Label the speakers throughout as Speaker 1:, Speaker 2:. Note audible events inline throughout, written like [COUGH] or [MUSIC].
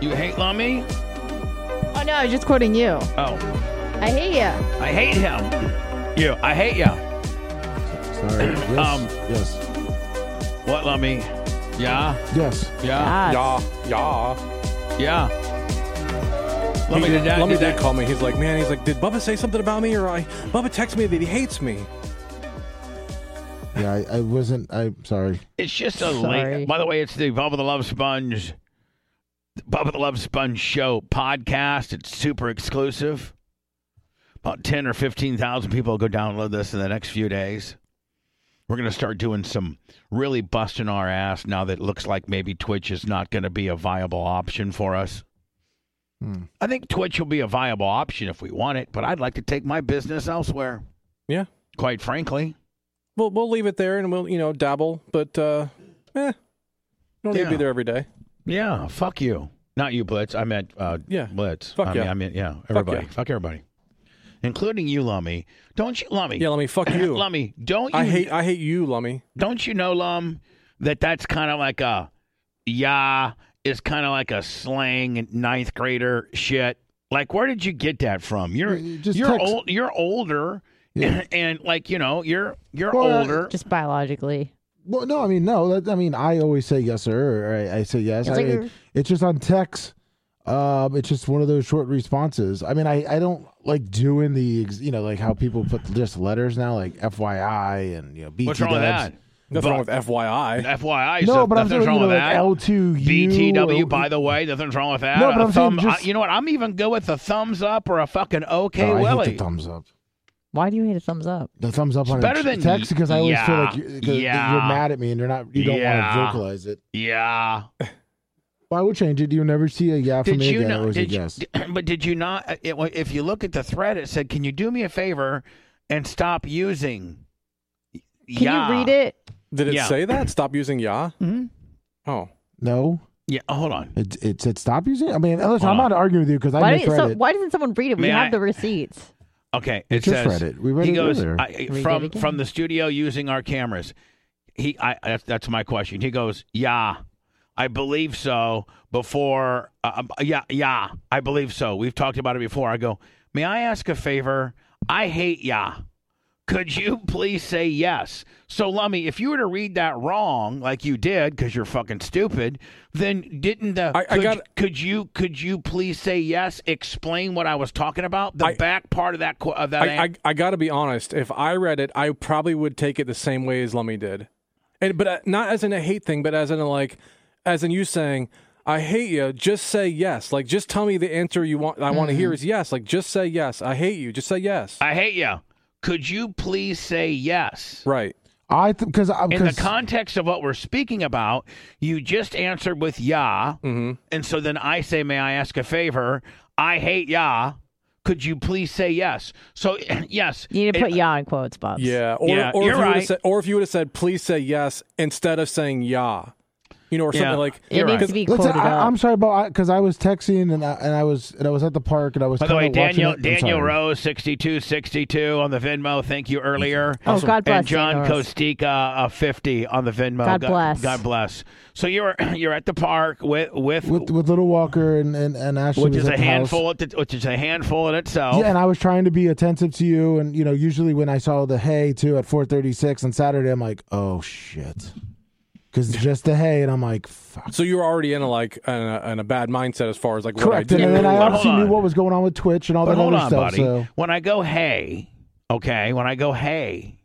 Speaker 1: You hate Lummy?
Speaker 2: Oh no, I was just quoting you.
Speaker 1: Oh,
Speaker 2: I hate you.
Speaker 1: I hate him. You, I hate you. [COUGHS]
Speaker 3: Sorry. Yes.
Speaker 1: Um,
Speaker 3: yes.
Speaker 1: What, Lummy? Yeah,
Speaker 3: Yes.
Speaker 1: yeah,
Speaker 2: Ah,
Speaker 4: Yeah, yeah.
Speaker 1: yeah. Lummy,
Speaker 4: He-
Speaker 1: did that,
Speaker 4: Lummy
Speaker 1: did
Speaker 4: did
Speaker 1: that-
Speaker 4: call me. He's like, man, he's like, did Bubba say something about me? Or I, Bubba texted me that he hates me.
Speaker 3: Yeah, I, I wasn't. I'm sorry.
Speaker 1: It's just a
Speaker 2: Sorry.
Speaker 1: late. By the way, it's the Bubba the Love Sponge, Bubba the Love Sponge Show podcast. It's super exclusive. About ten or fifteen thousand people will go download this in the next few days. We're going to start doing some really busting our ass now that it looks like maybe Twitch is not going to be a viable option for us.
Speaker 3: Hmm.
Speaker 1: I think Twitch will be a viable option if we want it, but I'd like to take my business elsewhere.
Speaker 4: Yeah.
Speaker 1: Quite frankly.
Speaker 4: We'll we'll leave it there and we'll you know dabble, but uh, eh, don't need
Speaker 1: Yeah.
Speaker 4: to be there every day.
Speaker 1: Yeah, fuck you. Not you, Blitz. I meant uh,
Speaker 4: Yeah.
Speaker 1: Blitz.
Speaker 4: Fuck
Speaker 1: I
Speaker 4: yeah.
Speaker 1: Mean, I mean, yeah, everybody. Fuck,
Speaker 4: yeah.
Speaker 1: everybody, including you, Lummy. Don't you, Lummy?
Speaker 4: Yeah, Lummy, fuck you.
Speaker 1: Lummy. Don't you?
Speaker 4: I hate I hate you, Lummy.
Speaker 1: Don't you know, Lum? That that's kind of like a yeah is kind of like a slang ninth grader shit. Like, where did you get that from? You're
Speaker 3: You- you Uh, just
Speaker 1: you're
Speaker 3: text.
Speaker 1: old. You're older,
Speaker 3: Yeah.
Speaker 1: [LAUGHS] and like you know, you're you're
Speaker 3: Well, uh,
Speaker 1: older.
Speaker 2: Just biologically.
Speaker 3: Well, no, I mean, no. That, I mean, I always say yes, sir, or I, I say yes.
Speaker 2: It's
Speaker 3: I
Speaker 2: like
Speaker 3: mean,
Speaker 2: you're-
Speaker 3: it's just on text. Um, it's just one of those short responses. I mean, I, I don't like doing the, ex- you know, like how people put just letters now, like FYI and, you know, BT
Speaker 1: What's wrong with
Speaker 3: dubs.
Speaker 1: that?
Speaker 4: Nothing wrong with
Speaker 1: But-
Speaker 4: FYI.
Speaker 1: FYI,
Speaker 3: No,
Speaker 1: so
Speaker 3: but I'm
Speaker 1: nothing's
Speaker 3: saying,
Speaker 1: wrong
Speaker 3: you know,
Speaker 1: with that.
Speaker 3: like L2U.
Speaker 1: BTW, by the way, nothing's wrong with that.
Speaker 3: No, but
Speaker 1: A
Speaker 3: I'm saying
Speaker 1: thumb- I-
Speaker 3: just-
Speaker 1: you know what? I'm even good with a thumbs up or a fucking okay,
Speaker 3: No, I
Speaker 1: Willie.
Speaker 3: hate the thumbs up.
Speaker 2: Why do you hate a thumbs up?
Speaker 3: The thumbs up on
Speaker 1: better
Speaker 3: a
Speaker 1: than
Speaker 3: text because I always feel
Speaker 1: yeah,
Speaker 3: like you're, 'cause
Speaker 1: yeah.
Speaker 3: you're mad at me and you're not, you don't
Speaker 1: Yeah.
Speaker 3: want to vocalize it.
Speaker 1: yeah.
Speaker 3: Well, I will change it. You'll never see a yeah from
Speaker 1: Did
Speaker 3: Uh, me
Speaker 1: you
Speaker 3: again.
Speaker 1: know?
Speaker 3: Always a
Speaker 1: Did you,
Speaker 3: yes.
Speaker 1: [CLEARS THROAT] but did you not? uh, It, wa- if you look at the thread, it said, "Can you do me a favor and stop using?"
Speaker 2: Can you read it?
Speaker 4: Did it
Speaker 1: Yeah.
Speaker 4: say that? Stop using ya.
Speaker 1: hmm
Speaker 4: Oh,
Speaker 3: No,
Speaker 1: Yeah. Hold on.
Speaker 3: it, it said stop using. it? I mean, listen, I'm
Speaker 1: Hold
Speaker 3: not arguing with you because I
Speaker 2: Why, didn't
Speaker 3: misread
Speaker 2: so,
Speaker 3: it.
Speaker 2: why doesn't someone read it? We
Speaker 1: May
Speaker 2: have
Speaker 1: I-
Speaker 2: the receipts.
Speaker 1: Okay. It
Speaker 3: just
Speaker 1: says
Speaker 3: read it. We read
Speaker 1: he
Speaker 3: it
Speaker 1: goes
Speaker 3: earlier.
Speaker 1: I,
Speaker 2: it
Speaker 1: from
Speaker 2: again.
Speaker 1: from the studio using our cameras. He, I that's, that's my question. He goes, yeah, I believe so. Before, uh, um, yeah, yeah, I believe so. We've talked about it before. I go, may I ask a favor? I hate yeah. Could you [LAUGHS] please say yes? So, Lummy, if you were to read that wrong, like you did, because you're fucking stupid, then didn't the
Speaker 4: I- I
Speaker 1: could,
Speaker 4: got-
Speaker 1: could you could you please say yes? Explain what I was talking about. The
Speaker 4: I-
Speaker 1: back part of that qu- of that.
Speaker 4: I, I I gotta be honest. If I read it, I probably would take it the same way as Lummy did, and but uh, not as in a hate thing, but as in a, like, as in you saying. I hate you. Just say yes. Like, just tell me the answer you want. I want to hear is yes. Like, just say yes. I hate you. Just say yes.
Speaker 1: Mm-hmm. I hate you. Could you please say yes?
Speaker 4: right.
Speaker 3: I because I'm
Speaker 1: In the context of what we're speaking about, you just answered with yeah.
Speaker 4: Mm-hmm.
Speaker 1: And so then I say, may I ask a favor? I hate yeah. Could you please say yes? So [CLEARS THROAT] yes,
Speaker 2: You need to
Speaker 1: it-
Speaker 2: put "ya" in quotes, Bob.
Speaker 4: Yeah. Or,
Speaker 1: Yeah,
Speaker 4: or
Speaker 1: you're
Speaker 4: if you would've
Speaker 1: right.
Speaker 4: said, or if you would have said, please say yes instead of saying yeah, you know, or something
Speaker 1: Yeah.
Speaker 4: like,
Speaker 2: It
Speaker 1: You're
Speaker 2: needs
Speaker 1: right.
Speaker 2: to be
Speaker 3: Let's,
Speaker 2: quoted
Speaker 3: I,
Speaker 2: up.
Speaker 3: I'm sorry, but because I, was texting and I, and I was and I was at the park and I was.
Speaker 1: By the way,
Speaker 3: kinda watching
Speaker 1: Daniel
Speaker 3: it. I'm
Speaker 1: Daniel
Speaker 3: sorry.
Speaker 1: Rose sixty two sixty two on the Venmo. Thank you earlier.
Speaker 2: Oh, Awesome. God bless
Speaker 1: And John
Speaker 2: Daniel Rose.
Speaker 1: Costica uh, fifty on the Venmo.
Speaker 2: God bless.
Speaker 1: God bless. So you're [CLEARS THROAT] you're at the park with with,
Speaker 3: with with little Walker and and, and Ashley,
Speaker 1: which
Speaker 3: was
Speaker 1: is
Speaker 3: at
Speaker 1: a
Speaker 3: the house.
Speaker 1: handful, at the- which is a handful in itself.
Speaker 3: Yeah, and I was trying to be attentive to you, and you know, usually when I saw the hay too at 4:36 on Saturday, I'm like, oh shit, because just the hay, and I'm like, fuck.
Speaker 4: so you were already in a, like, in a, in a bad mindset as far as like, what
Speaker 3: Correct,
Speaker 4: I
Speaker 3: and
Speaker 4: do.
Speaker 3: then I
Speaker 1: But
Speaker 3: obviously
Speaker 1: hold on.
Speaker 3: knew what was going on with Twitch and all
Speaker 1: But
Speaker 3: that
Speaker 1: hold
Speaker 3: other
Speaker 1: on,
Speaker 3: stuff.
Speaker 1: buddy.
Speaker 3: So
Speaker 1: When I go hey, okay, when I go hey,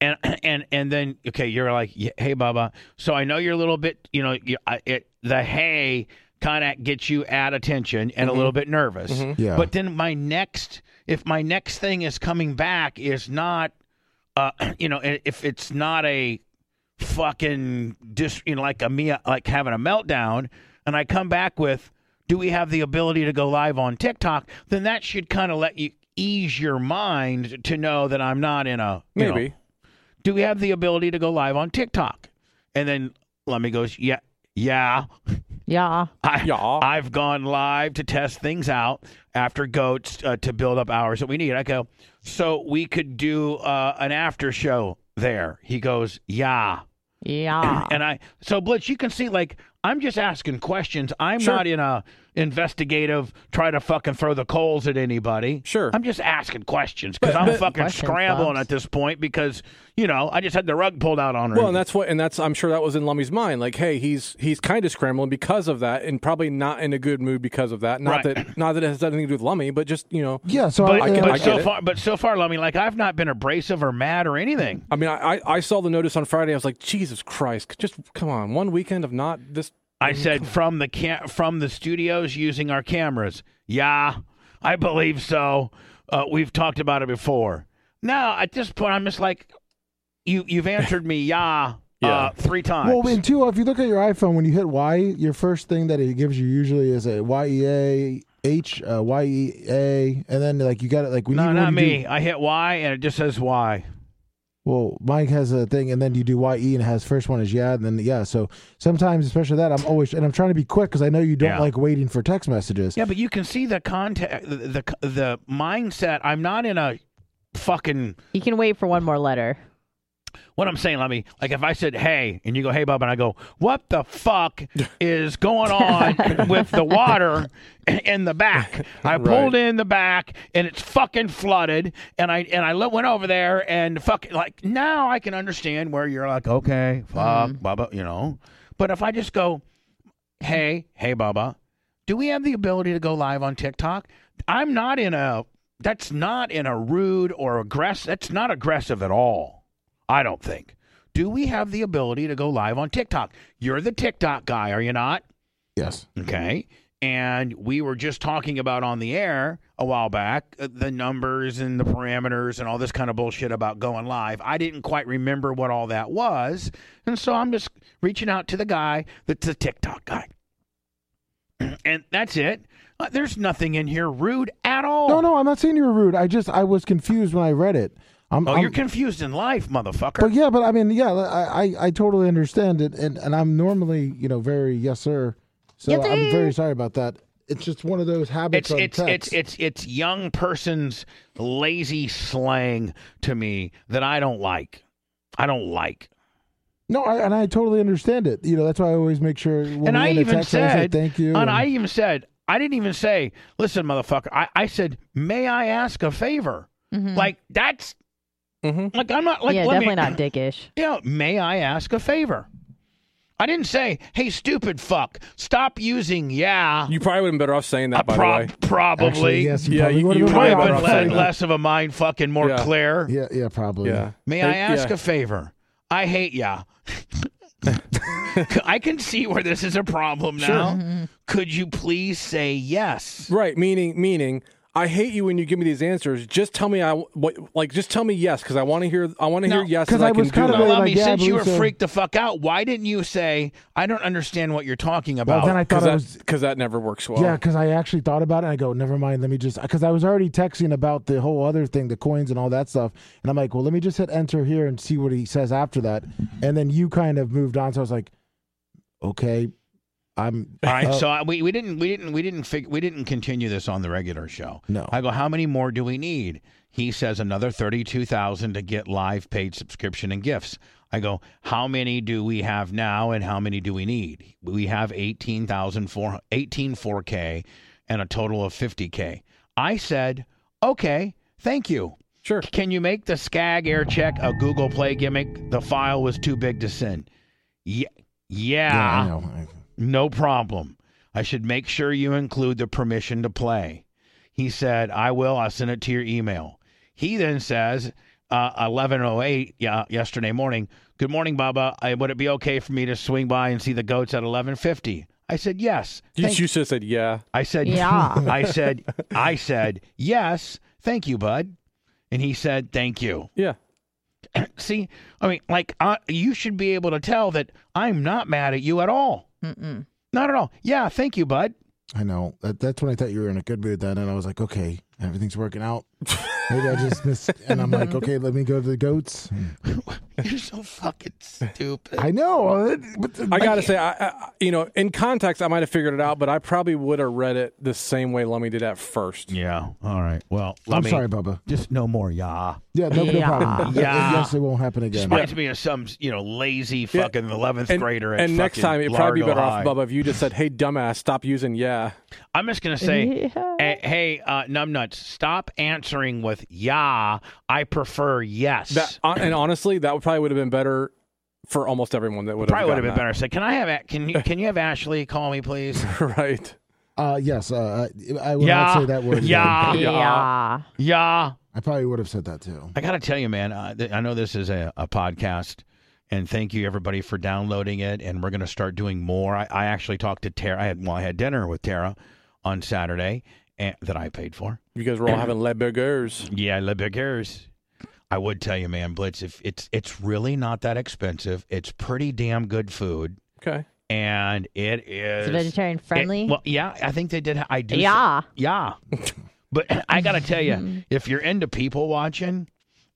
Speaker 1: and [CLEARS THROAT] and and then okay, you're like "Yeah, hey, Baba. So I know you're a little bit, you know, you, I, it, the hey kind of gets you at attention and a little bit nervous.
Speaker 3: Yeah.
Speaker 1: But then my next, if my next thing is coming back is not, uh, [CLEARS THROAT] you know, i- if it's not a fucking dis, you know, like a me like having a meltdown, and I come back with, do we have the ability to go live on TikTok? Then that should kind of let you ease your mind to know that I'm not in a you know,
Speaker 4: Maybe.
Speaker 1: do we have the ability to go live on TikTok? And then Lemmy goes, yeah, yeah.
Speaker 2: Yeah.
Speaker 1: I,
Speaker 4: Yeah.
Speaker 1: I've gone live to test things out after goats uh, to build up hours that we need. I go, so we could do uh, an after show there. He goes, yeah.
Speaker 2: Yeah.
Speaker 1: And I so Blitz, you can see like I'm just asking questions. I'm
Speaker 4: Sure.
Speaker 1: not in a investigative try to fucking throw the coals at anybody.
Speaker 4: Sure.
Speaker 1: I'm just asking questions because
Speaker 4: But-
Speaker 1: I'm
Speaker 4: but-
Speaker 1: fucking
Speaker 2: Questions,
Speaker 1: scrambling
Speaker 2: Bubs.
Speaker 1: at this point because you know I just had the rug pulled out on her.
Speaker 4: Well, and that's what, and that's, I'm sure that was in Lummy's mind. Like, hey, he's, he's kind of scrambling because of that and probably not in a good mood because of that. Not
Speaker 1: Right.
Speaker 4: that, not that it has anything to do with Lummy, but just, you know,
Speaker 3: yeah, so
Speaker 1: but,
Speaker 3: I, and
Speaker 1: but
Speaker 3: I-
Speaker 4: get
Speaker 1: so
Speaker 4: it.
Speaker 1: far, but so far, Lummy, like I've not been abrasive or mad or anything.
Speaker 4: I mean, I, I, I saw the notice on Friday. I was like, Jesus Christ, just come on. One weekend of not this.
Speaker 1: I said from the cam- from the studios using our cameras. Yeah, I believe so. Uh, we've talked about it before. Now at this point, I'm just like, you you've answered me,
Speaker 3: [LAUGHS]
Speaker 1: yeah,
Speaker 4: Yeah.
Speaker 1: Uh, three times.
Speaker 3: well, and two, if you look at your iPhone when you hit Y, your first thing that it gives you usually is a Y E A H uh, Y E A, and then like you got it like when
Speaker 1: no,
Speaker 3: you,
Speaker 1: not
Speaker 3: when you do-
Speaker 1: me. I hit Y and it just says Y.
Speaker 3: Well, Mike has a thing, and then you do YE, and it has first one is yeah, and then yeah. So sometimes, especially that, I'm always and I'm trying to be quick because I know you don't
Speaker 1: Yeah.
Speaker 3: like waiting for text messages.
Speaker 1: Yeah, but you can see the contact, the, the the mindset. I'm not in a fucking.
Speaker 2: You can wait for one more letter.
Speaker 1: What I'm saying, let me like if I said hey and you go hey Bob and I go what the fuck is going on with the water in the back? I pulled in the back and it's fucking flooded and I and I lo- went over there and fuck like now I can understand where you're like okay fuck Bubba you know, but if I just go hey hey Bubba, do we have the ability to go live on TikTok? I'm not in a that's not in a rude or aggressive that's not aggressive at all. I don't think. Do we have the ability to go live on TikTok? You're the TikTok guy, are you not?
Speaker 3: Yes.
Speaker 1: Okay. And we were just talking about on the air a while back uh, the numbers and the parameters and all this kind of bullshit about going live. I didn't quite remember what all that was. And so I'm just reaching out to the guy that's the TikTok guy. [CLEARS THROAT] and that's it. Uh, There's nothing in here rude at all.
Speaker 3: No, no, I'm not saying you were rude. I just I was confused when I read it. I'm,
Speaker 1: Oh,
Speaker 3: I'm-
Speaker 1: you're confused in life, motherfucker.
Speaker 3: but yeah, but I mean, yeah, I, I I totally understand it, and and I'm normally you know very yes sir, so
Speaker 2: Yes,
Speaker 3: I'm
Speaker 2: sir.
Speaker 1: eh.
Speaker 3: very sorry about that. It's just one of those
Speaker 1: it's
Speaker 3: habits on
Speaker 1: it's, it's
Speaker 3: text.
Speaker 1: it's it's young person's lazy slang to me that I don't like. I don't like.
Speaker 3: no, I, and I totally understand it. You know, that's why I always make sure. When
Speaker 1: and
Speaker 3: we
Speaker 1: I
Speaker 3: get a
Speaker 1: even
Speaker 3: text, I say
Speaker 1: said,
Speaker 3: thank you.
Speaker 1: And
Speaker 3: and-
Speaker 1: I even said, I didn't even say, listen, motherfucker. I, I said, may I ask a favor? Like that's
Speaker 4: Mhm.
Speaker 3: Mm-hmm.
Speaker 1: like I'm not like
Speaker 2: Mm-hmm. yeah,
Speaker 1: let
Speaker 2: definitely
Speaker 1: me,
Speaker 2: not
Speaker 1: [LAUGHS]
Speaker 2: dickish.
Speaker 1: Yeah, may I ask a favor? I didn't say, hey, stupid fuck, stop using yeah.
Speaker 4: You probably would have been better off saying that,
Speaker 1: uh,
Speaker 4: by
Speaker 1: prob-
Speaker 4: the way.
Speaker 1: probably.
Speaker 3: Actually, yes, you
Speaker 4: Yeah,
Speaker 3: probably
Speaker 4: you-
Speaker 3: would've
Speaker 4: you
Speaker 3: been
Speaker 1: Probably
Speaker 3: right
Speaker 4: would've
Speaker 1: been
Speaker 3: about
Speaker 4: been
Speaker 1: le-
Speaker 3: saying that.
Speaker 1: less of a mind fucking, more
Speaker 4: Yeah.
Speaker 1: clear.
Speaker 3: Yeah, yeah, probably.
Speaker 4: Yeah.
Speaker 1: May
Speaker 4: Hey,
Speaker 1: I ask
Speaker 4: yeah.
Speaker 1: a favor? I hate
Speaker 3: [LAUGHS]
Speaker 1: ya. I can see where this is a problem now. Could you please say yes?
Speaker 4: Right. Meaning, meaning, I hate you when you give me these answers. Just tell me I what like just tell me yes because I want to hear I want to
Speaker 1: No,
Speaker 4: hear yes
Speaker 3: 'cause
Speaker 4: and
Speaker 3: I
Speaker 4: can
Speaker 3: was
Speaker 4: do
Speaker 3: kinda
Speaker 4: it.
Speaker 1: No,
Speaker 3: Well,
Speaker 1: let
Speaker 3: like,
Speaker 1: me.
Speaker 3: yeah,
Speaker 1: since
Speaker 3: but
Speaker 1: you
Speaker 3: we
Speaker 1: were
Speaker 3: said-
Speaker 1: freaked the fuck out, why didn't you say, "I don't understand what you're talking about"?
Speaker 3: Well, then I thought
Speaker 4: because
Speaker 3: I
Speaker 4: that,
Speaker 3: was.
Speaker 4: 'cause that never works well.
Speaker 3: Yeah, because I actually thought about it. And I go, never mind. Let me just because I was already texting about the whole other thing, the coins and all that stuff. And I'm like, well, let me just hit enter here and see what he says after that. And then you kind of moved on, so I was like, okay, I'm
Speaker 1: All
Speaker 3: [LAUGHS]
Speaker 1: right,
Speaker 3: uh,
Speaker 1: so I, we, we didn't we didn't we didn't fig- we didn't continue this on the regular show.
Speaker 3: No.
Speaker 1: Oh. I go, how many more do we need? He says another thirty-two thousand to get live paid subscription and gifts. I go, how many do we have now, and how many do we need? We have 18,400 18 4K and a total of fifty K. I said, okay, thank you.
Speaker 4: Sure.
Speaker 1: Can you make the Skag air check a Google Play gimmick? The file was too big to send. Ye-
Speaker 3: yeah,
Speaker 1: yeah.
Speaker 3: I know.
Speaker 1: No problem. I should make sure you include the permission to play. He said, I will. I'll send it to your email. He then says, uh, 1108 yeah, yesterday morning, Good morning, Baba. I, would it be okay for me to swing by and see the goats at 1150? I said, Yes.
Speaker 4: You,
Speaker 1: Thank-
Speaker 4: you should have said yeah.
Speaker 1: I said,
Speaker 2: Yeah.
Speaker 1: [LAUGHS] I said, I said, Yes. Thank you, bud. And he said, Thank you.
Speaker 4: Yeah.
Speaker 1: [COUGHS] See, I mean, like, uh, you should be able to tell that I'm not mad at you at all.
Speaker 2: Mm-mm.
Speaker 1: Not at all. Yeah. Thank you, bud. [LAUGHS]
Speaker 3: I know. That, that's when I thought you were in a good mood then, and I was like, okay, everything's working out.
Speaker 1: [LAUGHS]
Speaker 3: Maybe I just missed, and I'm like, okay, let me go to the goats.
Speaker 1: You're so fucking stupid.
Speaker 3: I know, uh, it- but the-
Speaker 4: I gotta say, I, I, you know, in context, I might have figured it out, but I probably would have read it the same way Lummy did at first.
Speaker 1: Yeah. All right. Well,
Speaker 3: I'm
Speaker 1: Lummi,
Speaker 3: sorry, Bubba.
Speaker 1: Just no more. Yeah.
Speaker 3: Yeah, no, no
Speaker 2: Yeah.
Speaker 3: problem.
Speaker 1: Yeah.
Speaker 3: yes, it won't happen again.
Speaker 1: Reminds me of some, you know, lazy fucking eleventh
Speaker 4: And,
Speaker 1: grader. At
Speaker 4: and next
Speaker 1: fucking
Speaker 4: time, it'd probably be
Speaker 1: Largo
Speaker 4: better
Speaker 1: High.
Speaker 4: off, Bubba, if you just said, "Hey, dumbass, stop using yeah."
Speaker 1: I'm just gonna
Speaker 2: [LAUGHS]
Speaker 1: say,
Speaker 2: Yeah.
Speaker 1: eh, hey, uh, numbnuts, stop answering with yeah. I prefer yes.
Speaker 4: That hon- and honestly, that would probably would have been better for almost everyone that would have
Speaker 1: probably would have been
Speaker 4: gotten
Speaker 1: better. Say, can I have? A- Can you? Can you have Ashley call me, please?
Speaker 4: [LAUGHS] that. right.
Speaker 3: Uh, yes, uh, I, I will
Speaker 1: Yeah.
Speaker 3: not say that word. again.
Speaker 1: Yeah.
Speaker 2: Yeah.
Speaker 1: yeah.
Speaker 3: I probably would have said that too.
Speaker 1: I got to tell you, man, uh, th- I know this is a, a podcast, and thank you everybody for downloading it. And we're going to start doing more. I, I actually talked to Tara. I had well, I had dinner with Tara on Saturday and, that I paid for.
Speaker 4: You guys were
Speaker 1: [CLEARS THROAT]
Speaker 4: all having Le Burgers.
Speaker 1: Yeah, Le Burgers. I would tell you, man, Blitz, if it's it's really not that expensive. It's pretty damn good food,
Speaker 4: Okay.
Speaker 1: and it is
Speaker 2: It's vegetarian
Speaker 1: it-
Speaker 2: friendly.
Speaker 1: well, yeah, I think they did. I do. see-
Speaker 2: yeah.
Speaker 1: yeah. But I got to tell you, if you're into people watching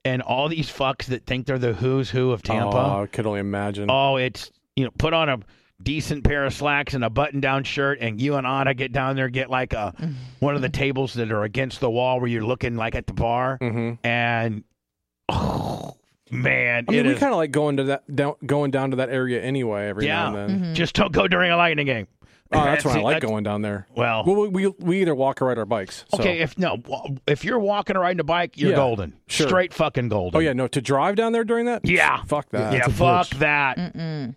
Speaker 1: and all these fucks that think they're the who's who of
Speaker 4: Oh,
Speaker 1: Tampa,
Speaker 4: I could only imagine.
Speaker 1: oh, it's, you know, put on a decent pair of slacks and a button down shirt, and you and Anna get down there, get like a
Speaker 4: Mm-hmm.
Speaker 1: one of the tables that are against the wall where you're looking like at the bar.
Speaker 4: hmm
Speaker 1: And, oh, man,
Speaker 4: I mean,
Speaker 1: it
Speaker 4: we
Speaker 1: is-
Speaker 4: kind of like going to that down, going down to that area anyway every now
Speaker 1: Yeah.
Speaker 4: and then.
Speaker 1: just don't go during a lightning game.
Speaker 4: Oh, that's why I
Speaker 1: it.
Speaker 4: like
Speaker 1: That's-
Speaker 4: going down there.
Speaker 1: Well,
Speaker 4: Well, we, we, we either walk or ride our bikes. So.
Speaker 1: okay, if no, if you're walking or riding a bike, you're
Speaker 4: Yeah,
Speaker 1: golden.
Speaker 4: sure.
Speaker 1: Straight fucking golden.
Speaker 4: Oh yeah, no, to drive down there during that.
Speaker 1: Yeah.
Speaker 4: Fuck that.
Speaker 1: yeah,
Speaker 3: it's a
Speaker 1: fuck
Speaker 3: glitch.
Speaker 1: that.
Speaker 2: Mm-mm.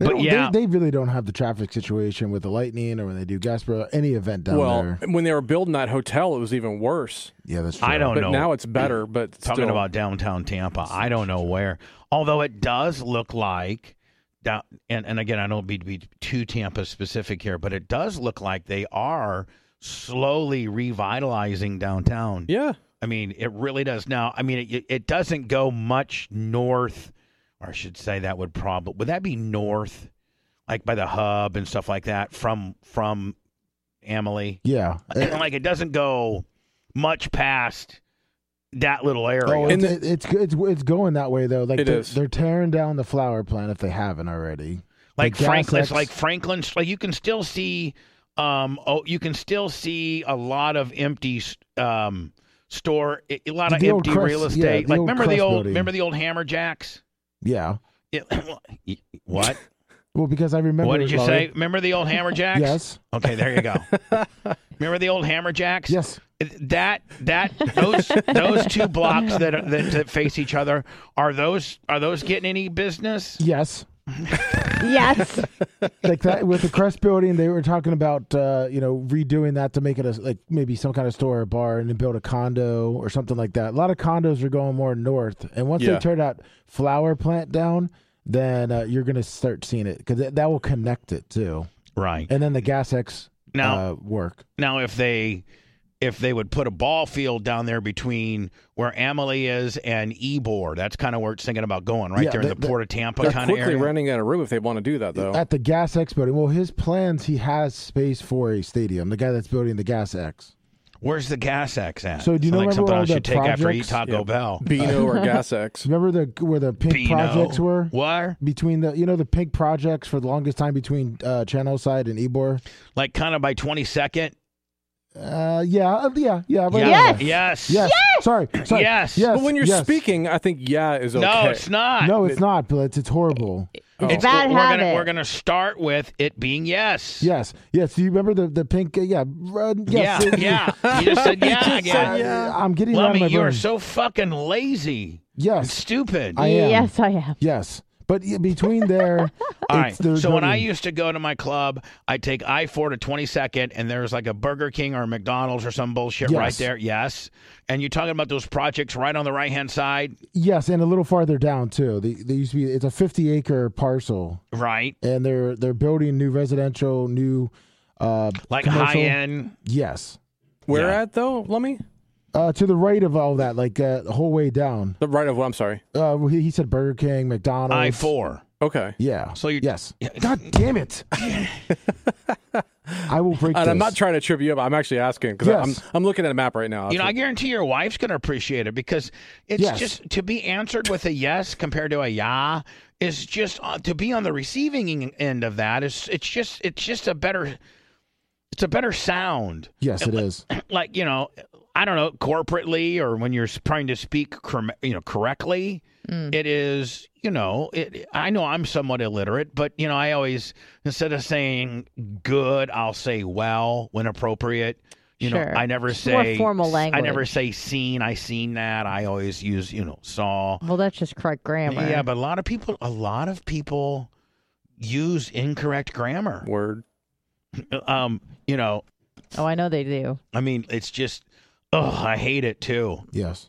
Speaker 3: They
Speaker 1: But
Speaker 3: don't-
Speaker 1: yeah.
Speaker 3: they, they really don't have the traffic situation with the lightning or when they do Gaspar any event down
Speaker 4: well,
Speaker 3: there.
Speaker 4: when they were building that hotel, it was even worse.
Speaker 3: Yeah, that's true.
Speaker 1: I don't
Speaker 4: But
Speaker 1: know.
Speaker 4: now it's better. But
Speaker 1: Oh, Talking
Speaker 4: still.
Speaker 1: about downtown Tampa, I don't know where. Although it does look like down, and and again, I don't be to be too Tampa specific here, but it does look like they are slowly revitalizing downtown.
Speaker 4: yeah,
Speaker 1: I mean, it really does. Now, I mean, it it doesn't go much north, or I should say that would probably would that be north, like by the hub and stuff like that from from Emily.
Speaker 3: Yeah. Uh,
Speaker 1: like it doesn't go much past that little area.
Speaker 3: Oh,
Speaker 4: And
Speaker 3: it's, it- it's it's it's going that way though. Like
Speaker 4: It
Speaker 3: they're,
Speaker 4: is.
Speaker 3: they're tearing down the flower plant if they haven't already.
Speaker 1: like
Speaker 3: the gas
Speaker 1: Franklin,
Speaker 3: lex-
Speaker 1: like Franklin, like you can still see, um, oh, you can still see a lot of empty, um, store, a a lot of
Speaker 3: The old
Speaker 1: empty
Speaker 3: crust-
Speaker 1: real
Speaker 3: yeah,
Speaker 1: estate.
Speaker 3: the
Speaker 1: like
Speaker 3: old
Speaker 1: remember the
Speaker 3: crust
Speaker 1: old,
Speaker 3: building.
Speaker 1: remember the old Hammerjacks.
Speaker 3: Yeah.
Speaker 1: [COUGHS] It- what?
Speaker 3: Well, because I [LAUGHS] remember.
Speaker 1: what did you
Speaker 3: Laurie-
Speaker 1: say? Remember the old Hammerjacks?
Speaker 3: Yes.
Speaker 1: Okay, there
Speaker 3: [LAUGHS]
Speaker 1: you go. remember the old Hammerjacks?
Speaker 3: Yes.
Speaker 1: that that those those two blocks that, are- that that face each other are those are those getting any business?
Speaker 3: Yes. [LAUGHS]
Speaker 2: Yes.
Speaker 3: like that with the Crest building, they were talking about uh, you know redoing that to make it a like maybe some kind of store or bar and then build a condo or something like that. A lot of condos are going more north, and once
Speaker 4: Yeah.
Speaker 3: they turn that flower plant down, then uh, you're gonna start seeing it because that will connect it too,
Speaker 1: Right
Speaker 3: and then the gas X
Speaker 1: now,
Speaker 3: uh, work.
Speaker 1: now if they if they would put a ball field down there between where Amalie is and Ebor. That's kind of where it's thinking about going, right
Speaker 3: Yeah,
Speaker 1: there in the,
Speaker 3: the- the-
Speaker 1: Port of Tampa
Speaker 4: They're
Speaker 1: kind of
Speaker 4: quickly
Speaker 1: area.
Speaker 4: renting out a room if they want to do that,
Speaker 1: Oh.
Speaker 3: [LAUGHS]
Speaker 4: though.
Speaker 3: At the Gas X building. Well, his plans, he has space for a stadium. The guy that's building the Gas X.
Speaker 1: Where's the gas X at?
Speaker 3: So do you
Speaker 1: Sound like
Speaker 3: remember
Speaker 1: something
Speaker 3: all
Speaker 1: I
Speaker 3: the
Speaker 1: should take after eat
Speaker 3: projects?
Speaker 1: Taco
Speaker 4: Yeah.
Speaker 1: Bell?
Speaker 4: Beano
Speaker 3: [LAUGHS]
Speaker 4: or Gas X.
Speaker 3: Remember the where the pink
Speaker 1: Beano.
Speaker 3: projects were
Speaker 1: What?
Speaker 3: between the you know the pink projects for the longest time between uh, Channel Side and Ebor.
Speaker 1: Like kind of by twenty second?
Speaker 3: Uh, yeah, uh, yeah, yeah. right
Speaker 1: Yeah.
Speaker 3: on
Speaker 2: Yes.
Speaker 3: there.
Speaker 1: Yes.
Speaker 3: Yes. Sorry. Sorry.
Speaker 1: Yes.
Speaker 3: Yes.
Speaker 4: But when you're
Speaker 3: yes.
Speaker 4: speaking, I think yeah is okay. Oh.
Speaker 1: No, it's not.
Speaker 3: no, it's not. But it's, it's horrible.
Speaker 1: It's-
Speaker 2: Bad
Speaker 1: we're gonna-
Speaker 2: habit.
Speaker 1: we're gonna start with it being yes.
Speaker 3: Yes. Yes. Do you remember the the pink? Uh, yeah. Uh, yes.
Speaker 1: Yeah.
Speaker 3: it- [LAUGHS]
Speaker 1: yeah. You just said yeah
Speaker 3: Uh,
Speaker 1: again.
Speaker 3: I'm getting it out of
Speaker 1: Lummy,
Speaker 3: my
Speaker 1: you are
Speaker 3: brain.
Speaker 1: so fucking lazy and
Speaker 3: yes.
Speaker 1: stupid.
Speaker 3: I am.
Speaker 2: Yes, I am.
Speaker 3: Yes. But yeah,
Speaker 2: [LAUGHS]
Speaker 3: between there,
Speaker 1: All right.
Speaker 3: it's, there's
Speaker 1: So when
Speaker 3: nothing.
Speaker 1: I used to go to my club, I'd take I four to twenty second, and there's like a Burger King or a McDonald's or some bullshit right
Speaker 3: Yes.
Speaker 1: there. Yes. And you're talking about those projects right on the right hand side,
Speaker 3: yes, and a little farther down too. They, they used to be. It's a 50 acre parcel,
Speaker 1: right?
Speaker 3: and they're they're building new residential, new. Uh,
Speaker 1: Like
Speaker 3: commercial.
Speaker 1: high end.
Speaker 3: Yes.
Speaker 4: Where
Speaker 1: Yeah.
Speaker 4: at though, Lummy?
Speaker 3: Uh, to the right of all that, like uh, the whole way down.
Speaker 4: The right of what? I'm sorry.
Speaker 3: Uh, he, he said Burger King, McDonald's.
Speaker 1: I four.
Speaker 4: Okay.
Speaker 3: Yeah.
Speaker 1: So you- [LAUGHS]
Speaker 3: yes. God damn it! I will break.
Speaker 4: And I'm
Speaker 3: this.
Speaker 4: not trying to trip you up. I'm actually asking because
Speaker 3: Yes.
Speaker 4: I'm I'm looking at a map right now.
Speaker 1: You know, I guarantee your wife's going to appreciate it because it's
Speaker 3: Yes.
Speaker 1: just to be answered with a yes compared to a yeah is just uh, to be on the receiving en- end of that is it's just it's just a better it's a better sound.
Speaker 3: Yes, it is.
Speaker 1: Like you know, I don't know, corporately or when you're s- trying to speak, cor- you know, correctly,
Speaker 2: Mm.
Speaker 1: it is. You know, it, I know I'm somewhat illiterate, but you know, I always instead of saying good, I'll say well when appropriate. You know,
Speaker 2: Sure.
Speaker 1: I never
Speaker 2: It's
Speaker 1: say
Speaker 2: more formal
Speaker 1: I never
Speaker 2: language.
Speaker 1: say seen. I seen that. I always use you know saw.
Speaker 2: Well, that's just correct grammar.
Speaker 1: Yeah, but a lot of people, a lot of people use incorrect grammar.
Speaker 4: Word.
Speaker 1: Um, you know,
Speaker 2: oh, I know they do.
Speaker 1: I mean, it's just, oh, I hate it too.
Speaker 3: Yes.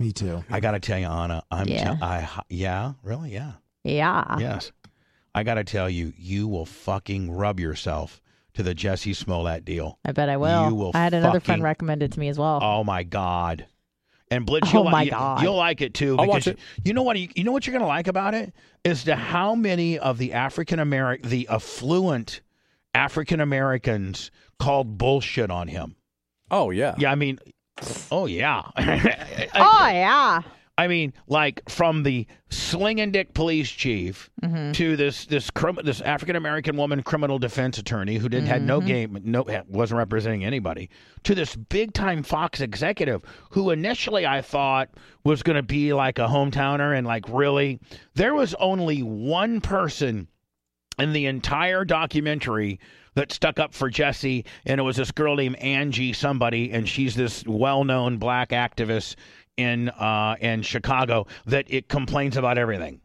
Speaker 3: Me too.
Speaker 1: I gotta tell you, Anna, I'm,
Speaker 2: Yeah. Uh-huh.
Speaker 1: te- I, yeah, really, yeah,
Speaker 2: Yeah.
Speaker 1: yes. I gotta tell you, you will fucking rub yourself to the Jesse Smollett deal.
Speaker 2: I bet I will.
Speaker 1: You will
Speaker 2: I had another friend
Speaker 1: fucking-
Speaker 2: recommend it to me as well.
Speaker 1: Oh my god! And Blitz,
Speaker 2: Oh
Speaker 1: you'll,
Speaker 2: my
Speaker 1: you-
Speaker 2: God.
Speaker 1: you'll like it too.
Speaker 4: I'll watch
Speaker 1: because
Speaker 4: it.
Speaker 1: You know what? You, you know what you're gonna like about it is to how many of the African American, the affluent African Americans, called bullshit on him.
Speaker 4: Oh yeah.
Speaker 1: Yeah, I mean, oh yeah. [LAUGHS] I-
Speaker 2: oh yeah.
Speaker 1: I mean, like from the slinging dick police chief to this this crim- this African American woman criminal defense attorney who didn't had no game, no wasn't representing anybody, to this big time Fox executive who initially I thought was going to be like a hometowner and like really there was only one person in the entire documentary that stuck up for Jesse, and it was this girl named Angie somebody, and she's this well-known black activist in uh, in Chicago that it complains about everything,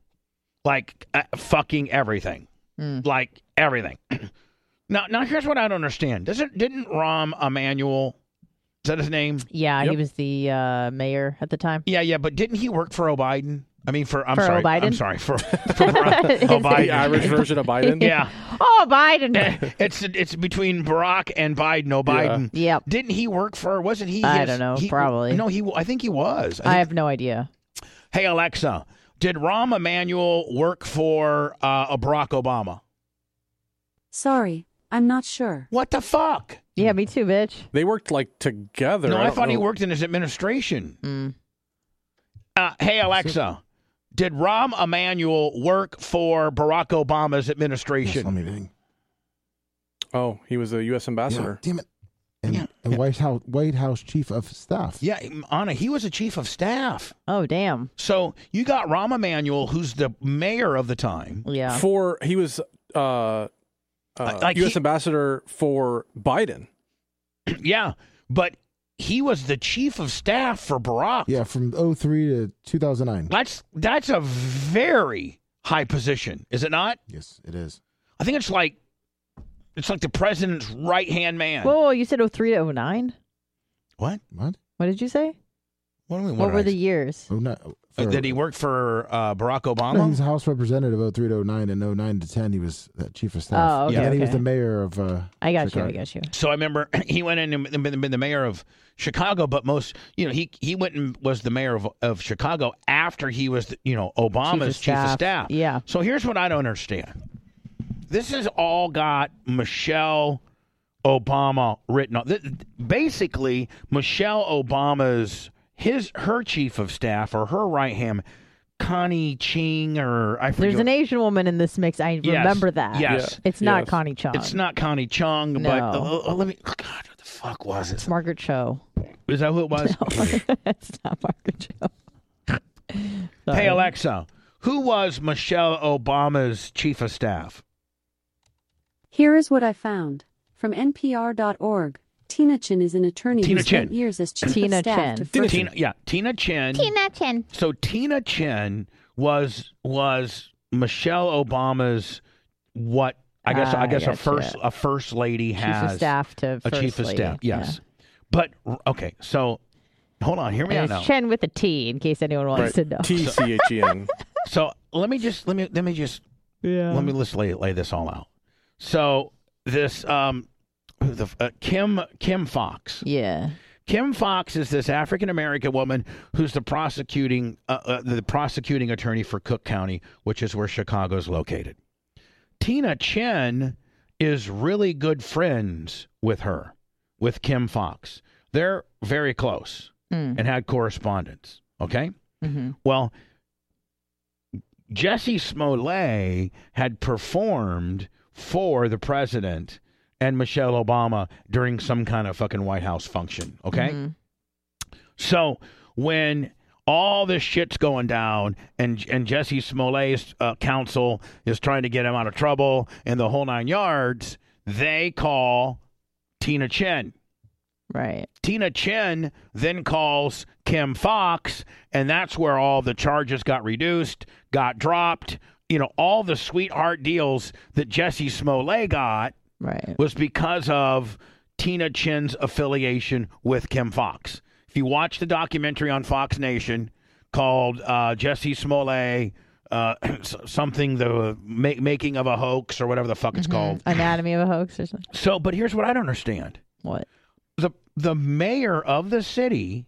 Speaker 1: like uh, fucking everything, like everything. [CLEARS THROAT] now, now here's what I don't understand: doesn't didn't Rahm Emanuel is that his name?
Speaker 2: Yeah, he
Speaker 4: Yep.
Speaker 2: was the uh, mayor at
Speaker 1: [LAUGHS]
Speaker 2: the time.
Speaker 1: Yeah, yeah, but didn't he work for O'Biden? I mean, for I'm
Speaker 2: For
Speaker 1: sorry, I'm
Speaker 2: O'Biden?
Speaker 1: sorry for,
Speaker 2: [LAUGHS]
Speaker 1: for Barack O'Biden. [LAUGHS]
Speaker 4: The average version of Biden.
Speaker 1: Yeah. [LAUGHS]
Speaker 2: Oh, Biden.
Speaker 1: it's it's between Barack and Biden. Oh, Biden.
Speaker 2: Yep.
Speaker 1: Didn't he work for? Wasn't he?
Speaker 2: I
Speaker 1: his-
Speaker 2: don't know,
Speaker 1: he-
Speaker 2: probably.
Speaker 1: No, he. I think he was.
Speaker 2: I
Speaker 1: I
Speaker 2: have no idea.
Speaker 1: think- hey Alexa, did Rahm Emanuel work for uh, a Barack Obama?
Speaker 5: Sorry, I'm not sure.
Speaker 1: What the fuck?
Speaker 2: Yeah, me too, bitch.
Speaker 4: They worked like together. Oh,
Speaker 1: no, I,
Speaker 4: don't
Speaker 1: thought he
Speaker 4: know.
Speaker 1: worked in his administration.
Speaker 2: Mm.
Speaker 1: Uh, hey Alexa, did Rahm Emanuel work for Barack Obama's
Speaker 3: Yes,
Speaker 1: administration?
Speaker 3: let me think.
Speaker 4: Oh, he was a U.S.
Speaker 3: Yeah,
Speaker 4: ambassador.
Speaker 3: damn it. And,
Speaker 1: Yeah,
Speaker 3: and White House White House Chief of Staff.
Speaker 1: yeah, Anna, he was a chief of staff.
Speaker 2: Oh, damn.
Speaker 1: So you got Rahm Emanuel, who's the mayor of the time.
Speaker 2: [CLEARS THROAT] Yeah.
Speaker 4: For he was uh, uh,
Speaker 1: Like
Speaker 4: U.S.
Speaker 1: he-
Speaker 4: ambassador for Biden.
Speaker 1: Yeah, but he was the chief of staff for Barack.
Speaker 3: Yeah, from 03 to 2009.
Speaker 1: That's that's a very high position, is it not?
Speaker 3: Yes, it is.
Speaker 1: I think it's like it's like the president's right hand man.
Speaker 2: oh Whoa, whoa, you said 03 to 09?
Speaker 1: what?
Speaker 3: What?
Speaker 2: What did you say?
Speaker 1: What do we? What,
Speaker 2: What
Speaker 1: did
Speaker 2: were
Speaker 1: I-
Speaker 2: the years?
Speaker 3: Oh, no,
Speaker 1: Uh,
Speaker 3: for-
Speaker 1: did he work for uh, Barack
Speaker 3: No,
Speaker 1: Obama?
Speaker 3: he's House Representative 03 to 09, and 09 to 10, he was uh, Chief of Staff.
Speaker 2: Oh, okay,
Speaker 3: And then he was
Speaker 2: okay.
Speaker 3: the mayor of. Uh,
Speaker 2: I got
Speaker 3: Chicago.
Speaker 2: you. I got you.
Speaker 1: So I remember [CLEARS THROAT] he went in and been, been the mayor of Chicago, but most, you know, he he went and was the mayor of, of Chicago after he was, you know, Obama's chief of staff.
Speaker 2: Yeah.
Speaker 1: So here's what I don't understand. This has all got Michelle Obama written on. Th- basically, Michelle Obama's his her chief of staff or her right hand, Connie Ching or I forget.
Speaker 2: There's an Asian woman in this mix. I
Speaker 1: Yes.
Speaker 2: remember that.
Speaker 1: Yes.
Speaker 2: It's not
Speaker 4: Yes.
Speaker 2: Connie Chung.
Speaker 1: It's not Connie Chung, but
Speaker 2: No.
Speaker 1: oh, oh, let me. God, what the fuck was it?
Speaker 2: It's Margaret Cho.
Speaker 1: Is that who it
Speaker 2: [LAUGHS]
Speaker 1: was?
Speaker 2: it's not Margaret Cho. Sorry.
Speaker 1: Hey Alexa, who was Michelle Obama's chief of staff?
Speaker 5: Here is what I found. From NPR.org, Tina Chin is an attorney
Speaker 1: Tina
Speaker 5: who spent
Speaker 1: Chin.
Speaker 5: years as chief
Speaker 2: Tina
Speaker 5: of staff
Speaker 2: Chin.
Speaker 5: to
Speaker 4: Tina
Speaker 5: first
Speaker 1: Tina, yeah, Tina Chin.
Speaker 2: Tina Chen.
Speaker 1: So Tina Chin was was Michelle Obama's what I guess I
Speaker 2: Ah,
Speaker 1: guess a
Speaker 2: gotcha.
Speaker 1: first a first lady has
Speaker 2: Chief of staff to
Speaker 1: a
Speaker 2: first
Speaker 1: chief of
Speaker 2: lady.
Speaker 1: staff.
Speaker 2: Yeah.
Speaker 1: Yes, but okay. So hold on, hear me out
Speaker 2: And
Speaker 1: now.
Speaker 2: it's Chen with a T, in case anyone wants to know.
Speaker 4: T C H
Speaker 2: [LAUGHS]
Speaker 4: E
Speaker 1: [LAUGHS]
Speaker 4: N.
Speaker 1: So let me just let me let me just
Speaker 2: yeah.
Speaker 1: let me just lay lay this all out. So this um who the f- uh, Kim Kim Fox.
Speaker 2: yeah.
Speaker 1: Kim Fox is this African American woman who's the prosecuting uh, uh, the prosecuting attorney for Cook County, which is where Chicago is located. Tina Chen is really good friends with her, with Kim Fox. They're very close
Speaker 2: Mm.
Speaker 1: and had correspondence. Okay,
Speaker 2: hmm
Speaker 1: well, Jesse Smollett had performed for the president and Michelle Obama during some kind of fucking White House function. Okay.
Speaker 2: Mhm.
Speaker 1: So when all this shit's going down, and and Jesse Smollett's uh, counsel is trying to get him out of trouble, and the whole nine yards, they call Tina Chen.
Speaker 2: Right.
Speaker 1: Tina Chen then calls Kim Fox, and that's where all the charges got reduced, got dropped. You know, all the sweetheart deals that Jesse Smollett got
Speaker 2: Right.
Speaker 1: was because of Tina Chen's affiliation with Kim Fox. If you watch the documentary on Fox Nation called uh, Jesse Smollett, uh, [CLEARS THROAT] s- something the ma- making of a hoax or whatever the fuck
Speaker 2: Mm-hmm.
Speaker 1: it's called.
Speaker 2: Anatomy of a hoax or something.
Speaker 1: So, but here's what I don't understand:
Speaker 2: What?
Speaker 1: the the mayor of the city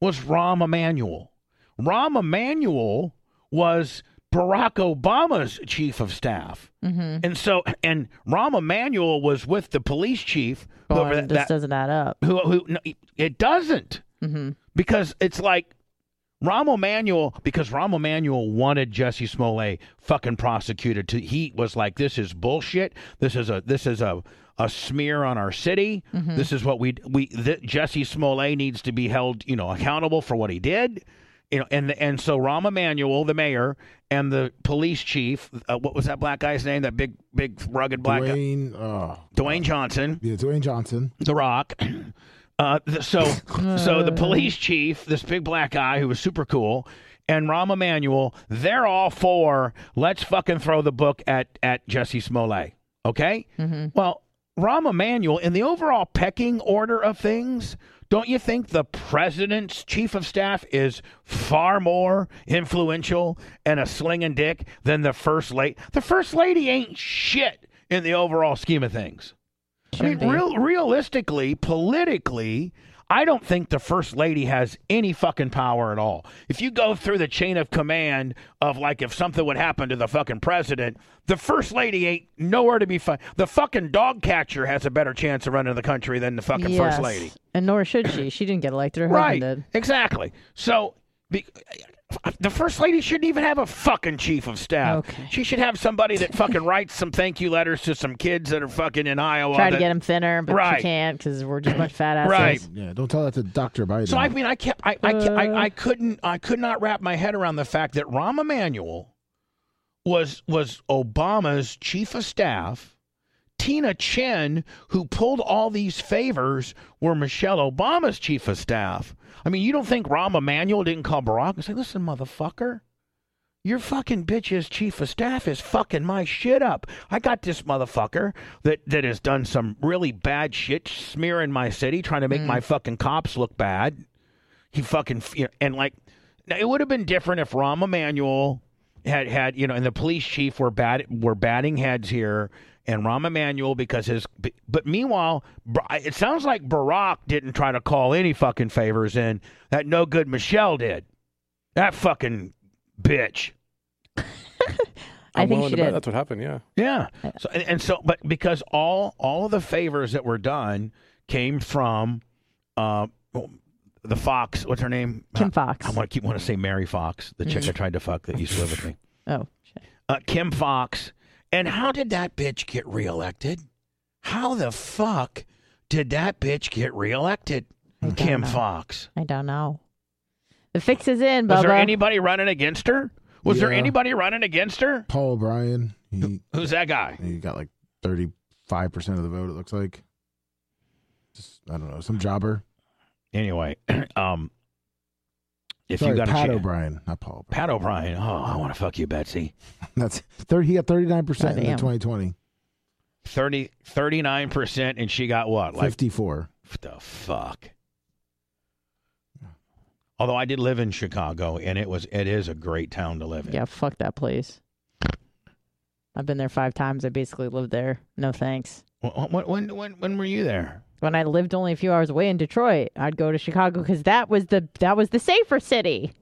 Speaker 1: was Rahm Emanuel. Rahm Emanuel was Barack Obama's chief of staff.
Speaker 2: Mm-hmm.
Speaker 1: And so, and Rahm Emanuel was with the police chief. whoever
Speaker 2: this doesn't add up.
Speaker 1: who, who, no, it doesn't
Speaker 2: Mm-hmm.
Speaker 1: because it's like Rahm Emanuel because Rahm Emanuel wanted Jesse Smollett fucking prosecuted. To he was like, this is bullshit. This is a this is a a smear on our city. This is what we we th- Jesse Smollett needs to be held you know accountable for what he did. You know, and and so Rahm Emanuel, the mayor, and the police chief, uh, what was that black guy's name? That big, big, rugged black guy,
Speaker 3: Dwayne, oh,
Speaker 1: Dwayne Johnson.
Speaker 3: yeah, Dwayne Johnson.
Speaker 1: The Rock. Uh, th- so, so the police chief, this big black guy who was super cool, and Rahm Emanuel, they're all for let's fucking throw the book at at Jesse Smollett. Okay. Well, Rahm Emanuel, in the overall pecking order of things, don't you think the president's chief of staff is far more influential and a slinging dick than the first lady? The first lady ain't shit in the overall scheme of things. I mean,
Speaker 2: Shouldn't be.
Speaker 1: real, realistically, politically, I don't think the first lady has any fucking power at all. If you go through the chain of command of like if something would happen to the fucking president, the first lady ain't nowhere to be found. The fucking dog catcher has a better chance of running the country than the fucking
Speaker 2: Yes.
Speaker 1: first lady.
Speaker 2: And nor should she. She didn't get elected. Her
Speaker 1: Right.
Speaker 2: husband did.
Speaker 1: Exactly. So be, the first lady shouldn't even have a fucking chief of staff.
Speaker 2: Okay.
Speaker 1: She should have somebody that fucking writes some thank you letters to some kids that are fucking in Iowa.
Speaker 2: Try to
Speaker 1: that-
Speaker 2: get him thinner, but
Speaker 1: Right.
Speaker 2: she can't because we're just a bunch of fat asses.
Speaker 1: Right.
Speaker 3: Yeah, don't tell that to Dr. Biden.
Speaker 1: So I mean, I can't, I, I, can't, I, I couldn't, I could not wrap my head around the fact that Rahm Emanuel was was Obama's chief of staff. Tina Chen, who pulled all these favors, were Michelle Obama's chief of staff. I mean, you don't think Rahm Emanuel didn't call Barack and say, "Listen, motherfucker." Your fucking bitch's chief of staff is fucking my shit up. I got this motherfucker that, that has done some really bad shit, smearing my city, trying to make my fucking cops look bad. He fucking you know, and like now it would have been different if Rahm Emanuel had had you know, and the police chief were bat were batting heads here, and Rahm Emanuel because his but meanwhile, Bar- it sounds like Barack didn't try to call any fucking favors in. That no good Michelle did. That fucking bitch.
Speaker 2: I
Speaker 4: I'm
Speaker 2: think she
Speaker 4: willing to bet
Speaker 2: did.
Speaker 4: That's what happened. Yeah.
Speaker 1: Yeah. So and, and so, but because all all of the favors that were done came from uh, the Fox. What's her name?
Speaker 2: Kim
Speaker 1: Uh,
Speaker 2: Fox. Mm-hmm.
Speaker 1: I want to keep want to say Mary Fox, the chick I tried to fuck that used to live with me.
Speaker 2: Oh, shit.
Speaker 1: Uh, Kim Fox. And how did that bitch get reelected? How the fuck did that bitch get reelected?
Speaker 2: don't
Speaker 1: Kim
Speaker 2: know.
Speaker 1: Fox.
Speaker 2: I don't know. The fix is in,
Speaker 1: Was
Speaker 2: Bubba.
Speaker 1: there anybody running against her? Was there
Speaker 3: Yeah.
Speaker 1: anybody running against her?
Speaker 3: Paul O'Brien, he,
Speaker 1: Who's that guy?
Speaker 3: he got like 35% of the vote, it looks like. Just, I don't know, some jobber.
Speaker 1: Anyway, [CLEARS THROAT] um, if
Speaker 3: Sorry,
Speaker 1: you got
Speaker 3: Pat
Speaker 1: a chance.
Speaker 3: O'Brien, not Paul. O'Brien. [LAUGHS]
Speaker 1: Pat O'Brien. Oh, I want to fuck you, Betsy.
Speaker 3: That's 30, he got 39%
Speaker 2: Oh,
Speaker 3: in the
Speaker 2: damn.
Speaker 3: 2020,
Speaker 1: 30, 39%, and she got what? Like,
Speaker 3: 54.
Speaker 1: what the fuck? Although I did live in Chicago, and it was it is a great town to live in.
Speaker 2: Yeah, fuck that place. I've been there five times. I basically lived there. No thanks.
Speaker 1: When, when, when, when were you there?
Speaker 2: When I lived only a few hours away in Detroit, I'd go to Chicago because that was the that was the safer city.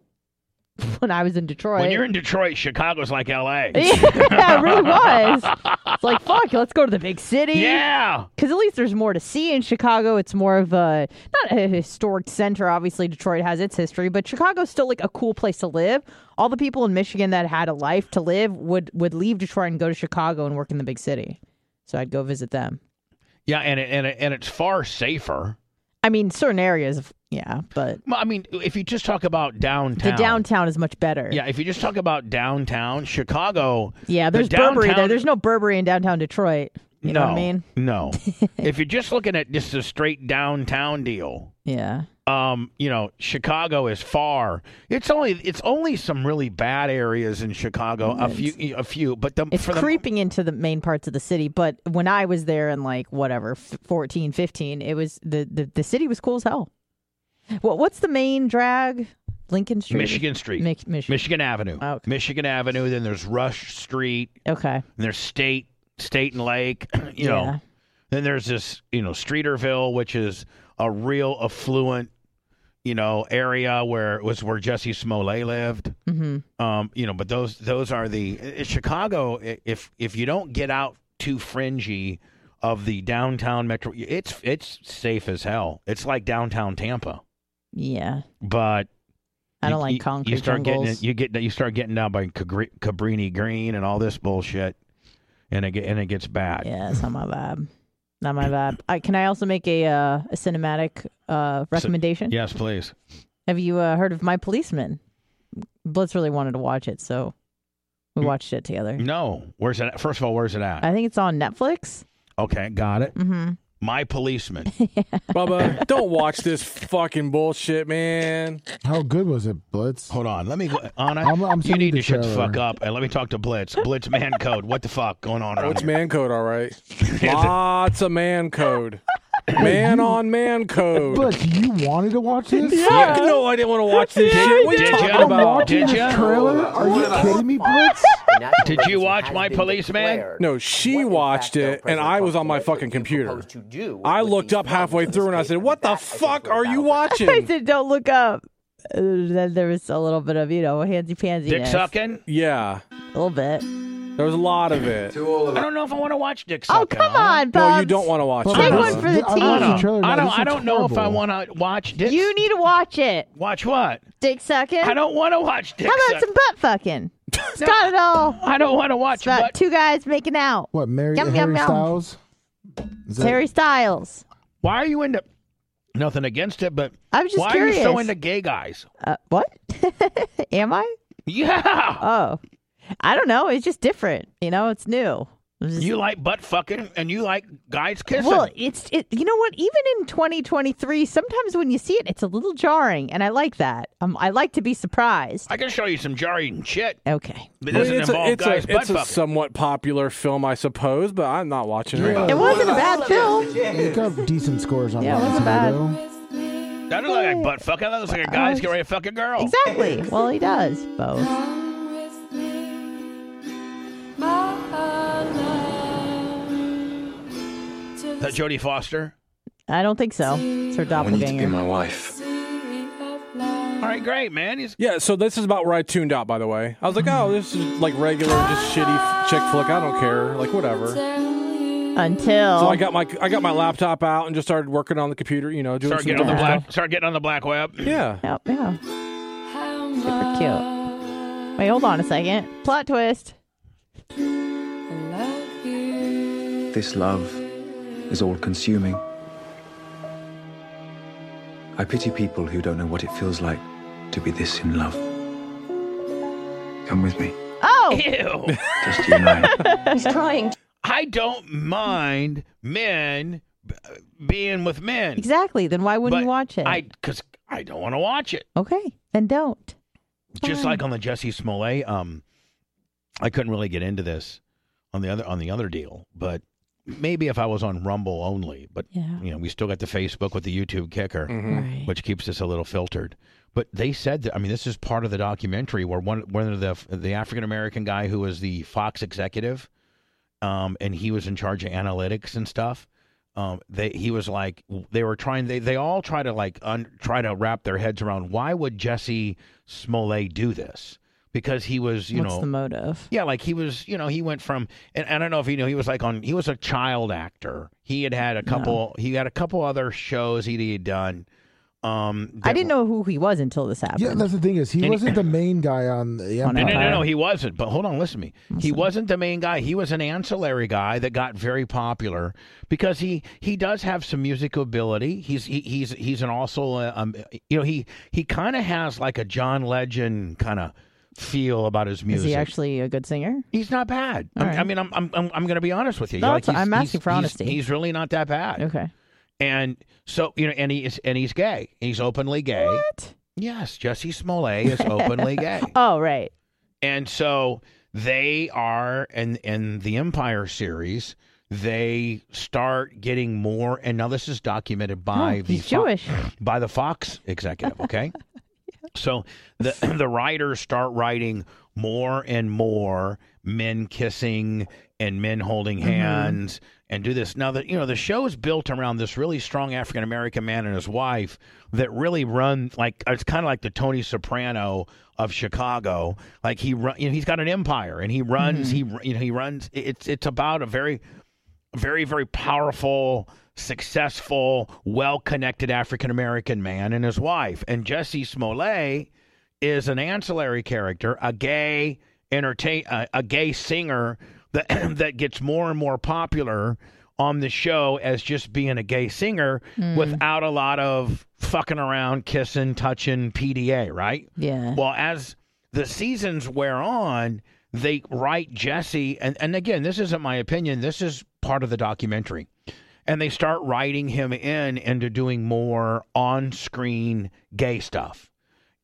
Speaker 2: [LAUGHS] When I was in Detroit,
Speaker 1: When you're in Detroit, Chicago's like L.A.
Speaker 2: [LAUGHS] yeah, it really was. It's like fuck, let's go to the big city.
Speaker 1: yeah.
Speaker 2: Because at least there's more to see in Chicago. It's more of a not a historic center. Obviously, Detroit has its history, but Chicago's still like a cool place to live. All the people in Michigan that had a life to live would would leave Detroit and go to Chicago and work in the big city. So I'd go visit them.
Speaker 1: Yeah, and, it, and, it, and it's far safer.
Speaker 2: I mean, certain areas, yeah, but
Speaker 1: Well, I mean, if you just talk about downtown.
Speaker 2: the downtown is much better.
Speaker 1: Yeah, if you just talk about downtown, Chicago.
Speaker 2: yeah.
Speaker 1: the
Speaker 2: There's Burberry there.
Speaker 1: downtown-
Speaker 2: There's no Burberry in downtown Detroit. You know what I mean? [LAUGHS]
Speaker 1: No. if you're just looking at just a straight downtown deal,
Speaker 2: Yeah.
Speaker 1: um, you know, Chicago is far. It's only it's only some really bad areas in Chicago, a few a few, but the
Speaker 2: it's
Speaker 1: for the
Speaker 2: creeping into the main parts of the city but when i was there in like whatever f- 14 15 it was the, the the city was cool as hell what what's the main drag lincoln street
Speaker 1: Michigan Street,
Speaker 2: Mi- michigan
Speaker 1: Michigan Avenue.
Speaker 2: Oh, okay.
Speaker 1: Michigan Avenue, then there's Rush Street,
Speaker 2: okay
Speaker 1: and there's State State and Lake, [CLEARS THROAT] you know.
Speaker 2: Yeah.
Speaker 1: Then there's this, you know, Streeterville, which is a real affluent, you know, area where it was where Jesse Smollett lived.
Speaker 2: mm-hmm.
Speaker 1: Um, you know, but those those are the in Chicago. i- If if you don't get out too fringy of the downtown metro, it's it's safe as hell. It's like downtown Tampa,
Speaker 2: yeah
Speaker 1: but
Speaker 2: i don't
Speaker 1: you-
Speaker 2: like
Speaker 1: you-
Speaker 2: concrete
Speaker 1: You start getting
Speaker 2: jungles
Speaker 1: you get you start getting down by Cabri- Cabrini Green and all this bullshit, and it get, and it gets bad.
Speaker 2: yeah it's not my vibe not my vibe I, can i also make a uh, a cinematic uh recommendation
Speaker 1: Yes, please.
Speaker 2: have you uh, heard of my policeman blitz really wanted to watch it so
Speaker 1: Mm.
Speaker 2: we watched it together
Speaker 1: No, where's it? At? First of all, where's it at?
Speaker 2: i think it's on netflix
Speaker 1: Okay, got it.
Speaker 2: mm-hmm
Speaker 1: My policeman.
Speaker 2: [LAUGHS]
Speaker 4: Bubba, don't watch this fucking bullshit, man.
Speaker 3: How good was it, Blitz?
Speaker 1: Hold on, let me go. Anna,
Speaker 3: I'm- I'm
Speaker 1: you
Speaker 3: sending
Speaker 1: need
Speaker 3: the
Speaker 1: to shut the
Speaker 3: trailer.
Speaker 1: fuck up and let me talk to Blitz. Blitz
Speaker 2: [LAUGHS]
Speaker 1: man code. What the fuck going on?
Speaker 4: Oh,
Speaker 1: around
Speaker 4: it's
Speaker 1: here?
Speaker 4: man code,
Speaker 1: [LAUGHS]
Speaker 4: all right. Lots of man code. Man on man code.
Speaker 3: Blitz, you wanted to watch this?
Speaker 4: Fuck no, I didn't want to watch this shit. What are
Speaker 1: did
Speaker 4: you
Speaker 1: ya?
Speaker 4: talking
Speaker 1: I'm
Speaker 4: about?
Speaker 1: watching- Did ya?
Speaker 3: This trailer? Are you kidding me, Blitz?
Speaker 1: Did you watch My Policeman?
Speaker 4: No, she watched it, and I was on my fucking computer. I looked up halfway through and I said, What the fuck are you
Speaker 2: [LAUGHS]
Speaker 1: Hmm.
Speaker 2: I
Speaker 4: watching?
Speaker 2: said, "Don't look up." Uh, Then there was a little bit of you know handsy pansy,
Speaker 1: Dick sucking?
Speaker 4: Yeah,
Speaker 2: a little bit.
Speaker 4: there was a lot of it.
Speaker 1: I don't know if I want to watch Dick
Speaker 2: Oh
Speaker 1: sucking.
Speaker 2: come
Speaker 1: Anna.
Speaker 2: on, Bubs.
Speaker 4: No, you don't want to watch
Speaker 3: But
Speaker 2: Take
Speaker 4: it.
Speaker 2: one
Speaker 3: Blitz,
Speaker 2: for the
Speaker 3: I watched
Speaker 2: team.
Speaker 3: the trailer.
Speaker 1: I
Speaker 3: now.
Speaker 1: don't.
Speaker 3: This
Speaker 1: I
Speaker 3: looks
Speaker 1: don't know if I
Speaker 3: horrible.
Speaker 1: want to watch Dick.
Speaker 2: You need to watch it,
Speaker 1: watch what?
Speaker 2: Dick sucking.
Speaker 1: I don't want to watch Dick.
Speaker 2: How about
Speaker 1: suck-
Speaker 2: some
Speaker 1: [LAUGHS]
Speaker 2: butt fucking? It's got it all.
Speaker 1: I don't want to watch.
Speaker 2: It's about
Speaker 1: butt-
Speaker 2: two guys making out.
Speaker 3: What, Mary
Speaker 2: Yum,
Speaker 3: Harry
Speaker 2: yum, yum.
Speaker 3: Styles? Is that-
Speaker 2: Harry Styles.
Speaker 1: Why are you into? Nothing against it, but
Speaker 2: I was just
Speaker 1: why
Speaker 2: curious.
Speaker 1: are you so into gay guys?
Speaker 2: uh, what? [LAUGHS] Am I?
Speaker 1: Yeah,
Speaker 2: Oh, I don't know. It's just different. You know, it's new. It was just-
Speaker 1: you like butt fucking and you like guys kissing.
Speaker 2: Well, it's it, you know what? Even in 2023, sometimes when you see it, it's a little jarring, and I like that. Um, I like to be surprised.
Speaker 1: I can show you some jarring shit
Speaker 2: Okay,
Speaker 1: that
Speaker 4: I mean,
Speaker 1: doesn't
Speaker 4: it's
Speaker 1: involve
Speaker 4: a, it's,
Speaker 1: guys
Speaker 4: a,
Speaker 1: butt
Speaker 4: it's a
Speaker 1: fucking.
Speaker 4: somewhat popular film, I suppose, but I'm not watching it.
Speaker 2: it wasn't a bad film.
Speaker 3: It got decent scores on
Speaker 2: Yeah, it
Speaker 3: Rotten
Speaker 2: wasn't bad.
Speaker 3: Tomato.
Speaker 1: That doesn't look like a butt fuck. That looks like
Speaker 2: Oh,
Speaker 1: a guy's getting ready to fuck a girl.
Speaker 2: Exactly. Well, he does both.
Speaker 6: Come with me, my love, to
Speaker 1: Is that Jodie Foster?
Speaker 2: I don't think so. It's her
Speaker 7: I want you to be
Speaker 2: doppelganger.
Speaker 7: my wife.
Speaker 6: sea of love.
Speaker 1: All right, great, man. He's
Speaker 4: Yeah, so this is about where I tuned out, by the way. I was like, oh, this is like regular, just shitty f- chick flick. I don't care. Like, whatever. So
Speaker 6: Tell you
Speaker 2: Until
Speaker 4: I got my I got my laptop out and just started working on the computer, you know, doing
Speaker 1: start
Speaker 4: some
Speaker 1: getting on the
Speaker 4: different
Speaker 1: black. Start getting on the black web. [LAUGHS]
Speaker 4: stuff. Yeah.
Speaker 2: Oh, yeah.
Speaker 6: how
Speaker 2: Super cute.
Speaker 6: much
Speaker 2: Wait, hold on a second. Plot twist.
Speaker 6: I love you.
Speaker 7: This love is all consuming. I pity people who don't know what it feels like to be this in love. Come with me,
Speaker 2: Oh,
Speaker 1: Ew.
Speaker 7: just you and I.
Speaker 1: I don't mind men b- being with men.
Speaker 2: exactly. Then why wouldn't
Speaker 1: but
Speaker 2: you watch it?
Speaker 1: I because I don't want to watch it.
Speaker 2: Okay, then don't.
Speaker 1: Just like on the Jesse Smollett, um, I couldn't really get into this on the other on the other deal, but maybe if I was on Rumble only, but
Speaker 2: Yeah.
Speaker 1: you know, we still got the Facebook with the YouTube kicker,
Speaker 2: Right.
Speaker 1: which keeps us a little filtered. But they said that I mean, this is part of the documentary where one one of the the African American guy who was the Fox executive, um, and he was in charge of analytics and stuff. Um, they he was like they were trying they they all try to like un, try to wrap their heads around why would Jesse Smollett do this because he was you
Speaker 2: What's
Speaker 1: know
Speaker 2: the motive?
Speaker 1: yeah, like he was, you know, he went from, and I don't know if you know, he was like on, he was a child actor. He had had a couple, he had a couple other shows he had done. Um,
Speaker 2: I
Speaker 1: that-
Speaker 2: didn't know who he was until this happened.
Speaker 3: Yeah, that's the thing is he
Speaker 1: Any-
Speaker 3: wasn't the main guy on the
Speaker 2: On
Speaker 1: No, no,
Speaker 3: Empire.
Speaker 1: no, no, he wasn't. But hold on, listen to me. He wasn't the main guy. He was an ancillary guy that got very popular because he he does have some musical ability. He's he, he's he's an also uh, um, you know he he kind of has like a John Legend kind of feel about his
Speaker 2: Is
Speaker 1: music.
Speaker 2: he actually a good singer?
Speaker 1: He's not bad. I,
Speaker 2: right.
Speaker 1: I mean, I'm I'm I'm, I'm going to be honest with you.
Speaker 2: No,
Speaker 1: Like,
Speaker 2: that's- I'm asking for
Speaker 1: he's-
Speaker 2: honesty.
Speaker 1: He's, really not that bad.
Speaker 2: Okay.
Speaker 1: And so you know, and he is, and he's gay. And he's openly gay.
Speaker 2: What?
Speaker 1: Yes, Jesse Smollett is
Speaker 2: [LAUGHS]
Speaker 1: openly gay.
Speaker 2: Oh, right.
Speaker 1: And so they are, and and the Empire series, they start getting more. And now this is documented by
Speaker 2: Oh,
Speaker 1: the
Speaker 2: he's
Speaker 1: Fo-
Speaker 2: Jewish.
Speaker 1: by the Fox executive.
Speaker 2: [LAUGHS]
Speaker 1: Okay, so the [CLEARS THROAT] the writers start writing more and more men kissing and men holding hands and do this. Now that you know the show is built around this really strong African American man and his wife that really run like it's kind of like the Tony Soprano of Chicago. Like he run, you know, he's got an empire and he runs. He you know he runs. It's it's about a very very, very powerful, successful, well connected African American man and his wife. And Jesse Smollett is an ancillary character, a gay entertain, uh, a gay singer [CLEARS THROAT] that that gets more and more popular on the show as just being a gay singer without a lot of fucking around, kissing, touching, PDA, right?
Speaker 2: Yeah.
Speaker 1: Well, as the seasons wear on, they write Jesse, and, and again, this isn't my opinion. This is part of the documentary. And they start writing him in into doing more on screen gay stuff.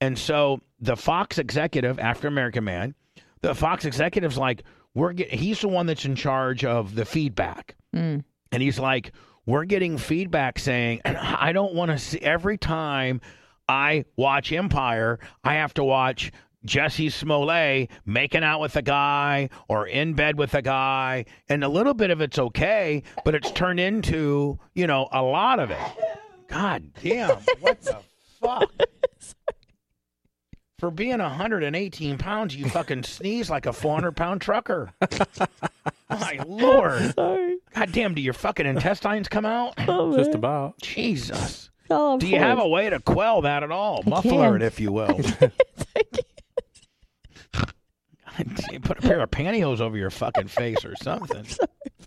Speaker 1: And so the Fox executive, after American Man, the Fox executive's like, we're get, he's the one that's in charge of the feedback. And he's like, we're getting feedback saying, [CLEARS THROAT] I don't want to see every time I watch Empire, I have to watch Jesse Smollett making out with a guy or in bed with a guy. And a little bit of it's okay, but it's turned into, you know, a lot of it. God damn. What the fuck? For being 118 pounds, you fucking sneeze like a 400 pound trucker. My lord.
Speaker 2: Sorry.
Speaker 1: God damn, do your fucking intestines come
Speaker 2: [COUGHS]
Speaker 1: out?
Speaker 2: Oh,
Speaker 4: Just
Speaker 2: man.
Speaker 4: about.
Speaker 1: Jesus.
Speaker 2: Oh, of
Speaker 1: Do you have
Speaker 2: course.
Speaker 1: a way to quell that at all? Muffler
Speaker 2: can't.
Speaker 1: it, if you
Speaker 2: [LAUGHS]
Speaker 1: will. [LAUGHS] Put a pair of pantyhose over your fucking face or
Speaker 2: [LAUGHS]
Speaker 1: something.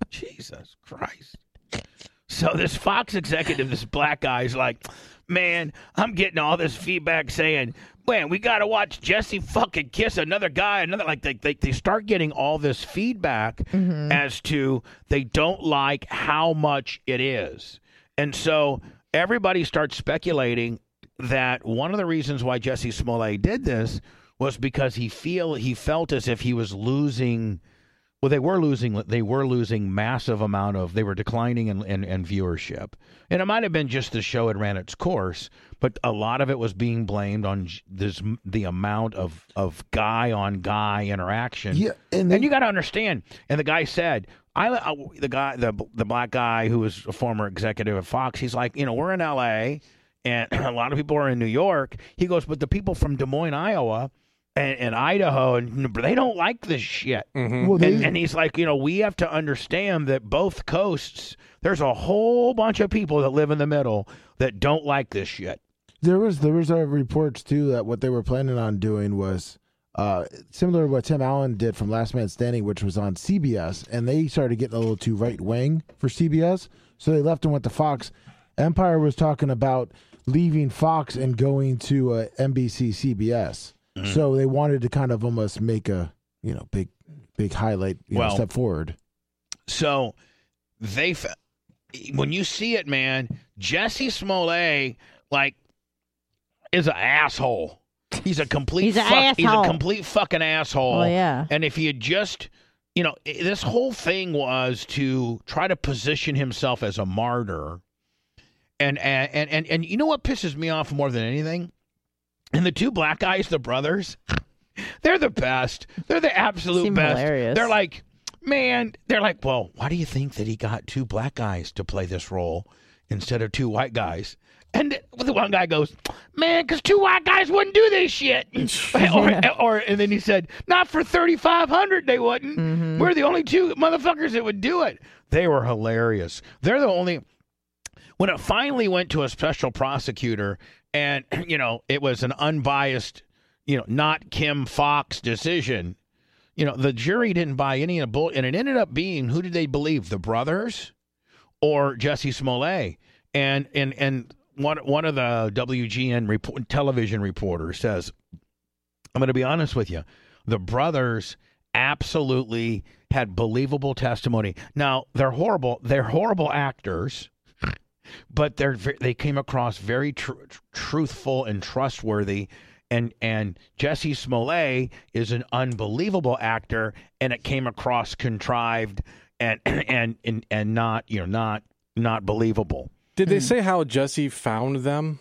Speaker 1: Jesus Christ. So this Fox executive, this black guy's like, man, I'm getting all this feedback saying, man, we got to watch Jesse fucking kiss another guy, another like they they, they start getting all this feedback as to they don't like how much it is, and so everybody starts speculating that one of the reasons why Jesse Smollett did this was because he feel he felt as if he was losing Well, they were losing. They were losing massive amount of. They were declining in, in, in viewership, and it might have been just the show had ran its course, but a lot of it was being blamed on j- this the amount of of guy on guy interaction.
Speaker 3: Yeah, and
Speaker 1: and,
Speaker 3: they-
Speaker 1: you got to understand. And the guy said, "I uh, the guy the the black guy who was a former executive at Fox. He's like, you know, we're in L.A. and [CLEARS THROAT] a lot of people are in New York. He goes, but the people from Des Moines, Iowa." And, and Idaho, and they don't like this shit.
Speaker 3: Well, they,
Speaker 1: And, and he's like, you know, we have to understand that both coasts, there's a whole bunch of people that live in the middle that don't like this shit.
Speaker 3: There was there was uh, reports too that what they were planning on doing was uh, similar to what Tim Allen did from Last Man Standing, which was on CBS, and they started getting a little too right wing for CBS, so they left and went to Fox. Empire was talking about leaving Fox and going to uh, NBC CBS,
Speaker 4: Mm-hmm.
Speaker 3: so they wanted to kind of almost make a you know big big highlight you know,
Speaker 1: Well,
Speaker 3: step forward.
Speaker 1: So they, f- when you see it, man, Jesse Smollett, like, is an asshole. He's a complete
Speaker 2: He's a
Speaker 1: fuck- he's a
Speaker 2: asshole.
Speaker 1: complete fucking asshole.
Speaker 2: Oh, yeah.
Speaker 1: And if he had just, you know, i- this whole thing was to try to position himself as a martyr. And and and and, and you know what pisses me off more than anything? And the two black guys, the brothers, [LAUGHS] they're the best. They're the absolute
Speaker 2: Seem
Speaker 1: best.
Speaker 2: hilarious.
Speaker 1: They're like, man, they're like, well, why do you think that he got two black guys to play this role instead of two white guys? And the one guy goes, man, because two white guys wouldn't do this
Speaker 2: [LAUGHS]
Speaker 1: shit. or, or, and then he said, not for 3,500 they wouldn't.
Speaker 2: Mm-hmm.
Speaker 1: We're the only two motherfuckers that would do it. They were hilarious. They're the only when it finally went to a special prosecutor and [CLEARS THROAT] you know it was an unbiased you know not kim fox decision you know the jury didn't buy any of the bull and it ended up being who did they believe the brothers or jesse smollett and and and one one of the wgn report, television reporters says i'm going to be honest with you the brothers absolutely had believable testimony now they're horrible they're horrible actors but they're ve- they came across very tr- tr- truthful and trustworthy and and Jesse Smollett is an unbelievable actor and it came across contrived and [CLEARS THROAT] and and, and not you know not not believable
Speaker 4: Did they say how Jesse found them?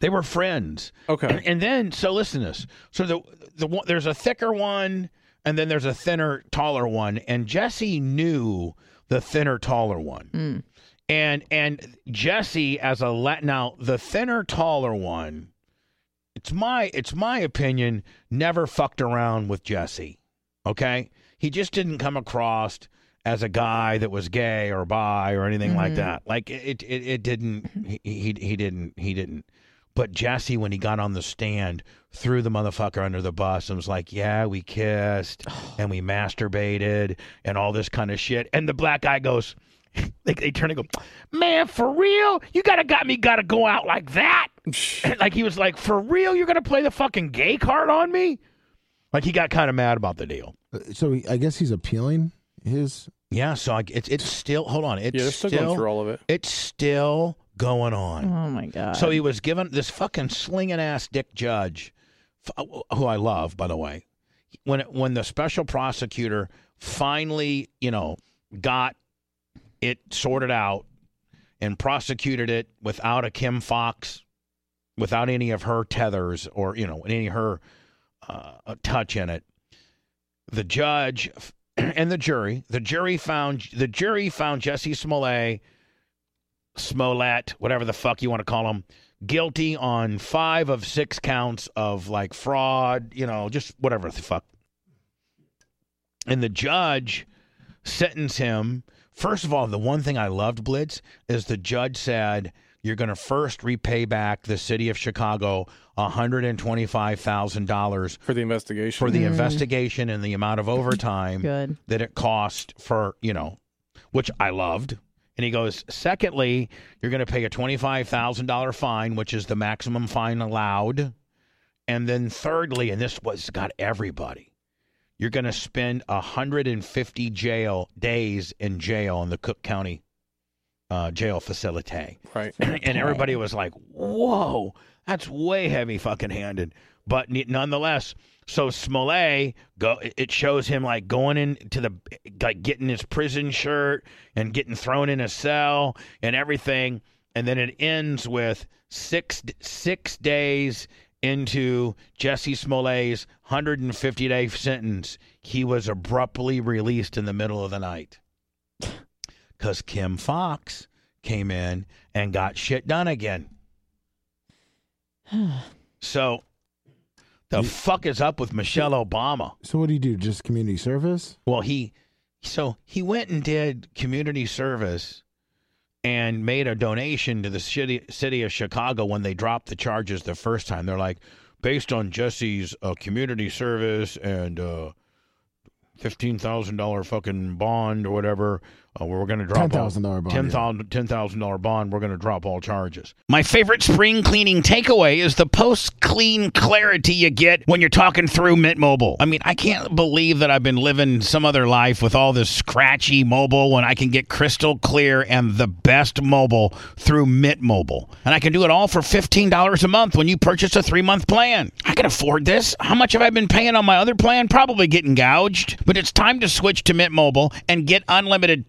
Speaker 1: they were friends
Speaker 4: Okay.
Speaker 1: and, [LAUGHS] and then so listen to this so the the one there's a thicker one and then there's a thinner taller one and Jesse knew the thinner taller one and and Jesse as a Latin now the thinner taller one it's my it's my opinion never fucked around with Jesse okay he just didn't come across as a guy that was gay or bi or anything like that like it it, it didn't he, he he didn't he didn't but Jesse when he got on the stand threw the motherfucker under the bus and was like yeah we [SIGHS] kissed and we masturbated and all this kind of shit and the black guy goes [LAUGHS] they, they turn and go, man, for real? You gotta got me, gotta go out like [LAUGHS] that. like he was like, for real? You're gonna play the fucking gay card on me? Like he got kind of mad about the deal.
Speaker 3: Uh, So he- I guess he's appealing his.
Speaker 1: Yeah, so I, it's it's still hold on, it's
Speaker 4: Yeah, they're
Speaker 1: still,
Speaker 4: still going through all of it.
Speaker 1: it's still going on.
Speaker 2: Oh my god.
Speaker 1: So he was given this fucking slinging ass dick judge, f- uh, who I love, by the way. When it, when the special prosecutor finally, you know, got it sorted out and prosecuted it without a Kim Fox, without any of her tethers or you know any of her uh, touch in it, the judge [CLEARS THROAT] f- and the jury, the jury found the jury found Jesse Smollett Smollett, whatever the fuck you want to call him, guilty on five of six counts of like fraud, you know, just whatever the fuck. And the judge sentenced him. First of all, the one thing I loved, Blitz, is the judge said, You're going to first repay back the city of Chicago $125,000
Speaker 4: For the investigation.
Speaker 1: for the investigation and the amount of overtime
Speaker 2: good.
Speaker 1: that it cost for you know, which I loved. And he goes, secondly, you're going to pay a twenty-five thousand dollar fine, which is the maximum fine allowed. And then thirdly, and this was got everybody, you're going to spend hundred and fifty jail days in jail in the Cook County uh, jail facility
Speaker 4: right.
Speaker 1: [CLEARS THROAT] and everybody was like, "Whoa, that's way heavy fucking handed." But ne- nonetheless, So Smollett go. It shows him like going into the like getting his prison shirt and getting thrown in a cell and everything, and then it ends with six six days into Jesse Smollett's 150 day sentence. He was abruptly released in the middle of the night because Kim Fox came in and got shit done again. so, the fuck is up with Michelle Obama?
Speaker 3: So what do you do? Just community service?
Speaker 1: Well, he so he went and did community service and made a donation to the city city of Chicago when they dropped the charges the first time. They're like, based on Jesse's uh, community service and uh, fifteen thousand dollar fucking bond or whatever, uh, we're going to drop all-
Speaker 3: $10,000 bond,
Speaker 1: ten
Speaker 3: yeah.
Speaker 1: thousand ten thousand dollar bond. We're going to drop all charges. My favorite spring cleaning takeaway is the post clean clarity you get when you're talking through Mint Mobile. I mean, I can't believe that I've been living some other life with all this scratchy mobile when I can get crystal clear and the best mobile through Mint Mobile, and I can do it all for fifteen dollars a month when you purchase a three month plan. I can afford this. How much have I been paying on my other plan? Probably getting gouged. But it's time to switch to Mint Mobile and get unlimited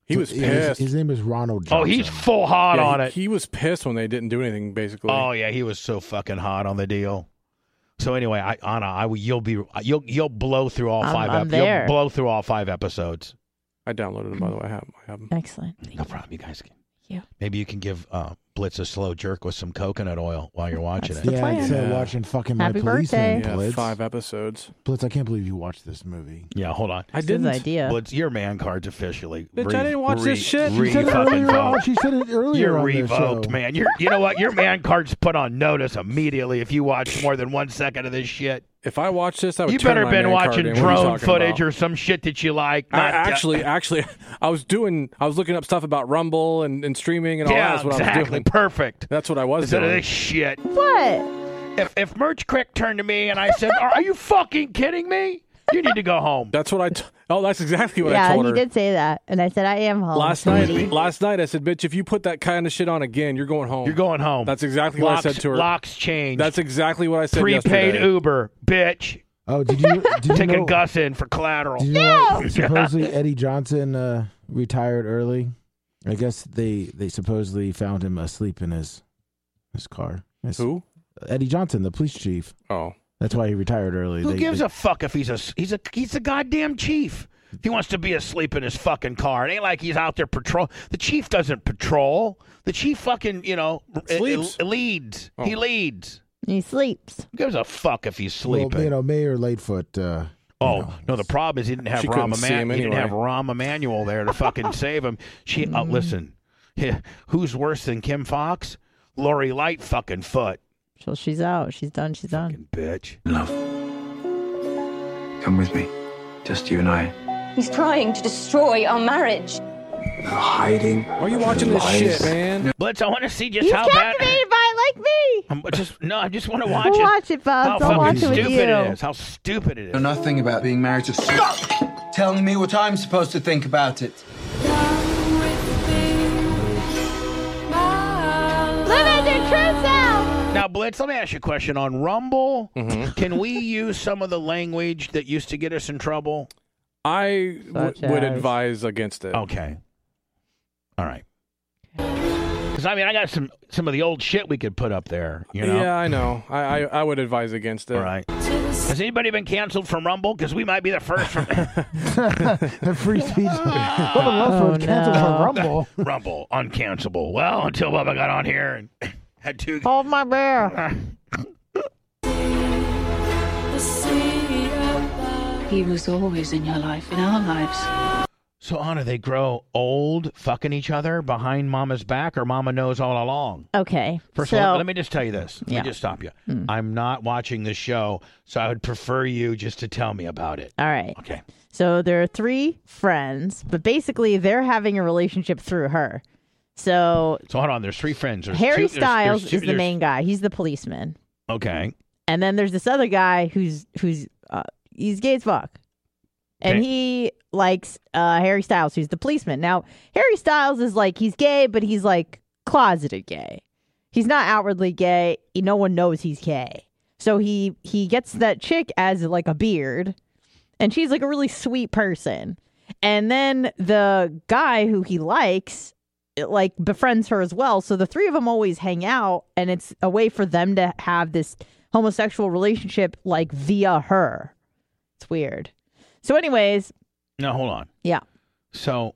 Speaker 4: He was
Speaker 3: His,
Speaker 4: pissed.
Speaker 3: his name is Ronald.
Speaker 1: Oh, he's
Speaker 3: Johnson.
Speaker 1: full hot
Speaker 4: Yeah,
Speaker 1: on
Speaker 4: he,
Speaker 1: it.
Speaker 4: he was pissed when they didn't do anything. Basically,
Speaker 1: Oh yeah, he was so fucking hot on the deal. So anyway, I, Anna, I will- you'll be you'll you'll blow through all
Speaker 2: I'm-
Speaker 1: 5
Speaker 2: I'm
Speaker 1: ep-
Speaker 2: there.
Speaker 1: You'll blow through all five episodes.
Speaker 4: I downloaded them by
Speaker 1: Mm.
Speaker 4: the way. I have, I have them.
Speaker 2: Excellent. Thank
Speaker 1: No problem. You guys can.
Speaker 2: you.
Speaker 1: Maybe you can give uh, Blitz a slow jerk with some coconut oil while you're watching
Speaker 2: That's
Speaker 1: it.
Speaker 2: the
Speaker 3: yeah,
Speaker 2: plan.
Speaker 3: instead of
Speaker 4: Yeah.
Speaker 3: watching fucking
Speaker 2: Happy
Speaker 3: my police
Speaker 2: birthday.
Speaker 4: Yeah,
Speaker 3: Blitz.
Speaker 4: five episodes.
Speaker 3: Blitz, I can't believe you watched this movie.
Speaker 1: Yeah, hold on.
Speaker 4: I
Speaker 2: It's his
Speaker 4: didn't.
Speaker 2: idea.
Speaker 1: Blitz, your man card's officially.
Speaker 4: Bitch,
Speaker 1: re-
Speaker 4: I didn't watch this
Speaker 1: re-
Speaker 4: shit. You
Speaker 1: re-
Speaker 3: She said it
Speaker 1: fucking
Speaker 3: earlier. On,
Speaker 1: revoked.
Speaker 3: Oh, she said it earlier.
Speaker 1: You're
Speaker 3: on this
Speaker 1: revoked,
Speaker 3: show.
Speaker 1: man. You're, you know what? Your man card's put on notice immediately if you watch more than one second of this shit.
Speaker 4: If I watched this, I would.
Speaker 1: you
Speaker 4: Oh, turn
Speaker 1: better
Speaker 4: my
Speaker 1: been
Speaker 4: man card
Speaker 1: watching
Speaker 4: in. What are you
Speaker 1: drone
Speaker 4: talking
Speaker 1: footage
Speaker 4: about?
Speaker 1: or some shit that you like.
Speaker 4: I,
Speaker 1: not- uh,
Speaker 4: actually, actually, [LAUGHS] I was doing. I was looking up stuff about Rumble and, and streaming and all that.
Speaker 1: yeah,
Speaker 4: That's what I was
Speaker 1: exactly.
Speaker 4: doing.
Speaker 1: Perfect.
Speaker 4: That's what I was
Speaker 1: Instead of
Speaker 4: doing.
Speaker 1: this shit.
Speaker 2: What?
Speaker 1: If if Merch Crick turned to me and I said, "Are, are you fucking kidding me?" You need to go
Speaker 4: [LAUGHS]
Speaker 1: home.
Speaker 4: That's what I. T- oh, that's exactly what I
Speaker 2: yeah,
Speaker 4: told
Speaker 2: he
Speaker 4: her.
Speaker 2: did say that, and I said I am home.
Speaker 4: Last night, last night I said, "Bitch, if you put that kind of shit on again, you're going home." You're
Speaker 1: going home.
Speaker 4: That's exactly
Speaker 1: Locks-
Speaker 4: what I said to her.
Speaker 1: Locks changed.
Speaker 4: That's exactly what I said.
Speaker 1: Prepaid
Speaker 4: yesterday.
Speaker 1: Uber, bitch.
Speaker 3: Oh,
Speaker 1: [LAUGHS]
Speaker 3: did you did you
Speaker 1: Taking
Speaker 3: know,
Speaker 1: Gus in for collateral.
Speaker 3: Did you know
Speaker 1: [LAUGHS]
Speaker 3: that supposedly Eddie Johnson uh, retired early? I guess they they supposedly found him asleep in his his car. His-
Speaker 4: Who?
Speaker 3: Eddie Johnson, the police chief.
Speaker 4: Oh,
Speaker 3: That's why he retired early.
Speaker 1: Who
Speaker 3: They-
Speaker 1: gives
Speaker 3: they-
Speaker 1: a fuck if he's a he's a he's a goddamn chief? If he wants to be asleep in his fucking car, it ain't like he's out there patrol. The chief doesn't patrol. The chief fucking you know it-
Speaker 3: Sleeps.
Speaker 1: it leads. He
Speaker 3: Oh.
Speaker 1: leads.
Speaker 2: He sleeps.
Speaker 1: Who gives a fuck if he's
Speaker 3: well,
Speaker 1: sleeping?
Speaker 3: you know, Mayor Lightfoot. Uh,
Speaker 1: Oh no! The problem is he didn't have
Speaker 4: She
Speaker 1: Rahm
Speaker 4: couldn't
Speaker 1: Eman-
Speaker 4: see him
Speaker 1: he didn't
Speaker 4: anyway. Mm-hmm.
Speaker 1: have Rahm Emanuel there to
Speaker 4: [LAUGHS]
Speaker 1: fucking save him. She uh, listen, [LAUGHS] yeah, who's worse than Kim Fox? Lori Light fucking foot
Speaker 2: So she's out. She's done. She's done.
Speaker 1: bitch.
Speaker 7: Love. Come with me. Just you and I.
Speaker 8: He's trying to destroy our marriage.
Speaker 7: Hiding. Why
Speaker 4: are you watching this shit, man?
Speaker 1: Blitz, I want to see just
Speaker 2: He's
Speaker 1: how bad.
Speaker 2: captivated by it like me.
Speaker 1: I'm just no, I just want to
Speaker 2: We'll
Speaker 1: watch it.
Speaker 2: watch it, Bubs.
Speaker 1: How
Speaker 2: I'll
Speaker 1: fucking
Speaker 2: watch it with
Speaker 1: stupid
Speaker 2: you.
Speaker 1: it is. How stupid it is.
Speaker 9: Know nothing about being married to. Stop telling me what I'm supposed to think about it.
Speaker 2: Live in your true self.
Speaker 1: Now, Blitz, let me ask you a question on Rumble.
Speaker 4: Mm-hmm.
Speaker 1: Can we use some of the language that used to get us in trouble?
Speaker 4: I w-
Speaker 1: Such
Speaker 4: would
Speaker 1: as-
Speaker 4: advise against it.
Speaker 1: Okay. All right. Because I mean, I got some some of the old shit we could put up there. You know.
Speaker 4: Yeah, I know. I, I I would advise against it. All
Speaker 1: right. Has anybody been canceled from Rumble? Because we might be the first [LAUGHS] from [LAUGHS]
Speaker 3: [LAUGHS] the free speech. Well, the left
Speaker 1: Oh,
Speaker 3: was canceled from
Speaker 1: no.
Speaker 3: Rumble.
Speaker 1: [LAUGHS] Rumble, uncancelable. Well, until Bubba got on here and [LAUGHS] had two.
Speaker 2: Hold my bear.
Speaker 10: He was always in your life, in our lives.
Speaker 1: So, Anna, they grow old, fucking each other behind Mama's back, or Mama knows all along.
Speaker 2: Okay.
Speaker 1: First
Speaker 2: so,
Speaker 1: of all, let me just tell you this. Let
Speaker 2: Yeah. Hmm.
Speaker 1: me just stop you. I'm not watching the show, so I would prefer you just to tell me about it.
Speaker 2: All right.
Speaker 1: Okay.
Speaker 2: So there are three friends, but basically they're having a relationship through her. So
Speaker 1: So hold on. There's three friends. There's
Speaker 2: Harry
Speaker 1: two- there's-
Speaker 2: Styles
Speaker 1: there's two-
Speaker 2: is the
Speaker 1: there's-
Speaker 2: main guy. He's the policeman.
Speaker 1: Okay.
Speaker 2: And then there's this other guy who's who's uh, he's gay as fuck. And
Speaker 1: Okay.
Speaker 2: he likes uh, Harry Styles, who's the policeman. Now, Harry Styles is like he's gay, but he's like closeted gay. He's not outwardly gay. No one knows he's gay. So he he gets that chick as like a beard, and she's like a really sweet person. And then the guy who he likes it, like befriends her as well. So the three of them always hang out, and it's a way for them to have this homosexual relationship like via her. It's weird. So, anyways,
Speaker 1: No, hold on.
Speaker 2: yeah,
Speaker 1: So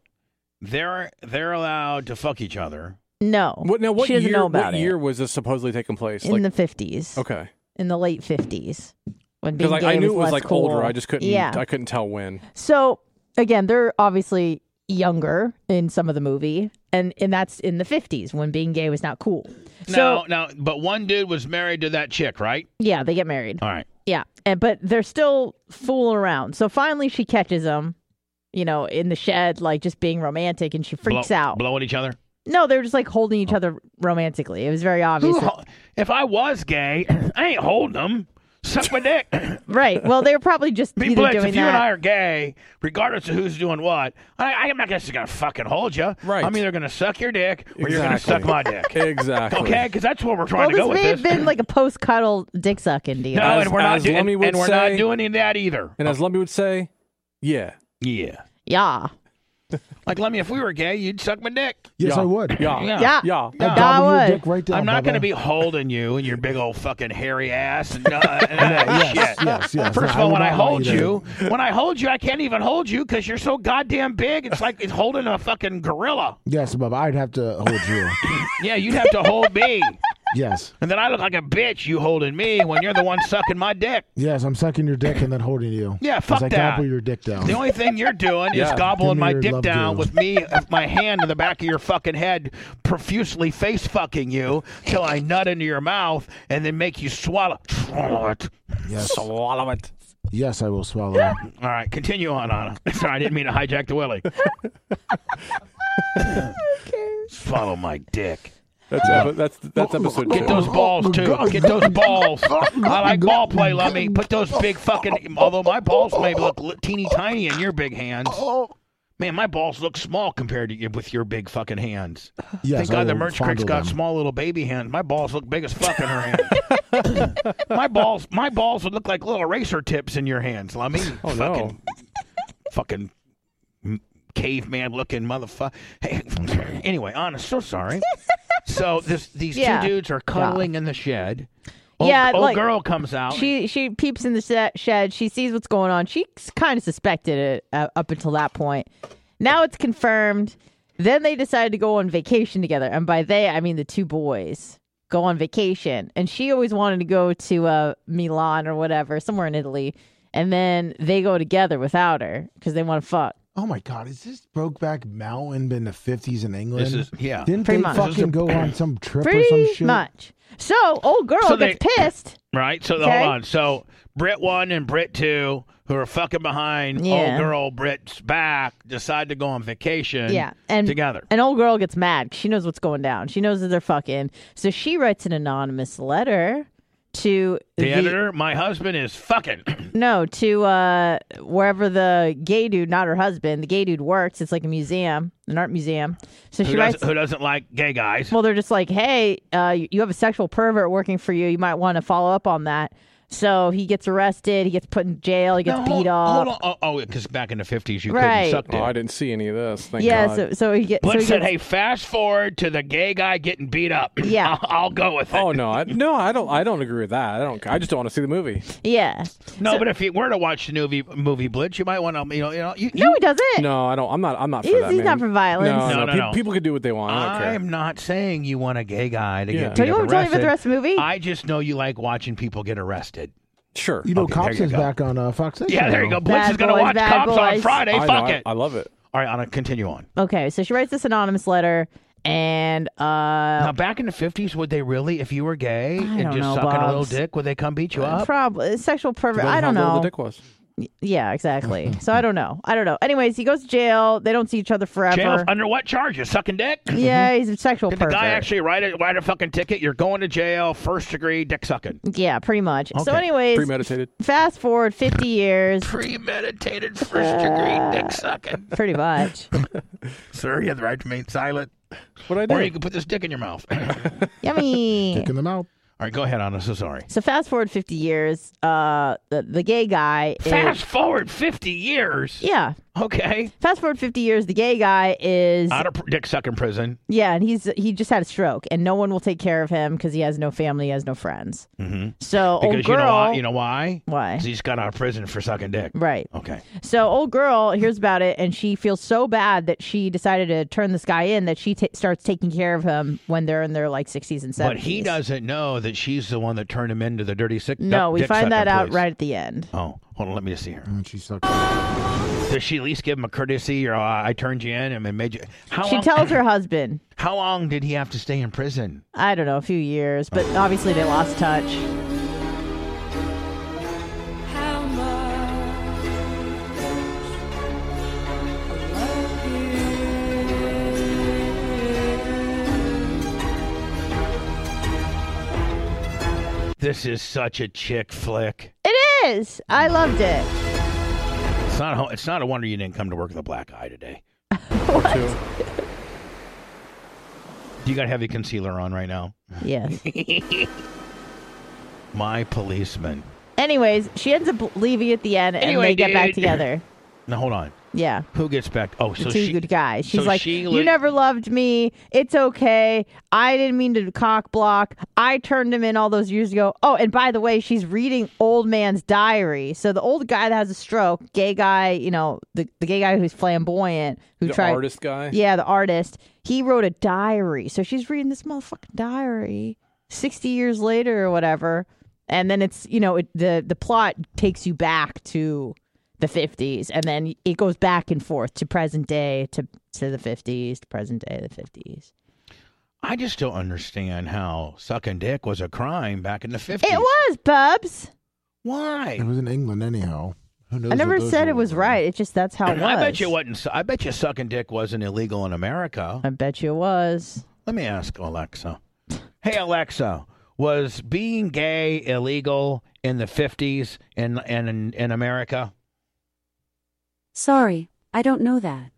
Speaker 1: they're they're allowed to fuck each other.
Speaker 2: no.
Speaker 4: What now? What
Speaker 2: she doesn't
Speaker 4: year?
Speaker 2: know about
Speaker 4: what
Speaker 2: it.
Speaker 4: year was this supposedly taking place?
Speaker 2: in
Speaker 4: like,
Speaker 2: the fifties,
Speaker 4: okay.
Speaker 2: in the late fifties, when being
Speaker 4: Because like,
Speaker 2: gay
Speaker 4: I knew it was
Speaker 2: less
Speaker 4: like
Speaker 2: cool.
Speaker 4: older. I just couldn't.
Speaker 2: Yeah.
Speaker 4: I couldn't
Speaker 2: [LAUGHS]
Speaker 4: tell when.
Speaker 2: So again, they're obviously younger in some of the movie, and and that's in the fifties when being gay was not cool.
Speaker 1: No, no. But one dude was married to that chick, right?
Speaker 2: Yeah, they get married.
Speaker 1: All right.
Speaker 2: Yeah, and but they're still fooling around. So finally, she catches him, you know, in the shed, like just being romantic, and she freaks
Speaker 1: Blow-
Speaker 2: out.
Speaker 1: Blowing each other.
Speaker 2: No, they're just like holding
Speaker 1: Oh.
Speaker 2: each other romantically. It was
Speaker 1: [LAUGHS]
Speaker 2: very obvious.
Speaker 1: Who ho- if I was gay, [CLEARS THROAT] I ain't holding them. Suck my dick. [CLEARS THROAT]
Speaker 2: right. Well, they were probably just
Speaker 1: Be
Speaker 2: either
Speaker 1: blitz.
Speaker 2: doing
Speaker 1: If you
Speaker 2: that.
Speaker 1: and I are gay, regardless of who's doing what, I, I'm not just gonna fucking hold you. Right. I'm either gonna suck your dick or you're gonna
Speaker 4: [LAUGHS] Exactly.
Speaker 1: suck my dick.
Speaker 4: Exactly.
Speaker 1: Okay, because that's where we're
Speaker 2: well,
Speaker 1: trying
Speaker 2: this
Speaker 1: to go
Speaker 2: may
Speaker 1: with
Speaker 2: have
Speaker 1: this.
Speaker 2: been like a post cuddle dick sucking
Speaker 1: [LAUGHS]
Speaker 2: deal.
Speaker 1: no,
Speaker 4: As-
Speaker 1: and we're not
Speaker 4: as
Speaker 1: doing,
Speaker 4: Lummi would
Speaker 1: and we're
Speaker 4: say-
Speaker 1: not doing any of that either.
Speaker 4: And as Lumby would say, yeah,
Speaker 1: yeah,
Speaker 2: yeah.
Speaker 1: Like Lemmy, if we were gay, you'd suck my dick.
Speaker 3: Yes,
Speaker 4: Yeah.
Speaker 3: I would.
Speaker 4: Yeah.
Speaker 1: Yeah.
Speaker 4: Yeah. Yeah.
Speaker 1: Yeah.
Speaker 4: I'd gobble
Speaker 3: your dick right down,
Speaker 1: I'm not going to
Speaker 3: Bubba.
Speaker 1: be holding you and your big old fucking hairy ass. And, uh, and all that
Speaker 3: yes,
Speaker 1: shit.
Speaker 3: yes,
Speaker 1: [LAUGHS]
Speaker 3: yes.
Speaker 1: First of
Speaker 3: No, I
Speaker 1: all,
Speaker 3: would
Speaker 1: when I
Speaker 3: not want
Speaker 1: hold
Speaker 3: you to-
Speaker 1: you, when I hold you, I can't even hold you because you're so goddamn big. It's like it's holding a fucking gorilla.
Speaker 3: Yes, Bubba, I'd have to hold
Speaker 1: [LAUGHS]
Speaker 3: you.
Speaker 1: Yeah, you'd have to hold me,
Speaker 3: yes,
Speaker 1: and then I look like a bitch. You holding me when you're the one sucking my dick.
Speaker 3: yes, I'm sucking your dick and then holding you.
Speaker 1: Yeah,
Speaker 3: 'Cause
Speaker 1: fuck
Speaker 3: I
Speaker 1: that.
Speaker 3: gobble your dick down.
Speaker 1: The only thing you're doing
Speaker 3: Yeah.
Speaker 1: is gobbling
Speaker 3: Give me
Speaker 1: my
Speaker 3: your
Speaker 1: dick
Speaker 3: love
Speaker 1: down
Speaker 3: deal.
Speaker 1: with me, with my hand in the back of your fucking head, profusely face fucking you till I nut into your mouth and then make you swallow. Swallow it.
Speaker 3: Yes.
Speaker 1: Swallow it.
Speaker 3: Yes, I will swallow. it.
Speaker 1: All right, continue on, Anna. [LAUGHS] Sorry, I didn't mean to [LAUGHS] hijack the Willie. Swallow my dick.
Speaker 4: That's epi- that's that's
Speaker 3: Oh.
Speaker 4: episode.
Speaker 1: Get
Speaker 4: two.
Speaker 1: those balls too. Get those balls. I like ball play, Lummy. Put those big fucking. Although my balls may look li- teeny tiny in your big hands. Man, my balls look small compared to you with your big fucking hands.
Speaker 3: Yes,
Speaker 1: Thank
Speaker 3: I
Speaker 1: God the
Speaker 3: will
Speaker 1: merch crick's
Speaker 3: fondle
Speaker 1: got
Speaker 3: them.
Speaker 1: small little baby hands. My balls look big as fuck in her hands. [LAUGHS] my balls, my balls would look like little eraser tips in your hands, Lummy. Oh fucking, no, fucking m- caveman looking motherfucker. Hey, anyway, honest, so sorry. so this, these
Speaker 2: Yeah.
Speaker 1: two dudes are cuddling in the shed. Old,
Speaker 2: Yeah,
Speaker 1: old
Speaker 2: like-
Speaker 1: girl comes out.
Speaker 2: She she peeps in the se- shed. She sees what's going on. She kind of suspected it uh, up until that point. Now it's confirmed. Then they decide to go on vacation together, and by they I mean the two boys go on vacation. And she always wanted to go to uh, Milan or whatever, somewhere in Italy. And then they go together without her because they want to fuck.
Speaker 3: Oh my God, is this Brokeback Mountain been the 50s in England?
Speaker 1: This is- yeah.
Speaker 3: Didn't
Speaker 1: Pretty
Speaker 3: they
Speaker 1: much. This is a-
Speaker 3: fucking go on some trip
Speaker 2: Pretty
Speaker 3: or some shit?
Speaker 2: much. So old girl
Speaker 1: So
Speaker 2: gets
Speaker 1: they-
Speaker 2: pissed.
Speaker 1: Right? So
Speaker 2: Okay.
Speaker 1: hold on. So Brit one and Brit two, who are fucking behind
Speaker 2: Yeah.
Speaker 1: old girl Brit's back, decide to go on vacation
Speaker 2: Yeah, and
Speaker 1: together.
Speaker 2: An old girl gets mad. 'cause She knows what's going down. She knows that they're fucking. So she writes an anonymous letter to
Speaker 1: The, editor, my husband is fucking
Speaker 2: No, to uh, wherever the gay dude, not her husband, the gay dude works. It's like a museum, an art museum. So
Speaker 1: who,
Speaker 2: she writes.
Speaker 1: doesn't, who doesn't like gay guys.
Speaker 2: Well, they're just like, hey, uh, you you have a sexual pervert working for you. You might want to follow up on that. So he gets arrested. He gets put in jail. He gets
Speaker 1: No,
Speaker 2: beat up.
Speaker 1: hold, Hold on. Oh, because back in the fifties you
Speaker 2: Right.
Speaker 1: couldn't suck dick.
Speaker 2: Oh, I
Speaker 1: didn't see any of this.
Speaker 2: yeah. So so he, get, so
Speaker 1: Blitz
Speaker 2: he
Speaker 1: said,
Speaker 2: gets.
Speaker 1: "Hey, fast forward to the gay guy getting beat up. [CLEARS THROAT]
Speaker 2: Yeah.
Speaker 1: I'll, I'll go with it.
Speaker 4: Oh no, I, no, I don't. I don't agree with that. I don't. I just don't want to see the movie.
Speaker 2: Yeah.
Speaker 1: No, but if you were to watch the movie movie Blitz, you might want to, you know, you know, you,
Speaker 2: no, he doesn't.
Speaker 4: No, I don't. I'm not. I'm not for
Speaker 2: He's-
Speaker 4: that.
Speaker 2: he's not
Speaker 4: man.
Speaker 2: for violence.
Speaker 4: No,
Speaker 1: No,
Speaker 4: no,
Speaker 1: no,
Speaker 4: pe-
Speaker 1: no.
Speaker 4: People can do what they want. I don't care.
Speaker 1: I'm not saying you want a gay guy to
Speaker 4: Yeah.
Speaker 1: get.
Speaker 4: So you
Speaker 1: beat up
Speaker 4: won't tell me about
Speaker 1: arrested.
Speaker 4: the rest
Speaker 2: of the movie?
Speaker 1: I just know you like watching people get arrested.
Speaker 4: Sure.
Speaker 3: You know,
Speaker 1: Okay,
Speaker 3: Cops
Speaker 1: there
Speaker 3: is
Speaker 1: you go.
Speaker 3: back on uh, Fox. Nation
Speaker 1: Yeah, there you
Speaker 3: now.
Speaker 1: go. Blitz
Speaker 2: Bad
Speaker 1: is going to
Speaker 2: boys,
Speaker 1: watch
Speaker 2: bad
Speaker 1: Cops on
Speaker 2: boys.
Speaker 1: Friday.
Speaker 2: I know,
Speaker 1: Fuck
Speaker 2: I-
Speaker 1: it.
Speaker 4: I love it.
Speaker 1: All right, Anna, continue on.
Speaker 2: Okay, so she writes this anonymous letter, and uh,
Speaker 1: now, back in the fifties, would they really, if you were gay and
Speaker 2: don't
Speaker 1: just
Speaker 2: know,
Speaker 1: sucking a little
Speaker 2: Bob's.
Speaker 1: dick, would they come beat you up?
Speaker 2: probably sexual pervert.
Speaker 4: Depends
Speaker 2: I don't
Speaker 4: how little
Speaker 2: know.
Speaker 4: The dick was.
Speaker 1: [LAUGHS]
Speaker 2: Yeah, exactly. so I don't know. I don't know. Anyways, he goes to jail. They don't see each other forever.
Speaker 1: Jail Mm-hmm. under what charges? Sucking [CLEARS THROAT] dick?
Speaker 2: yeah, he's a sexual
Speaker 1: Did the
Speaker 2: pervert.
Speaker 1: guy actually write a write a fucking ticket? You're going to jail, first degree dick sucking.
Speaker 2: yeah, pretty much. So,
Speaker 1: Okay.
Speaker 2: anyways,
Speaker 4: Premeditated.
Speaker 2: fast forward fifty years,
Speaker 1: Premeditated first degree dick sucking.
Speaker 2: pretty much.
Speaker 1: [LAUGHS] Sir, you have the right to remain silent.
Speaker 4: What I
Speaker 1: Or you can put this dick in your mouth. [CLEARS THROAT] All
Speaker 2: Yummy.
Speaker 3: Kicking them out.
Speaker 1: right, go ahead, Anna. So sorry.
Speaker 2: So fast forward fifty years. Uh, the the gay guy. is-
Speaker 1: Fast forward 50 years.
Speaker 2: yeah.
Speaker 1: Okay.
Speaker 2: Fast forward fifty years. The gay guy is
Speaker 1: Out of pr- dick sucking prison.
Speaker 2: Yeah, and he's he just had a stroke, and no one will take care of him because he has no family, he has no friends.
Speaker 1: Mm-hmm.
Speaker 2: So
Speaker 1: Because
Speaker 2: old girl,
Speaker 1: you know why? You know why?
Speaker 2: Why?
Speaker 1: 'Cause he's got out of prison for sucking dick.
Speaker 2: right?
Speaker 1: Okay.
Speaker 2: So old girl hears about it, and she feels so bad that she decided to turn this guy in. That she ta starts taking care of him when they're in their like sixties and
Speaker 1: But
Speaker 2: seventies.
Speaker 1: he doesn't know that she's the one that turned him into the dirty sick.
Speaker 2: No, we
Speaker 1: dick
Speaker 2: find that
Speaker 1: sucking
Speaker 2: out
Speaker 1: place.
Speaker 2: right at the end.
Speaker 1: Oh, hold on. Let me just see here.
Speaker 3: And Mm, she sucked.
Speaker 1: Does she at least give him a courtesy or uh, I turned you in and it made you? How
Speaker 2: She
Speaker 1: long, [LAUGHS]
Speaker 2: tells her husband,
Speaker 1: How long did he have to stay in prison?
Speaker 2: I don't know, a few years, but obviously they lost touch.
Speaker 6: How much I love
Speaker 1: This is such a chick flick.
Speaker 2: It is. I loved it.
Speaker 1: It's not. A, it's not a wonder you didn't come to work with a black eye
Speaker 2: [LAUGHS]
Speaker 1: today.
Speaker 4: Two.
Speaker 1: You got heavy concealer on right now. [LAUGHS]
Speaker 2: Yes.
Speaker 1: My policeman.
Speaker 2: Anyways, she ends up leaving at the end, and
Speaker 1: Anyway,
Speaker 2: they get back
Speaker 1: dude.
Speaker 2: together.
Speaker 1: Now hold on.
Speaker 2: Yeah.
Speaker 1: Who gets back? Oh, so
Speaker 2: the two
Speaker 1: she.
Speaker 2: good guys. She's
Speaker 1: so
Speaker 2: like,
Speaker 1: she
Speaker 2: you
Speaker 1: li-
Speaker 2: never loved me. It's okay. I didn't mean to cock block. I turned him in all those years ago. Oh, and by the way, she's reading old man's diary. So the old guy that has a stroke, gay guy, you know, the, the gay guy who's flamboyant, who
Speaker 4: The
Speaker 2: tried
Speaker 4: artist guy?
Speaker 2: [LAUGHS] Yeah, the artist. He wrote a diary. So she's reading this motherfucking diary, sixty years later or whatever. And then it's you know it, the the plot takes you back to the 50s and then it goes back and forth to present day to to the 50s to present day the 50s
Speaker 1: I just don't understand how sucking dick was a crime back in the fifties.
Speaker 2: it was bubs
Speaker 3: It
Speaker 1: Why?
Speaker 3: was in England anyhow. Who knows?
Speaker 2: i
Speaker 3: what
Speaker 2: never
Speaker 3: those
Speaker 2: said it
Speaker 3: rules
Speaker 2: was
Speaker 3: were.
Speaker 2: right it's just that's how it was
Speaker 1: I bet you it wasn't. su- I bet you sucking dick wasn't illegal in America.
Speaker 2: i bet you it was
Speaker 1: Let me ask Alexa. Hey, Alexa, was being gay illegal in the 50s in, in, in America?
Speaker 5: Sorry, I don't know that.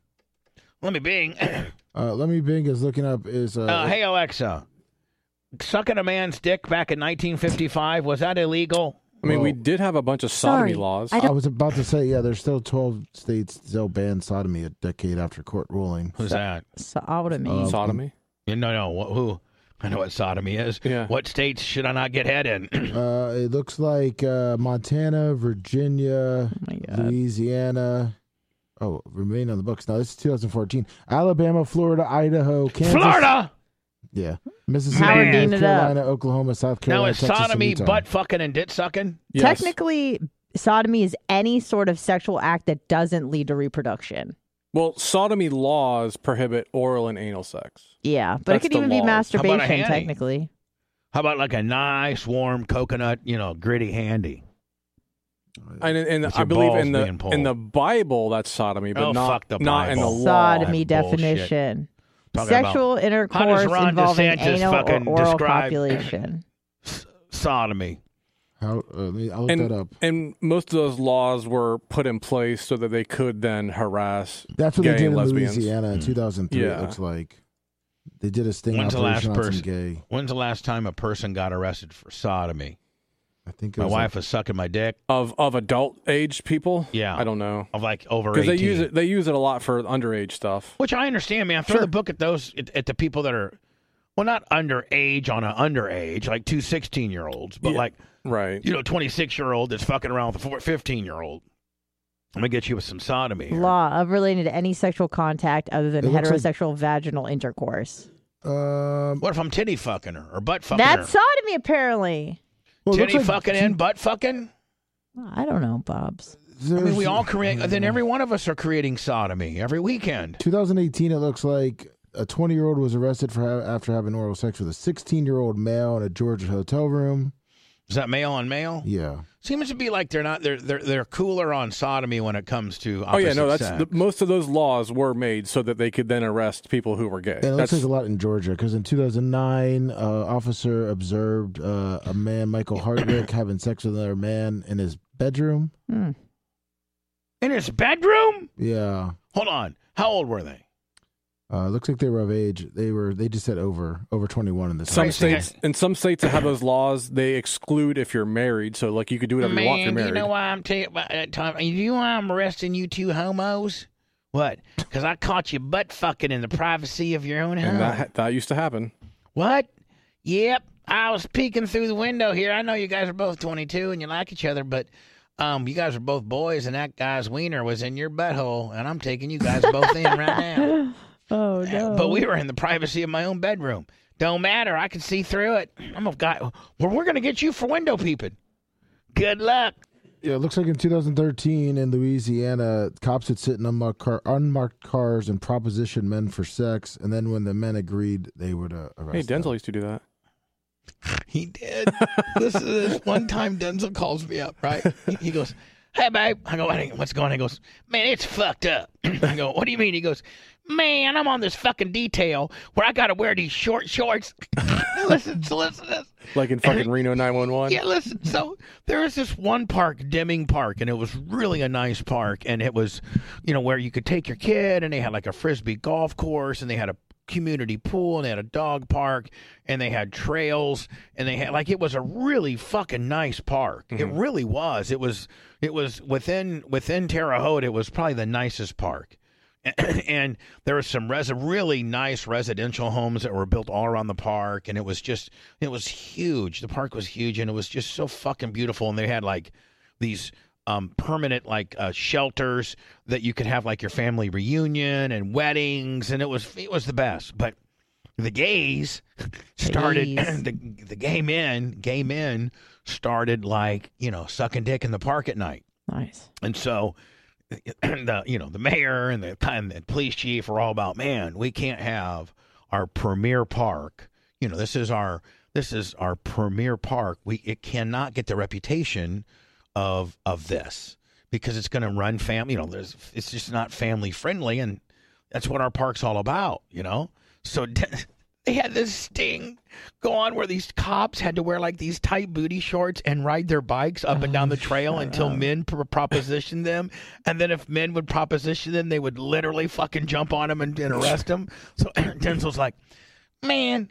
Speaker 1: Let me [COUGHS] Bing.
Speaker 3: Uh, let me Bing is looking up is uh,
Speaker 1: Uh, hey, Alexa, sucking a man's dick back in 1955, was that illegal?
Speaker 4: I mean, we did have a bunch of sodomy laws.
Speaker 1: Um,
Speaker 3: I, was about to say, yeah, there's still 12 states still ban sodomy a decade after court ruling.
Speaker 1: Who's that?
Speaker 2: Sodomy.
Speaker 3: Uh,
Speaker 4: sodomy?
Speaker 1: No, no. wh- Who? I know what sodomy is. Yeah. What states should I not get head in?
Speaker 3: Uh, it looks like uh, Montana,
Speaker 1: Oh
Speaker 3: Virginia, Louisiana. Oh, remain on the books. No, this is 2014. Alabama, Florida, Idaho, Kansas.
Speaker 1: Florida!
Speaker 3: Yeah. Mississippi,
Speaker 1: Howard
Speaker 3: North
Speaker 1: Dean it up.
Speaker 3: Carolina, Oklahoma, South
Speaker 1: now,
Speaker 3: Carolina.
Speaker 1: is
Speaker 3: Texas, and
Speaker 1: sodomy
Speaker 3: Utah.
Speaker 1: butt fucking and dit sucking?
Speaker 2: Technically, sodomy is any sort of sexual act that doesn't lead to reproduction.
Speaker 4: Well, sodomy laws prohibit oral and anal sex.
Speaker 2: Yeah, but
Speaker 4: That's
Speaker 2: it could
Speaker 4: the
Speaker 2: even
Speaker 4: laws.
Speaker 2: be
Speaker 4: How about a
Speaker 2: masturbation
Speaker 4: handy?
Speaker 2: technically.
Speaker 1: How about like a nice, warm coconut, you know, gritty handy?
Speaker 4: And, and
Speaker 1: With
Speaker 4: I
Speaker 1: your
Speaker 4: believe
Speaker 1: balls
Speaker 4: in the
Speaker 1: being pulled.
Speaker 4: in the Bible that's sodomy, but
Speaker 1: Oh,
Speaker 4: not
Speaker 1: fuck the
Speaker 4: not in the
Speaker 1: Bible.
Speaker 4: law.
Speaker 2: Sodomy
Speaker 1: Talking
Speaker 2: definition.
Speaker 1: about-
Speaker 2: Sexual
Speaker 1: How does
Speaker 2: intercourse
Speaker 1: Ron
Speaker 2: involving
Speaker 1: DeSantis
Speaker 2: anal
Speaker 1: fucking
Speaker 2: or oral
Speaker 1: describe-
Speaker 2: copulation.
Speaker 1: Sodomy.
Speaker 3: How, uh, let me- I'll look
Speaker 4: and,
Speaker 3: that up.
Speaker 4: and most of those laws were put in place so that they could then harass
Speaker 3: That's what
Speaker 4: gay
Speaker 3: they did
Speaker 4: and
Speaker 3: in
Speaker 4: lesbians.
Speaker 3: Louisiana
Speaker 1: Hmm.
Speaker 3: in 2003,
Speaker 4: Yeah.
Speaker 3: it looks like. They did a sting
Speaker 1: When's the last
Speaker 3: operation on some
Speaker 1: person?
Speaker 3: gay.
Speaker 1: When's the last time a person got arrested for sodomy?
Speaker 3: I think
Speaker 1: my
Speaker 4: was
Speaker 1: wife was sucking my dick.
Speaker 4: of of adult aged people.
Speaker 1: Yeah,
Speaker 4: I don't know
Speaker 1: of like over
Speaker 4: because they
Speaker 1: 18.
Speaker 4: use it they use it a lot for underage stuff.
Speaker 1: Which I understand, man. Throw the book at those at, at the people that are, well, not underage on an underage, like two 16 year olds, but like
Speaker 4: right,
Speaker 1: you know, 26 year old that's fucking around with a 15 year old. I'm gonna get you with some sodomy. here.
Speaker 2: Law of relating to any sexual contact other than
Speaker 1: It looks like-
Speaker 2: heterosexual vaginal intercourse.
Speaker 3: Um,
Speaker 1: what if I'm titty fucking her or butt fucking
Speaker 2: That's
Speaker 1: her?
Speaker 2: sodomy, apparently.
Speaker 1: titty fucking and butt fucking.
Speaker 2: I don't know, Bob's.
Speaker 1: I mean, we all create. Then every one of us are creating sodomy every weekend.
Speaker 3: 2018, it looks like a 20 year old was arrested for ha- after having oral sex with a 16 year old male in a Georgia hotel room.
Speaker 1: Is that male on male?
Speaker 3: Yeah.
Speaker 1: Seems to be like they're not. They're they're they're cooler on sodomy when it comes to.
Speaker 4: Oh yeah, no,
Speaker 1: opposite
Speaker 4: that's
Speaker 1: sex.
Speaker 4: the, most of those laws were made so that they could then arrest people who were gay.
Speaker 3: And it looks
Speaker 4: That's
Speaker 3: like a lot in Georgia because in 2009, uh, officer observed uh, a man,
Speaker 1: [COUGHS]
Speaker 3: Michael Hardwick, having sex with another man in his bedroom.
Speaker 2: Hmm,
Speaker 1: in his bedroom.
Speaker 3: Yeah.
Speaker 1: Hold on. How old were they?
Speaker 3: Uh, looks like they were of age. They were. They just said over over 21 in this.
Speaker 4: some
Speaker 3: case.
Speaker 4: states in some states that have those laws they exclude if you're married. So like you could do whatever you want. if You're
Speaker 1: Man, do
Speaker 4: married.
Speaker 1: you know why I'm t- uh, Tom? You know why I'm arresting you two homos? What? Because I caught you butt fucking in the privacy of your own home.
Speaker 4: and that that used to happen.
Speaker 1: What? Yep. I was peeking through the window here. I know you guys are both 22 and you like each other, but um, you guys are both boys, and that guy's wiener was in your butthole, and I'm taking you guys both in right now.
Speaker 2: [LAUGHS] Oh no!
Speaker 1: But we were in the privacy of my own bedroom. Don't matter. I can see through it. I'm a guy. Well, we're gonna get you for window peeping. Good luck.
Speaker 3: Yeah, it looks like in 2013 in Louisiana, cops had sit in unmarked, car, unmarked cars and proposition men for sex, and then when the men agreed, they would uh,
Speaker 4: Hey,
Speaker 3: arrest. them.
Speaker 4: Denzel used to do that.
Speaker 1: He did. this is this one time Denzel calls me up, right? He, he goes, Hey, babe. I go, "What- What's going on? He goes, Man, it's fucked up. [CLEARS THROAT] I go, What do you mean? He goes, Man, I'm on this fucking detail where I got to wear these short shorts. [LAUGHS] listen, so listen to this.
Speaker 4: Like in fucking Reno 911.
Speaker 1: Yeah, listen. So there was this one park, Deming Park, and it was really a nice park. And it was, you know, where you could take your kid, and they had like a frisbee golf course, and they had a community pool, and they had a dog park, and they had trails, and they had like it was a really fucking nice park. It really was. It was. It was within within Terre Haute. It was probably the nicest park [CLEARS THROAT] and there were some res- really nice residential homes that were built all around the park and it was just it was huge the park was huge and it was just so fucking beautiful and they had like these um, permanent like uh, shelters that you could have like your family reunion and weddings and it was it was the best but the gays [LAUGHS] started
Speaker 11: Gays.
Speaker 1: [CLEARS THROAT] the, the gay men gay men started like you know sucking dick in the park at night
Speaker 4: [LAUGHS]
Speaker 2: nice
Speaker 1: and so [CLEARS THROAT] the you know the mayor and the and the police chief are all about man we can't have our premier park you know this is our this is our premier park we it cannot get the reputation of of this because it's going to run family you know there's it's just not family friendly and that's what our park's all about you know so [LAUGHS] they had this sting go on where these cops had to wear like these tight booty shorts and ride their bikes up and down the trail until men pro- propositioned them. And then if men would proposition them, they would literally fucking jump on them and, and arrest them. So [CLEARS THROAT] Denzel's like, man.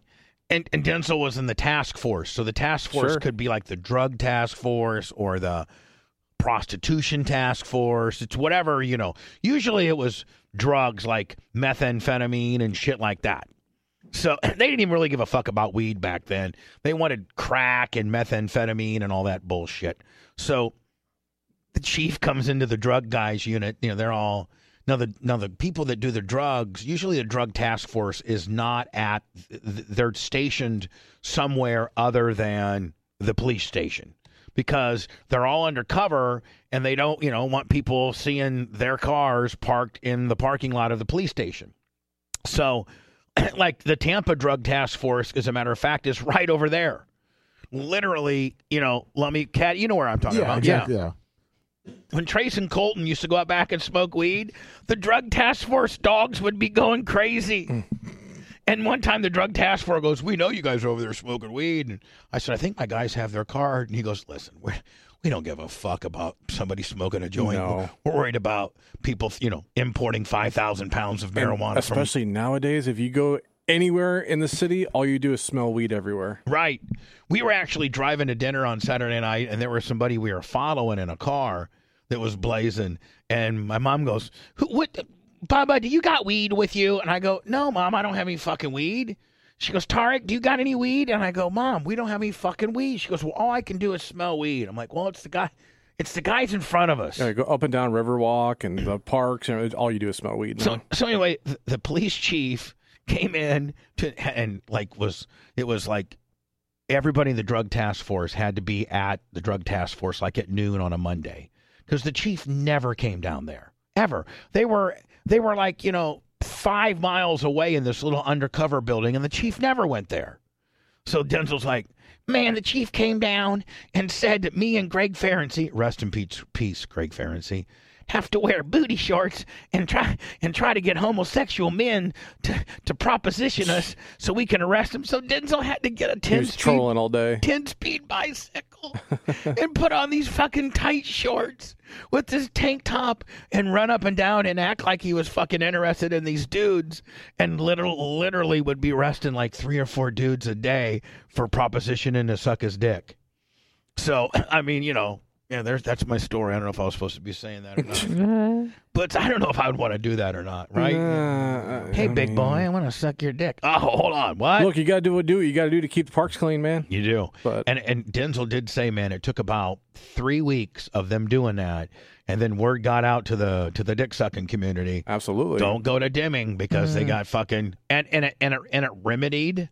Speaker 1: And, and Denzel was in the task force. So the task force
Speaker 4: Sure.
Speaker 1: could be like the drug task force or the prostitution task force. It's whatever, you know. Usually it was drugs like methamphetamine and shit like that. So [CLEARS THROAT] they didn't even really give a fuck about weed back then. They wanted crack and methamphetamine and all that bullshit. So the chief comes into the drug guys unit. You know, they're all now the now the people that do the drugs. Usually, the drug task force is not at. th- They're stationed somewhere other than the police station because they're all undercover and they don't you know want people seeing their cars parked in the parking lot of the police station. So, [CLEARS THROAT] like the Tampa Drug Task Force, as a matter of fact, is right over there. Literally, you know, let me, Cat, you know where I'm talking
Speaker 3: Yeah,
Speaker 1: about.
Speaker 3: exactly,
Speaker 1: yeah. When Trace and Colton used to go out back and smoke weed, the drug task force dogs would be going crazy. and one time the drug task force goes, We know you guys are over there smoking weed. And I said, I think my guys have their card. And he goes, Listen, we we don't give a fuck about somebody smoking a joint.
Speaker 4: No.
Speaker 1: We're worried about people, you know, importing 5,000 pounds of
Speaker 4: And
Speaker 1: marijuana from
Speaker 4: especially nowadays, if you go anywhere in the city, all you do is smell weed everywhere.
Speaker 1: Right. We were actually driving to dinner on Saturday night, and there was somebody we were following in a car that was blazing. And my mom goes, Who, "What, Baba? Do you got weed with you?" And I go, "No, mom, I don't have any fucking weed." She goes, "Tarek, do you got any weed?" And I go, "Mom, we don't have any fucking weed." She goes, "Well, all I can do is smell weed." I'm like, "Well, it's the guy, it's the guys in front of us."
Speaker 4: Yeah, go up and down Riverwalk and the parks, and all you do is smell weed.
Speaker 1: So
Speaker 4: now.
Speaker 1: so anyway, th- the police chief came in to and like was it was like everybody in the drug task force had to be at the drug task force like at noon on a Monday because the chief never came down there ever. They were they were like you know five miles away in this little undercover building, and the chief never went there. So Denzel's like, man, the chief came down and said that me and Greg Ferency, rest in peace, peace Greg Ferency, have to wear booty shorts and try and try to get homosexual men to, to proposition us so we can arrest them. So Denzel had to get a
Speaker 4: he
Speaker 1: ten
Speaker 4: was
Speaker 1: speed
Speaker 4: trolling all day.
Speaker 1: 10 speed bicycle and put on these fucking tight shorts with this tank top and run up and down and act like he was fucking interested in these dudes and literal, literally would be arresting like three or four dudes a day for proposition and to suck his dick. So, [CLEARS THROAT] I mean, you know, yeah, there's that's my story. I don't know if I was supposed to be saying that or
Speaker 2: [LAUGHS]
Speaker 1: not. but I don't know if I would want to do that or not, right? hey, big boy, I want to suck your dick. Oh, hold on. What?
Speaker 4: Look, you gotta do what do what you gotta do to keep the parks clean, man.
Speaker 1: You do. and and Denzel did say, man, it took about three weeks of them doing that, and then word got out to the to the dick sucking community.
Speaker 4: Absolutely.
Speaker 1: Don't go to Deming because they
Speaker 4: Mm.
Speaker 1: got fucking and and it, and it, and it remedied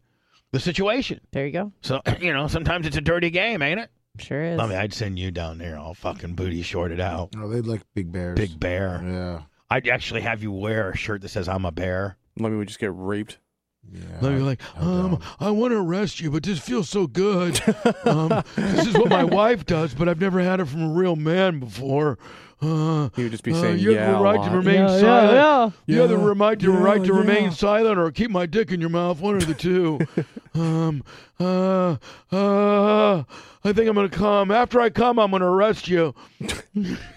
Speaker 1: the situation.
Speaker 2: There you go.
Speaker 1: So [CLEARS THROAT] you know, sometimes it's a dirty game, ain't it?
Speaker 2: Sure is.
Speaker 1: I mean, I'd send you down there all fucking booty shorted out.
Speaker 3: No, they'd Oh, like big bears.
Speaker 1: Big bear.
Speaker 3: Yeah.
Speaker 1: I'd actually have you wear a shirt that says "I'm a bear."
Speaker 4: Let me just get raped.
Speaker 3: Yeah.
Speaker 1: Let me like,
Speaker 11: Um, I want to arrest you, but this feels so good. Um, this is what
Speaker 4: [LAUGHS]
Speaker 11: my wife does, but I've never had it from a real man before. Uh,
Speaker 4: he would just be
Speaker 11: uh,
Speaker 4: saying
Speaker 11: you have
Speaker 4: yeah
Speaker 11: the
Speaker 4: a
Speaker 11: right
Speaker 4: lot.
Speaker 11: to remain
Speaker 4: Yeah, yeah,
Speaker 11: silent.
Speaker 4: yeah.
Speaker 11: You have the
Speaker 4: Yeah,
Speaker 11: right to, right to
Speaker 4: yeah, yeah.
Speaker 11: remain silent, or keep my dick in your mouth. One of the
Speaker 4: [LAUGHS]
Speaker 11: two. um, uh, uh, I think I'm gonna come. After I come, I'm gonna arrest you.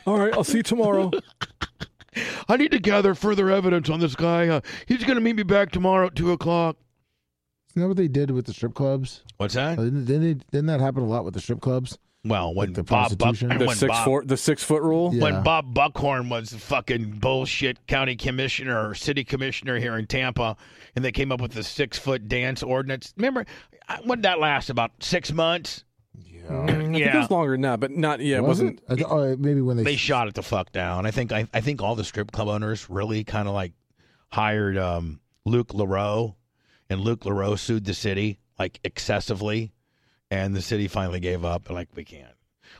Speaker 4: All right, I'll see you
Speaker 1: [LAUGHS]
Speaker 4: tomorrow.
Speaker 11: I need to gather further evidence on this guy. Uh, he's gonna meet me back tomorrow at two o'clock.
Speaker 3: Isn't that what they did with the strip clubs?
Speaker 1: What's that?
Speaker 3: Didn't, didn't, they, didn't that happen a lot with the strip clubs?
Speaker 1: Well, when
Speaker 3: the
Speaker 1: Bob Buck,
Speaker 3: prostitution?
Speaker 1: when
Speaker 3: The six
Speaker 1: Bob,
Speaker 4: four- the six foot rule.
Speaker 1: When Bob Buckhorn was the fucking bullshit county commissioner or city commissioner here in Tampa, and they came up with the six foot dance ordinance. Remember, I- what did that last about six months? Mm,
Speaker 4: I think it was longer than that, but not yeah, it
Speaker 1: Was
Speaker 4: wasn't
Speaker 3: I th- oh, maybe when they,
Speaker 1: They shot it the fuck down. I think I, I think all the strip club owners really kind of like hired um, Luke LaRoe, and Luke LaRoe sued the city like excessively, and the city finally gave up. They're Like we can't.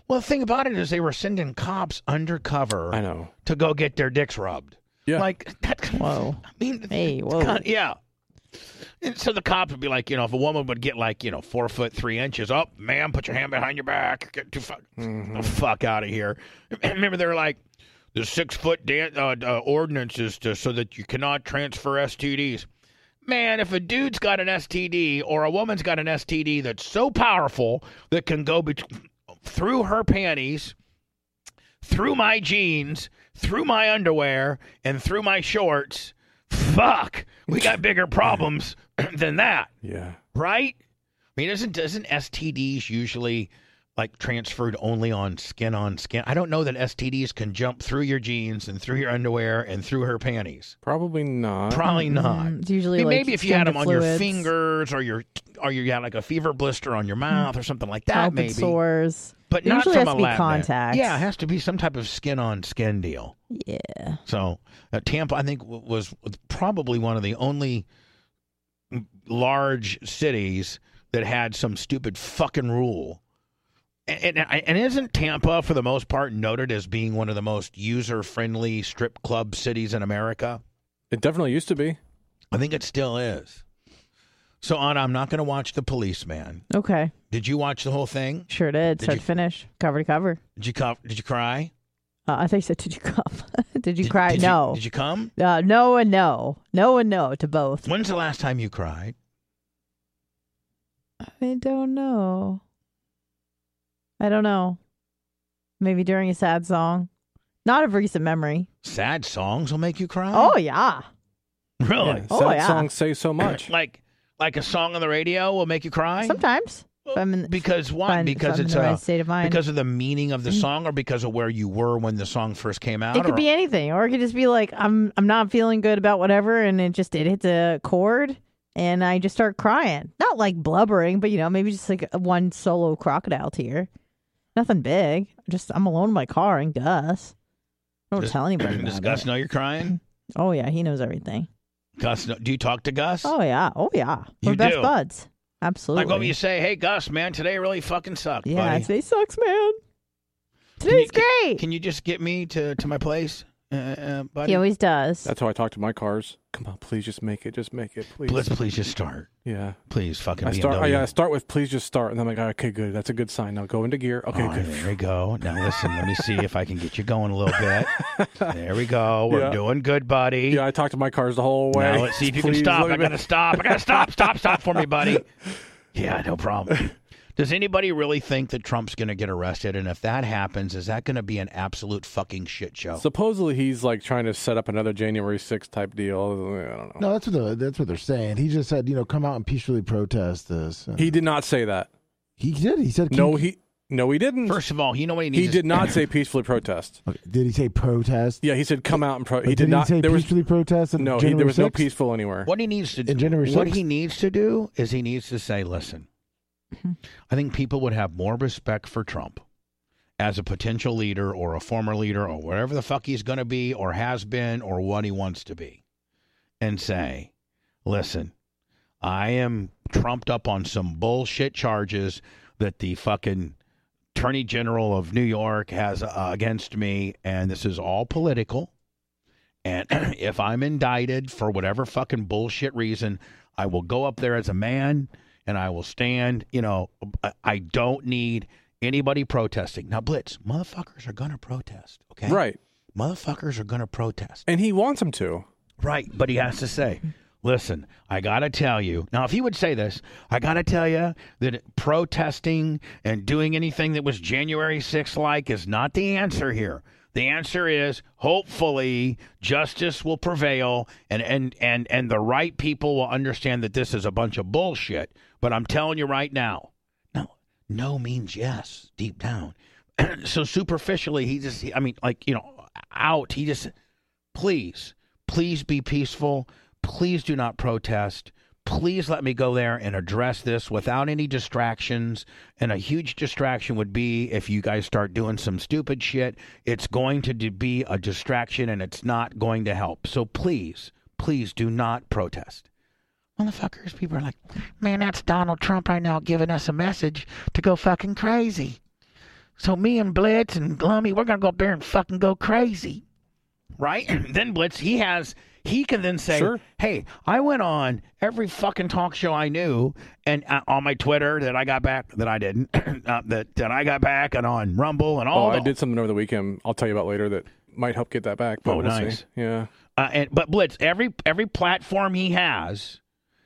Speaker 1: Well, the thing about it is they were sending cops undercover. I
Speaker 4: know
Speaker 1: to go get their dicks rubbed.
Speaker 4: Yeah.
Speaker 1: Like that. Whoa. I mean,
Speaker 2: hey, whoa.
Speaker 1: God, yeah. And so the cops would be like, you know, if a woman would get like, you know, four foot three inches, oh, ma'am, put your hand behind your back, get too fuck, the fuck out of here. [CLEARS THROAT] Remember, they're like, the six foot dan- uh, uh, ordinance is to, so that you cannot transfer STDs. man, if a dude's got an STD or a woman's got an STD that's so powerful that can go bet- through her panties, through my jeans, through my underwear, and through my shorts, fuck, we got bigger problems [CLEARS THROAT] than that.
Speaker 4: Yeah.
Speaker 1: Right? I mean, isn't isn't STDs usually like transferred only on skin on skin? I don't know that STDs can jump through your jeans and through your underwear and through her panties.
Speaker 4: Probably not.
Speaker 1: Probably not.
Speaker 2: Mm, It's usually
Speaker 1: I mean,
Speaker 2: like
Speaker 1: maybe if you had
Speaker 2: genital
Speaker 1: them on your
Speaker 2: fluids,
Speaker 1: fingers or your or you had like a fever blister on your mouth or something like that,
Speaker 2: open
Speaker 1: maybe.
Speaker 2: sores.
Speaker 1: But
Speaker 2: It
Speaker 1: not
Speaker 2: usually
Speaker 1: from a
Speaker 2: has to be
Speaker 1: lab man.
Speaker 2: contact.
Speaker 1: Yeah, it has to be some type of skin on skin deal.
Speaker 2: Yeah.
Speaker 1: So uh, Tampa, I think, w- was probably one of the only large cities that had some stupid fucking rule. And, and, and isn't Tampa, for the most part, noted as being one of the most user friendly strip club cities in America?
Speaker 4: It definitely used to be.
Speaker 1: I think it still is. So, Anna, I'm not going to watch The Policeman.
Speaker 2: Okay.
Speaker 1: Did you watch the whole thing?
Speaker 2: Sure did.
Speaker 1: Did
Speaker 2: Start
Speaker 1: you-
Speaker 2: to finish, cover to cover.
Speaker 1: Did you cough, Did you cry?
Speaker 2: Uh, I thought you said, "Did you come? [LAUGHS] did you cry?"
Speaker 1: Did you-
Speaker 2: no.
Speaker 1: did you come?
Speaker 2: Uh, no and no, no and no to both.
Speaker 1: When's the last time you cried?
Speaker 2: I don't know. I don't know. Maybe during a sad song, not of recent memory.
Speaker 1: Sad songs will make you cry.
Speaker 2: Oh yeah.
Speaker 1: really?
Speaker 4: Yeah,
Speaker 2: Oh,
Speaker 4: sad
Speaker 2: yeah.
Speaker 4: songs say so
Speaker 1: [LAUGHS]
Speaker 4: much.
Speaker 1: like like a song on the radio will make you cry
Speaker 2: Sometimes. If I'm in,
Speaker 1: because why?
Speaker 2: Fine,
Speaker 1: because
Speaker 2: if I'm
Speaker 1: it's
Speaker 2: in the
Speaker 1: a
Speaker 2: right state of mind. Mm.
Speaker 1: because of the meaning of the song, or because of where you were when the song first came out.
Speaker 2: it could
Speaker 1: or-
Speaker 2: be anything, or it could just be like I'm I'm not feeling good about whatever, and it just it hits a chord, and I just start crying. Not like blubbering, but you know maybe just like one solo crocodile tear. Nothing big. Just I'm alone in my car and Gus. I don't
Speaker 1: Does- [CLEARS THROAT]
Speaker 2: tell anybody. about
Speaker 1: Does
Speaker 2: it.
Speaker 1: Gus know you're
Speaker 2: [LAUGHS]
Speaker 1: crying?
Speaker 2: Oh yeah, he knows everything.
Speaker 1: Gus, know, do you talk to Gus?
Speaker 2: Oh yeah, oh yeah.
Speaker 1: You
Speaker 2: We're best
Speaker 1: do?
Speaker 2: buds. Absolutely.
Speaker 1: Like what would you say? Hey, Gus, man, today really fucking sucked.
Speaker 2: yeah,
Speaker 1: buddy.
Speaker 2: today sucks, man.
Speaker 1: Can you-
Speaker 2: Today's great.
Speaker 1: Can you just get me to, to my place, uh, uh, buddy?
Speaker 2: he always does.
Speaker 4: That's how I talk to my cars. Come on, please just make it. Just make it, please.
Speaker 1: Let's please just start.
Speaker 4: Yeah.
Speaker 1: Please fucking
Speaker 4: I
Speaker 1: BMW.
Speaker 4: start. I, yeah, I start with please just start, and I'm like, okay, good. That's a good sign. Now go into gear. Okay,
Speaker 1: All right,
Speaker 4: good.
Speaker 1: Oh, there we go. Now listen, let me see if I can get you going a little bit.
Speaker 4: [LAUGHS]
Speaker 1: There we go. We're
Speaker 4: Yeah.
Speaker 1: doing good, buddy.
Speaker 4: Yeah, I talked to my cars the whole way.
Speaker 1: Now let's see if you
Speaker 4: Please
Speaker 1: can stop.
Speaker 4: let me
Speaker 1: I gotta
Speaker 4: back.
Speaker 1: stop. I gotta stop. Stop. Stop for me,
Speaker 4: [LAUGHS]
Speaker 1: buddy. Yeah, no problem. Does anybody really think that Trump's gonna get arrested? And if that happens, is that gonna be an absolute fucking shit show?
Speaker 4: Supposedly he's like trying to set up another January 6th type deal. I don't know.
Speaker 3: No, that's what the, that's what they're saying. He just said, you know, come out and peacefully protest this. And
Speaker 4: He did not say that.
Speaker 3: he did. He said,
Speaker 4: No, he no, he didn't.
Speaker 1: First of all, you know what he needs.
Speaker 4: he
Speaker 1: is-
Speaker 4: did
Speaker 1: [COUGHS]
Speaker 4: not say peacefully protest.
Speaker 3: Okay, did he say protest?
Speaker 4: Yeah, he said come out and pro.
Speaker 3: But
Speaker 4: Uh, He did
Speaker 3: he
Speaker 4: not.
Speaker 3: say
Speaker 4: There was
Speaker 3: peacefully protest. on
Speaker 4: no. He,
Speaker 3: January
Speaker 4: there was no
Speaker 3: 6th?
Speaker 4: peaceful anywhere.
Speaker 1: What he needs to
Speaker 3: In January
Speaker 1: what
Speaker 3: 6th?
Speaker 1: he needs to do is he needs to say, listen, I think people would have more respect for Trump as a potential leader or a former leader or whatever the fuck he's going to be or has been or what he wants to be and say, listen, I am trumped up on some bullshit charges that the fucking attorney general of New York has uh, against me, and this is all political. And [CLEARS THROAT] if I'm indicted for whatever fucking bullshit reason, I will go up there as a man and I will stand. You know, I- I don't need anybody protesting. Now, Blitz, motherfuckers are going to protest, okay?
Speaker 4: Right.
Speaker 1: Motherfuckers are going to protest.
Speaker 4: And he wants him to.
Speaker 1: Right, but he has to say, listen, I got to tell you. Now, if he would say this, I got to tell you that protesting and doing anything that was January 6th like is not the answer here. The answer is hopefully justice will prevail and, and, and, and the right people will understand that this is a bunch of bullshit. But I'm telling you right now, no, no means yes deep down. [CLEARS THROAT] so superficially, he just, I mean, like, you know, out, he just, please, please be peaceful. Please do not protest. Please let me go there and address this without any distractions. And a huge distraction would be if you guys start doing some stupid shit. It's going to d- be a distraction and it's not going to help. So please, please do not protest. Motherfuckers, people are like, man, that's Donald Trump right now giving us a message to go fucking crazy. So me and Blitz and Glummy, we're gonna go up there and fucking go crazy, right? [CLEARS THROAT] then Blitz, he has, he can then say,
Speaker 4: Sure.
Speaker 1: "Hey, I went on every fucking talk show I knew, and uh, on my Twitter that I got back, that I didn't, [CLEARS THROAT] uh, that that I got back, and on Rumble and
Speaker 4: Oh,
Speaker 1: all.
Speaker 4: I
Speaker 1: the-
Speaker 4: did something over the weekend. I'll tell you about later that might help get that back. But
Speaker 1: Oh,
Speaker 4: we'll see.
Speaker 1: nice.
Speaker 4: Yeah.
Speaker 1: Uh, and but Blitz, every every platform he has,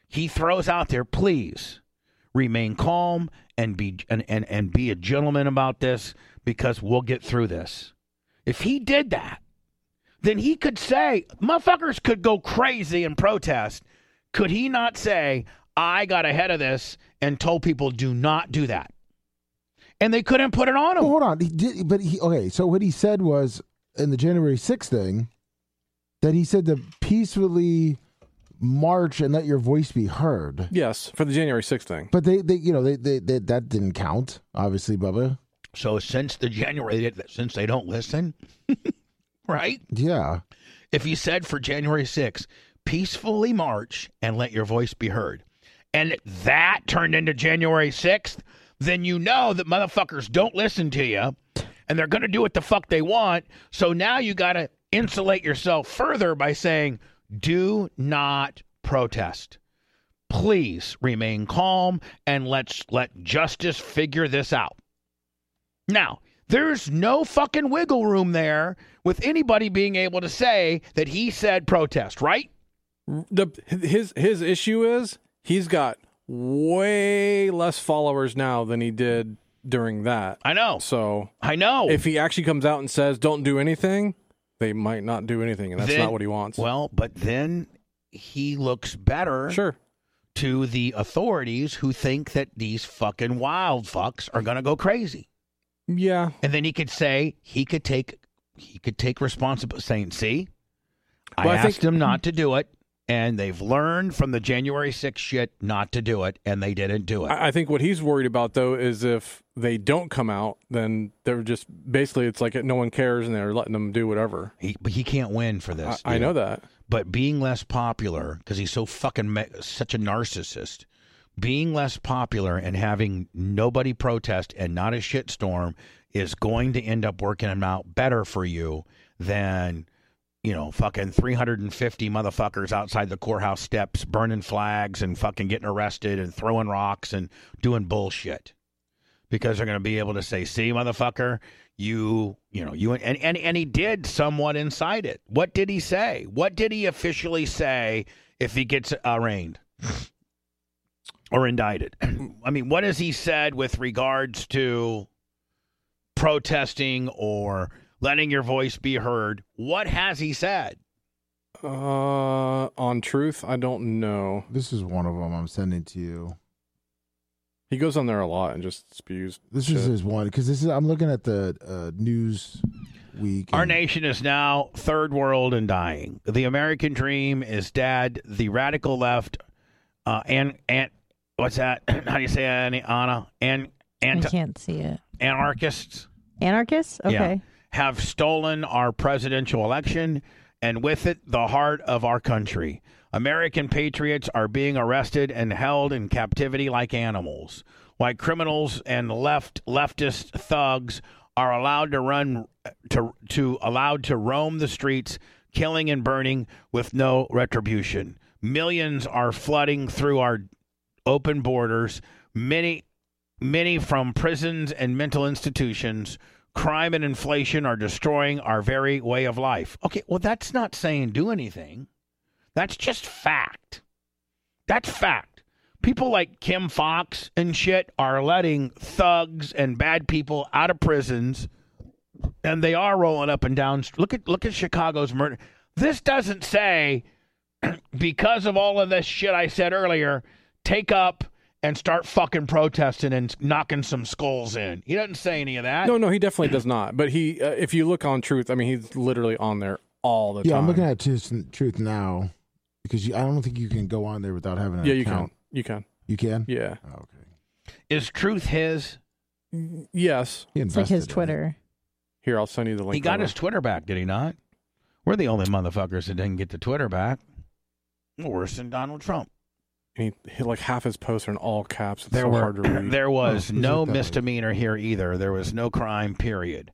Speaker 1: he throws out there, please remain calm and be and, and, and be a gentleman about this because we'll get through this. If he did that, then he could say, motherfuckers could go crazy and protest. Could he not say, I got ahead of this and told people do not do that? And they couldn't put it on him.
Speaker 3: hold on, he did, but he okay. So what he said was in the January 6th thing that he said to peacefully march and let your voice be heard.
Speaker 4: Yes, for the January 6th thing.
Speaker 3: But they, they you know, they, they, they that didn't count, obviously, Bubba.
Speaker 1: So since the January, since they don't listen, [LAUGHS] right?
Speaker 3: Yeah.
Speaker 1: If you said for January 6th, peacefully march and let your voice be heard, and that turned into January 6th, then you know that motherfuckers don't listen to you and they're going to do what the fuck they want. So now you got to insulate yourself further by saying, do not protest. Please remain calm and let's let justice figure this out. Now, there's no fucking wiggle room there with anybody being able to say that he said protest, right?
Speaker 4: The his his issue is he's got way less followers now than he did during that.
Speaker 1: I know.
Speaker 4: So
Speaker 1: I know.
Speaker 4: If he actually comes out and says don't do anything, they might not do anything and that's
Speaker 1: Then-
Speaker 4: not what he wants.
Speaker 1: Well, but then he looks better
Speaker 4: Sure.
Speaker 1: to the authorities who think that these fucking wild fucks are going to go crazy.
Speaker 4: Yeah.
Speaker 1: And then he could say he could take he could take responsibility saying, "See,
Speaker 4: Well,
Speaker 1: I,
Speaker 4: I think-
Speaker 1: asked them not to do it." And they've learned from the January 6th shit not to do it, and they didn't do it.
Speaker 4: I I think what he's worried about though is if they don't come out, then they're just basically it's like no one cares and they're letting them do whatever.
Speaker 1: He, but he can't win for this.
Speaker 4: I- I
Speaker 1: dude.
Speaker 4: know that.
Speaker 1: But being less popular because he's so fucking me- such a narcissist, being less popular and having nobody protest and not a shitstorm is going to end up working him out better for you than you know fucking 350 motherfuckers outside the courthouse steps burning flags and fucking getting arrested and throwing rocks and doing bullshit because they're going to be able to say, "See, motherfucker, you, you know, you." And and and he did somewhat incite it. What did he say? What did he officially say if he gets arraigned or indicted? [CLEARS THROAT] I mean, what has he said with regards to protesting or letting your voice be heard? What has he said?
Speaker 4: Uh, on truth, I don't know.
Speaker 3: This is one of them I'm sending to you.
Speaker 4: He goes on there a lot and just spews.
Speaker 3: This
Speaker 4: shit.
Speaker 3: is his one because this is I'm looking at the uh, news week.
Speaker 1: Our nation is now third world and dying. The American dream is dead. The radical left, uh, and and what's that? [CLEARS THROAT] How do you say that, Anna? And
Speaker 2: I
Speaker 1: anti-
Speaker 2: can't see it.
Speaker 1: anarchists.
Speaker 2: Anarchists? Okay.
Speaker 1: Yeah, have stolen our presidential election and with it the heart of our country. American patriots are being arrested and held in captivity like animals. Why criminals and left leftist thugs are allowed to run to to allowed to roam the streets killing and burning with no retribution. Millions are flooding through our open borders, many many from prisons and mental institutions. Crime and inflation are destroying our very way of life. Okay, well that's not saying do anything. That's just fact. That's fact. People like Kim Fox and shit are letting thugs and bad people out of prisons and they are rolling up and down. Look at look at Chicago's murder. This doesn't say [CLEARS THROAT] because of all of this shit I said earlier, take up and start fucking protesting and knocking some skulls in. He doesn't say any of that.
Speaker 4: No, no, he definitely does not. But he, uh, if you look on Truth, I mean, he's literally on there all the
Speaker 3: yeah,
Speaker 4: time.
Speaker 3: I'm looking at truth, truth now because you, I don't think you can go on there without having an
Speaker 4: yeah, you
Speaker 3: account.
Speaker 4: can. You can.
Speaker 3: You can. Oh,
Speaker 4: Yeah.
Speaker 1: Is truth his?
Speaker 4: Yes.
Speaker 3: He
Speaker 2: It's like
Speaker 3: invested
Speaker 2: his
Speaker 3: in it.
Speaker 2: Twitter.
Speaker 4: Here, I'll send you the link.
Speaker 1: He got
Speaker 4: over.
Speaker 1: his Twitter back, did he not? We're the only motherfuckers that didn't get the Twitter back. Worse than Donald Trump.
Speaker 4: And he, he- like half his posts are in all caps. It's
Speaker 1: There
Speaker 4: so
Speaker 1: were [CLEARS THROAT]
Speaker 4: hard to read.
Speaker 1: there was
Speaker 4: Oh,
Speaker 1: no
Speaker 4: who's that lady?
Speaker 1: misdemeanor here either. There was no crime. Period.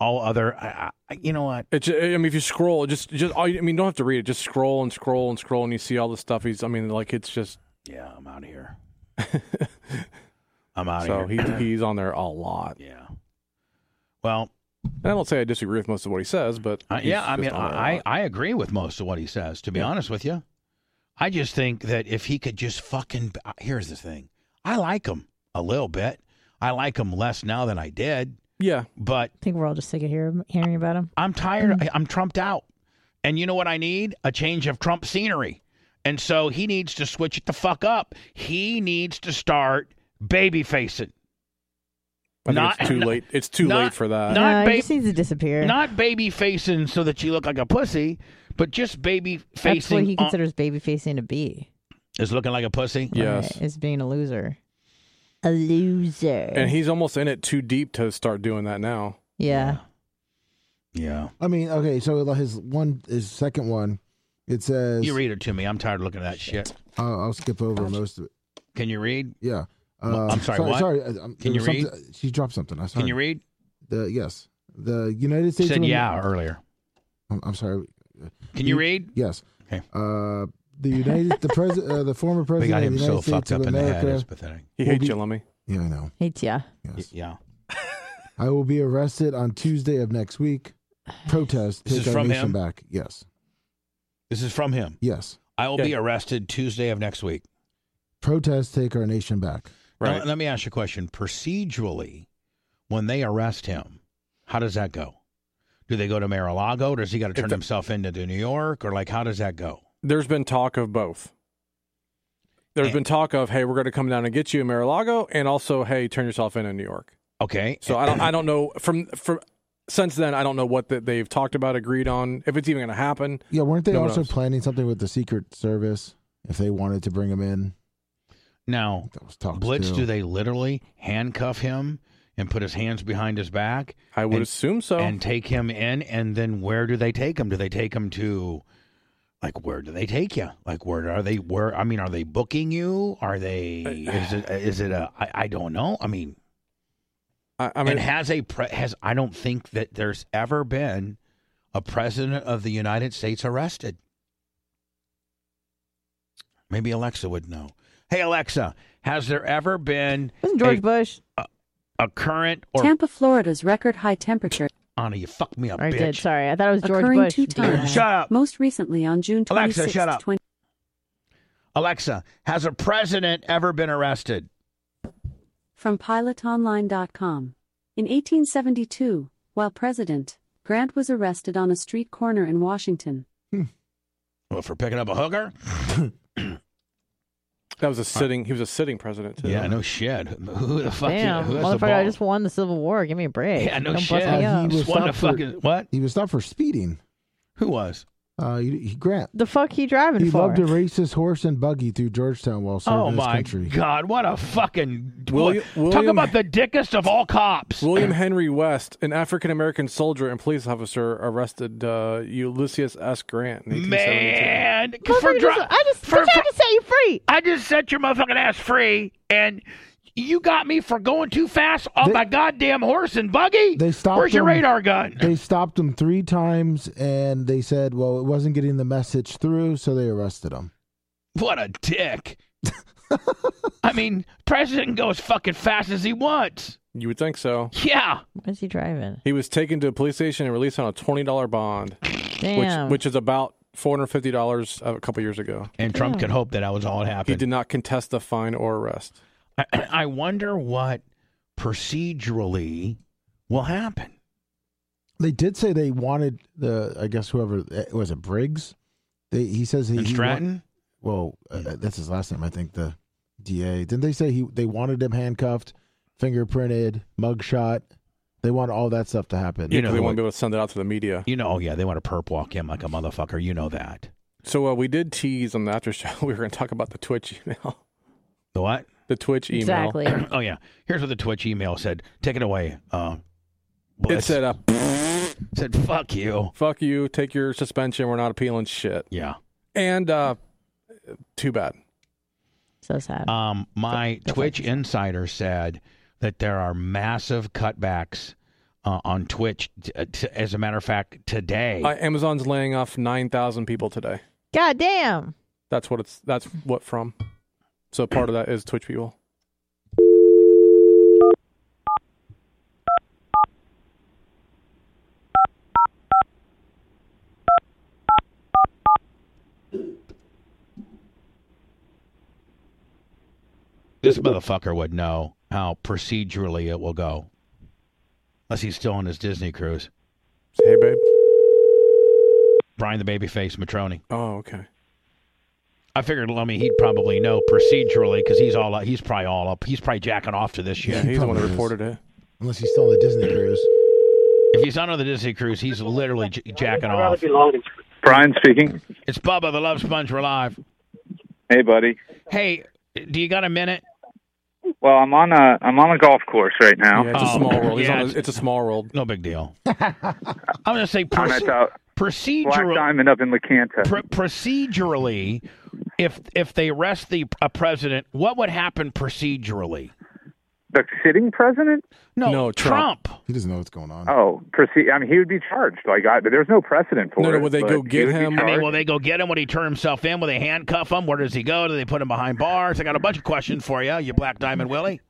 Speaker 1: All other, I, I, you know what?
Speaker 4: It, ju- I mean, if you scroll, just just all you- I mean, don't have to read it. Just scroll and scroll and scroll, and you see all the stuff. He's, I mean, like it's just [LAUGHS]
Speaker 1: Yeah, I'm out of here. I'm out
Speaker 4: so
Speaker 1: of here.
Speaker 4: he he's on there a lot.
Speaker 1: yeah. Well,
Speaker 4: And I don't say I disagree with most of what he says, but
Speaker 1: I
Speaker 4: he's
Speaker 1: Uh, yeah, I
Speaker 4: just
Speaker 1: mean,
Speaker 4: on there a
Speaker 1: I,
Speaker 4: lot.
Speaker 1: I agree with most of what he says. To be honest with you, I just think that if he could just fucking uh, here's the thing. I like him a little bit. I like him less now than I did.
Speaker 4: Yeah.
Speaker 1: But
Speaker 2: I think we're all just sick of hear, hearing about him.
Speaker 1: I'm tired.
Speaker 3: Mm.
Speaker 1: I, I'm trumped out. And you know what I need? A change of Trump scenery. And so he needs to switch it the fuck up. He needs to start baby facing.
Speaker 4: I think
Speaker 1: [LAUGHS]
Speaker 4: it's too late. It's too late for
Speaker 1: Not
Speaker 4: that.
Speaker 2: no, Uh, he
Speaker 1: ba-
Speaker 2: just needs to disappear.
Speaker 1: not baby facing so that you look like a pussy, but just baby facing
Speaker 2: That's what he
Speaker 1: on-
Speaker 2: considers baby facing to be.
Speaker 1: is looking like a pussy.
Speaker 2: Right, is being a loser. A loser.
Speaker 4: And he's almost in it too deep to start doing that now.
Speaker 2: yeah.
Speaker 1: Yeah.
Speaker 3: I mean, okay, so his one, his second one, it says.
Speaker 1: You read it to me. I'm tired of looking at that shit.
Speaker 3: I'll, I'll skip over most of it.
Speaker 1: Can you read?
Speaker 3: Yeah. Uh,
Speaker 1: Well, I'm sorry,
Speaker 3: Sorry.
Speaker 1: what?
Speaker 3: sorry, uh, um,
Speaker 1: Can
Speaker 3: there
Speaker 1: you
Speaker 3: was
Speaker 1: read?
Speaker 3: something- She dropped something. I sorry.
Speaker 1: Can you read?
Speaker 3: The yes, the United
Speaker 1: You
Speaker 3: States.
Speaker 1: said
Speaker 3: of Am-
Speaker 1: yeah earlier.
Speaker 3: I'm, I'm sorry.
Speaker 1: Can you read?
Speaker 3: Yes. Okay. Uh, the United, the president, uh, the former
Speaker 1: They
Speaker 3: president
Speaker 1: got
Speaker 3: of
Speaker 1: him
Speaker 3: the
Speaker 1: so
Speaker 3: United States
Speaker 1: fucked
Speaker 3: of
Speaker 1: up in the head. It's
Speaker 3: America.
Speaker 1: pathetic.
Speaker 4: He
Speaker 3: will
Speaker 4: hates
Speaker 3: be-
Speaker 4: you, Lummy.
Speaker 3: Yeah, I know.
Speaker 2: Hates ya.
Speaker 1: Yeah.
Speaker 3: I will be arrested on Tuesday of next week. Protest.
Speaker 1: This
Speaker 3: take
Speaker 1: is
Speaker 3: our
Speaker 1: from
Speaker 3: nation
Speaker 1: him?
Speaker 3: back. Yes.
Speaker 1: This is from him.
Speaker 3: Yes.
Speaker 1: I will be
Speaker 3: Yeah.
Speaker 1: arrested Tuesday of next week.
Speaker 3: Protest. Take our nation back.
Speaker 1: Right. let me ask you a question. Procedurally, when they arrest him, how does that go? Do they go to Mar-a-Lago? Does he got to turn himself into to New York, or like how does that go?
Speaker 4: There's been talk of both.
Speaker 1: Eh.
Speaker 4: There's been talk of, hey, we're going to come down and get you in Mar-a-Lago, and also, hey, turn yourself in in New York.
Speaker 1: Okay.
Speaker 4: So I don't, I don't know from from since then. I don't know what that they've talked about, agreed on, if it's even going to happen.
Speaker 3: Yeah. Weren't they
Speaker 4: No one
Speaker 3: also
Speaker 4: knows.
Speaker 3: planning something with the Secret Service if they wanted to bring him in?
Speaker 1: Now, Blitz, do they literally handcuff him and put his hands behind his back?
Speaker 4: I would
Speaker 1: and-
Speaker 4: assume so.
Speaker 1: And take him in, and then where do they take him? Do they take him to, like, where do they take you? Like, where are they? Where I mean, are they booking you? Are they? Is it? Is it a? I, I don't know. I mean,
Speaker 4: I,
Speaker 1: I
Speaker 4: mean-
Speaker 1: and has a pre, has I don't think that there's ever been a president of the United States arrested. Maybe Alexa would know. Hey Alexa, has there ever been
Speaker 2: Wasn't George
Speaker 1: a,
Speaker 2: Bush
Speaker 1: a, a current or
Speaker 5: Tampa, Florida's record high temperature.
Speaker 1: Anna? You fucked me up,
Speaker 2: I
Speaker 1: bitch.
Speaker 2: did. Sorry, I thought it was George
Speaker 5: occurring
Speaker 2: Bush.
Speaker 5: two times.
Speaker 1: Shut up.
Speaker 5: Most recently on June 26,
Speaker 1: Alexa, shut up. Alexa, has a president ever been arrested?
Speaker 5: From pilotonline.com. In 1872, while president, Grant was arrested on a street corner in Washington.
Speaker 1: Well, for picking up a [LAUGHS] hooker?
Speaker 4: That was a sitting. He was a sitting president too.
Speaker 1: uh, Yeah, no shit. Who the fuck?
Speaker 2: Damn,
Speaker 1: who has the
Speaker 2: motherfucker! I
Speaker 1: ball?
Speaker 2: just won the Civil War. Give me a
Speaker 1: [LAUGHS]
Speaker 2: break.
Speaker 1: Yeah, no
Speaker 2: Don't
Speaker 1: shit.
Speaker 2: Bust me
Speaker 1: Uh,
Speaker 2: up.
Speaker 1: he was Just wanted to
Speaker 3: stopped
Speaker 1: fucking- what?
Speaker 3: He was stopped for speeding.
Speaker 1: Who was?
Speaker 3: Uh, he, he- Grant.
Speaker 2: The fuck he driving
Speaker 3: He
Speaker 2: for?
Speaker 3: loved to race his horse and buggy through Georgetown while serving
Speaker 1: Oh
Speaker 3: his
Speaker 1: my
Speaker 3: country.
Speaker 1: God! What a fucking
Speaker 4: William-
Speaker 1: what- talk
Speaker 4: William-
Speaker 1: about the dickest of all cops.
Speaker 4: William Henry West, an African American soldier and police officer, arrested uh, Ulysses S. Grant in 1872.
Speaker 1: Man, for
Speaker 2: Motherfucker,
Speaker 1: dri-
Speaker 2: just- I just
Speaker 1: for-
Speaker 2: I tried
Speaker 1: for-
Speaker 2: to set you free.
Speaker 1: I just set your motherfucking ass free, and you got me for going too fast on my goddamn horse and buggy.
Speaker 3: They stopped.
Speaker 1: Where's your
Speaker 3: him-
Speaker 1: radar gun?
Speaker 3: They stopped him three times, and they said, "Well, it wasn't getting the message through," so they arrested him.
Speaker 1: [LAUGHS] What a dick! I mean, president can go as fucking fast as he wants.
Speaker 4: You would think so.
Speaker 1: Yeah.
Speaker 2: What is he driving?
Speaker 4: He was taken to a police station and released on a twenty dollar bond,
Speaker 2: Damn.
Speaker 4: which which is about four hundred fifty dollars a couple years ago.
Speaker 1: And Trump could hope that that was all that
Speaker 4: He
Speaker 1: happened.
Speaker 4: did not contest the fine or arrest.
Speaker 1: I, [CLEARS THROAT] I wonder what procedurally will happen.
Speaker 3: They did say they wanted the, I guess whoever eh, was it Briggs. They he says he
Speaker 1: And
Speaker 3: he wa-
Speaker 1: Stratton?
Speaker 3: well, uh, that's his last name, I think. The DA didn't they say he they wanted him handcuffed, fingerprinted, mugshot. They want all that stuff to happen.
Speaker 1: You know
Speaker 4: they
Speaker 1: who would-
Speaker 4: want to be able to send it out to the media.
Speaker 1: You know, oh yeah, they want to perp walk him like a motherfucker. You know that.
Speaker 4: So uh, we did tease on the after show. [LAUGHS] We were going to talk about the Twitch email, [LAUGHS]
Speaker 1: The what? [CLEARS THROAT]
Speaker 4: the Twitch email.
Speaker 1: oh yeah. Here's what the Twitch email said. Take it away. Uh,
Speaker 4: it
Speaker 1: Blitz.
Speaker 4: said, uh,
Speaker 1: said fuck you,
Speaker 4: "Fuck you, take your suspension. We're not appealing shit."
Speaker 1: Yeah.
Speaker 4: And uh, too bad.
Speaker 2: So sad.
Speaker 1: Um, my Twitch insider said that there are massive cutbacks uh, on Twitch. T- uh, t- as a matter of fact, today.
Speaker 4: Uh, Amazon's laying off nine thousand people today.
Speaker 2: God damn.
Speaker 4: That's what it's. That's what from. So part of that is Twitch people.
Speaker 1: This motherfucker would know how procedurally it will go. Unless he's still on his Disney cruise.
Speaker 4: Hey, babe.
Speaker 1: Brian the Babyface Matroni.
Speaker 4: Oh, okay.
Speaker 1: I figured, I mean, he'd probably know procedurally because he's all he's probably all up. He's probably jacking off to this shit.
Speaker 4: Yeah, he's the one that reported it.
Speaker 3: Unless he's still on the Disney cruise.
Speaker 1: If he's not on the Disney cruise, he's literally j- jacking off.
Speaker 12: Brian speaking.
Speaker 1: It's Bubba the Love Sponge. We're live.
Speaker 12: Hey, buddy.
Speaker 1: Hey, do you got a minute?
Speaker 12: Well, I'm on a I'm on a golf course right now.
Speaker 4: Yeah, it's a
Speaker 1: Oh,
Speaker 4: small world. He's
Speaker 1: yeah,
Speaker 4: on a-
Speaker 1: it's-
Speaker 4: it's a small world.
Speaker 1: No big deal. I'm going to say
Speaker 12: I'm
Speaker 1: proce-
Speaker 12: at the Black
Speaker 1: procedural.
Speaker 12: Diamond up in Lacanta.
Speaker 1: pr- procedurally, if if they arrest the a president, what would happen procedurally?
Speaker 12: the sitting president?
Speaker 1: No,
Speaker 3: He doesn't know what's going on.
Speaker 12: Oh, proceed. I mean, he would be charged. Like, I, there's no precedent for
Speaker 1: No,
Speaker 12: it.
Speaker 1: no, would they
Speaker 12: but
Speaker 1: go
Speaker 12: he
Speaker 1: get
Speaker 12: would be
Speaker 1: I mean,
Speaker 12: charged.
Speaker 1: will they go get him? Would he turn himself in? Will they handcuff him? Where does he go? Do they put him behind bars? I got a bunch of questions for you, you Black Diamond Willie.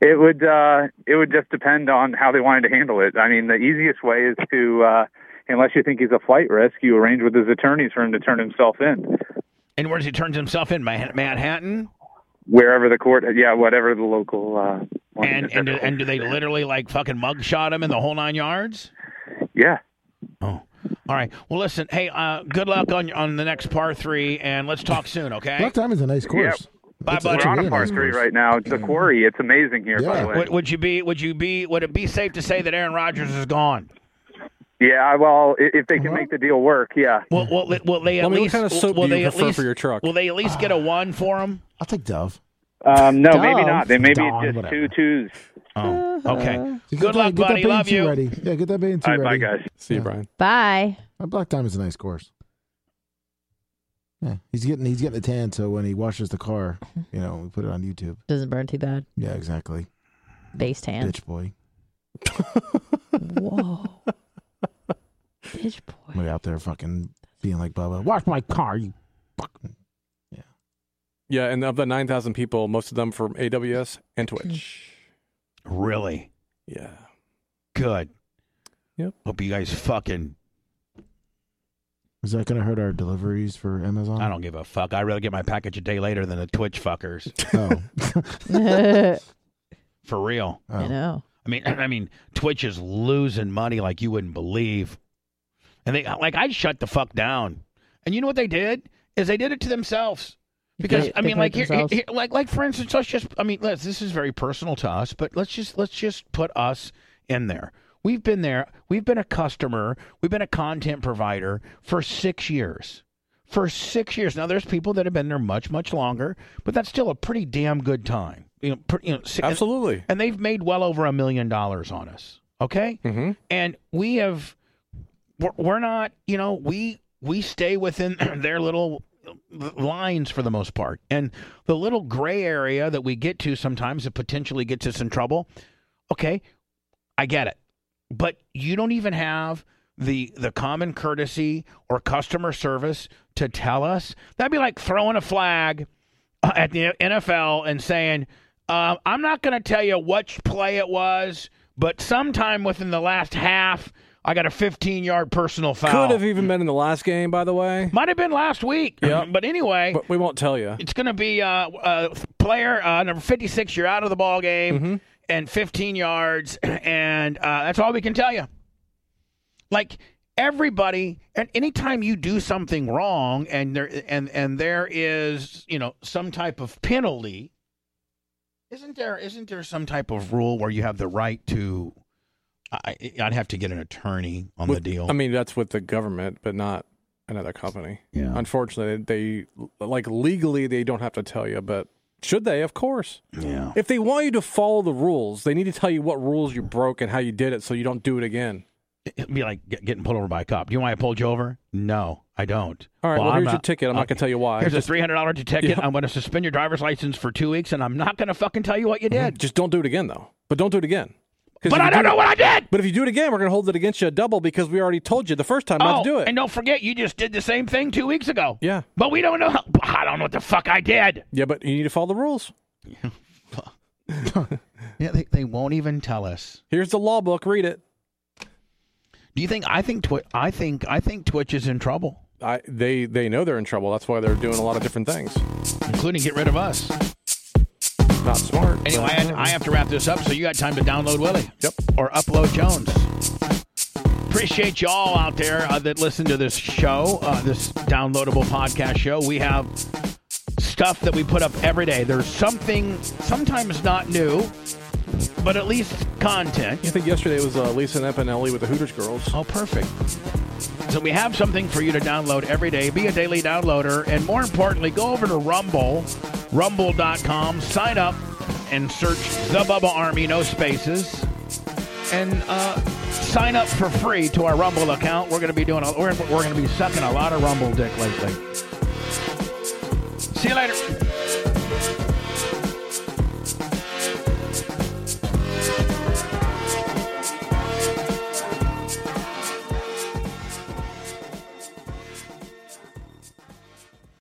Speaker 12: It would uh, it would just depend on how they wanted to handle it. I mean, the easiest way is to, uh, unless you think he's a flight risk, you arrange with his attorneys for him to turn himself in
Speaker 1: And where does he turn himself in? Mah- Manhattan?
Speaker 12: wherever the court, yeah, whatever the local. Uh,
Speaker 1: And and do, and do they literally like fucking mugshot him in the whole nine yards? Oh.
Speaker 12: yeah.
Speaker 1: All right. Well, listen. Hey, uh, good luck on on the next par three, and let's talk soon. Okay.
Speaker 3: Black Diamond's a nice course.
Speaker 1: Bye,
Speaker 3: It's-
Speaker 1: bud.
Speaker 3: it's
Speaker 12: We're on
Speaker 3: really
Speaker 12: a par
Speaker 3: nice
Speaker 12: three
Speaker 3: course.
Speaker 12: right now. It's a quarry. It's amazing here, by the way.
Speaker 1: Would, would you be? Would you be? Would it be safe to say that Aaron Rodgers is gone?
Speaker 12: Yeah, well, i- if they can make the deal work, yeah.
Speaker 1: Well, well, will they at
Speaker 12: Let me- what
Speaker 1: least?
Speaker 12: kind of soap
Speaker 1: will
Speaker 12: do you
Speaker 1: they at
Speaker 12: prefer
Speaker 1: least,
Speaker 12: for your truck?
Speaker 1: Will they at least get a one for him?
Speaker 3: I'll take Dove.
Speaker 12: Um, no, maybe
Speaker 1: Dove.
Speaker 12: not. They maybe
Speaker 1: Dog,
Speaker 12: just
Speaker 1: whatever.
Speaker 12: two twos.
Speaker 1: Oh, okay. Good
Speaker 3: Get that-
Speaker 1: luck,
Speaker 3: get that
Speaker 1: buddy.
Speaker 3: Bain
Speaker 1: Love
Speaker 3: two
Speaker 1: you.
Speaker 3: Ready. Yeah, get that Bane two
Speaker 12: All right,
Speaker 3: ready. Uh,
Speaker 12: bye, guys.
Speaker 4: See you, Brian.
Speaker 2: Bye.
Speaker 3: Black Diamond's a nice course. Yeah, he's getting he's getting a tan, so when he washes the car, you know, we put it on YouTube.
Speaker 2: Doesn't burn too bad.
Speaker 3: Yeah, exactly.
Speaker 2: Base tan.
Speaker 3: Bitch boy,
Speaker 2: Whoa. Bitch boy.
Speaker 3: way out there fucking being like Bubba. Wash my car, you fucking.
Speaker 4: Yeah, and of the nine thousand people, most of them from AWS and Twitch.
Speaker 1: Really?
Speaker 4: Yeah.
Speaker 1: Good.
Speaker 4: Yep.
Speaker 1: Hope you guys fucking.
Speaker 3: Is that gonna hurt our deliveries for Amazon?
Speaker 1: I don't give a fuck. I'd rather get my package a day later than the Twitch
Speaker 2: [LAUGHS]
Speaker 1: fuckers.
Speaker 3: [LAUGHS]
Speaker 2: I
Speaker 1: For real.
Speaker 3: Oh.
Speaker 2: know.
Speaker 1: I mean, [CLEARS THROAT] I mean, Twitch is losing money like you wouldn't believe, and they like I shut the fuck down. And you know what they did is they did it to themselves because
Speaker 2: They-
Speaker 1: I
Speaker 2: they
Speaker 1: mean, like
Speaker 2: played
Speaker 1: here,
Speaker 2: themselves.
Speaker 1: here- like like for instance, let's just I mean, let's, this is very personal to us, but let's just let's just put us in there. We've been there. We've been a customer. We've been a content provider for six years. For six years now, there's people that have been there much, much longer, but that's still a pretty damn good time. You know, pr- you know si- and-
Speaker 4: Absolutely.
Speaker 1: and they've made well over a million dollars on us. Okay,
Speaker 4: mm-hmm.
Speaker 1: and we have, we're, we're not, you know, we we stay within [CLEARS THROAT] their little uh, lines for the most part, and the little gray area that we get to sometimes that potentially gets us in trouble. Okay, I get it, but you don't even have the the common courtesy or customer service to tell us. That'd be like throwing a flag uh, at the NFL and saying, uh, "I'm not going to tell you which play it was, but sometime within the last half, I got a 15 yard personal foul.
Speaker 4: Could have even been in the last game, by the way.
Speaker 1: Might have been last week,
Speaker 4: Yep.
Speaker 1: but anyway."
Speaker 4: But we won't tell you.
Speaker 1: It's going to be uh, uh, player uh, number 56. You're out of the ball game
Speaker 4: Mm-hmm.
Speaker 1: and 15 yards, [CLEARS THROAT] and uh, that's all we can tell you. Like everybody, and anytime you do something wrong, and there and and there is you know some type of penalty. Isn't there isn't there some type of rule where you have the right to? I, I'd have to get an attorney on
Speaker 4: With-
Speaker 1: the deal.
Speaker 4: I mean, that's with the government, but not another company.
Speaker 1: Yeah.
Speaker 4: Unfortunately, they like legally they don't have to tell you, but should they? Of course.
Speaker 1: yeah.
Speaker 4: If they want you to follow the rules, they need to tell you what rules you broke and how you did it, so you don't do it again.
Speaker 1: It'd be like get- getting pulled over by a cop. Do you know why I pulled you over? No, I don't.
Speaker 4: All right. Well,
Speaker 1: I'm
Speaker 4: here's your
Speaker 1: not-
Speaker 4: ticket. I'm not
Speaker 1: okay.
Speaker 4: going to tell you why.
Speaker 1: Here's
Speaker 4: Just,
Speaker 1: a three hundred
Speaker 4: [LAUGHS]
Speaker 1: dollar ticket. I'm going to suspend your driver's license for two weeks, and I'm not going to fucking tell you what you did.
Speaker 4: Mm-hmm. just don't do it again, though. But don't do it again. 'Cause
Speaker 1: But
Speaker 4: if
Speaker 1: I
Speaker 4: you
Speaker 1: don't
Speaker 4: do-
Speaker 1: know what I did.
Speaker 4: But if you do it again, we're going to hold it against you double because we already told you the first time not to do it.
Speaker 1: Oh, and don't forget, you just did the same thing two weeks ago.
Speaker 4: yeah.
Speaker 1: But we don't know. How, I don't know what the fuck I did.
Speaker 4: Yeah, but you need to follow the rules.
Speaker 1: [LAUGHS] Yeah, they, they won't even tell us.
Speaker 4: Here's the law book. Read it.
Speaker 1: Do you think? I think. Twi- I think. I think Twitch is in trouble,
Speaker 4: I, they they know they're in trouble. That's why they're doing a lot of different things.
Speaker 1: including get rid of us.
Speaker 4: Not smart.
Speaker 1: Anyway, I, I have to wrap this up, so you got time to download Willie. Yep. Or upload Jones. Appreciate you all out there uh, that listen to this show, uh, this downloadable podcast show. We have stuff that we put up every day. There's something, sometimes not new, but at least content.
Speaker 4: I think yesterday was uh, Lisa and Epinelli with the Hooters girls.
Speaker 1: Oh, perfect. So we have something for you to download every day. Be a daily downloader. And more importantly, go over to Rumble, rumble.com, sign up, and search The Bubba Army, no spaces. And uh, sign up for free to our Rumble account. We're going to be doing, a, we're, we're going to be sucking a lot of Rumble dick lately. See you later.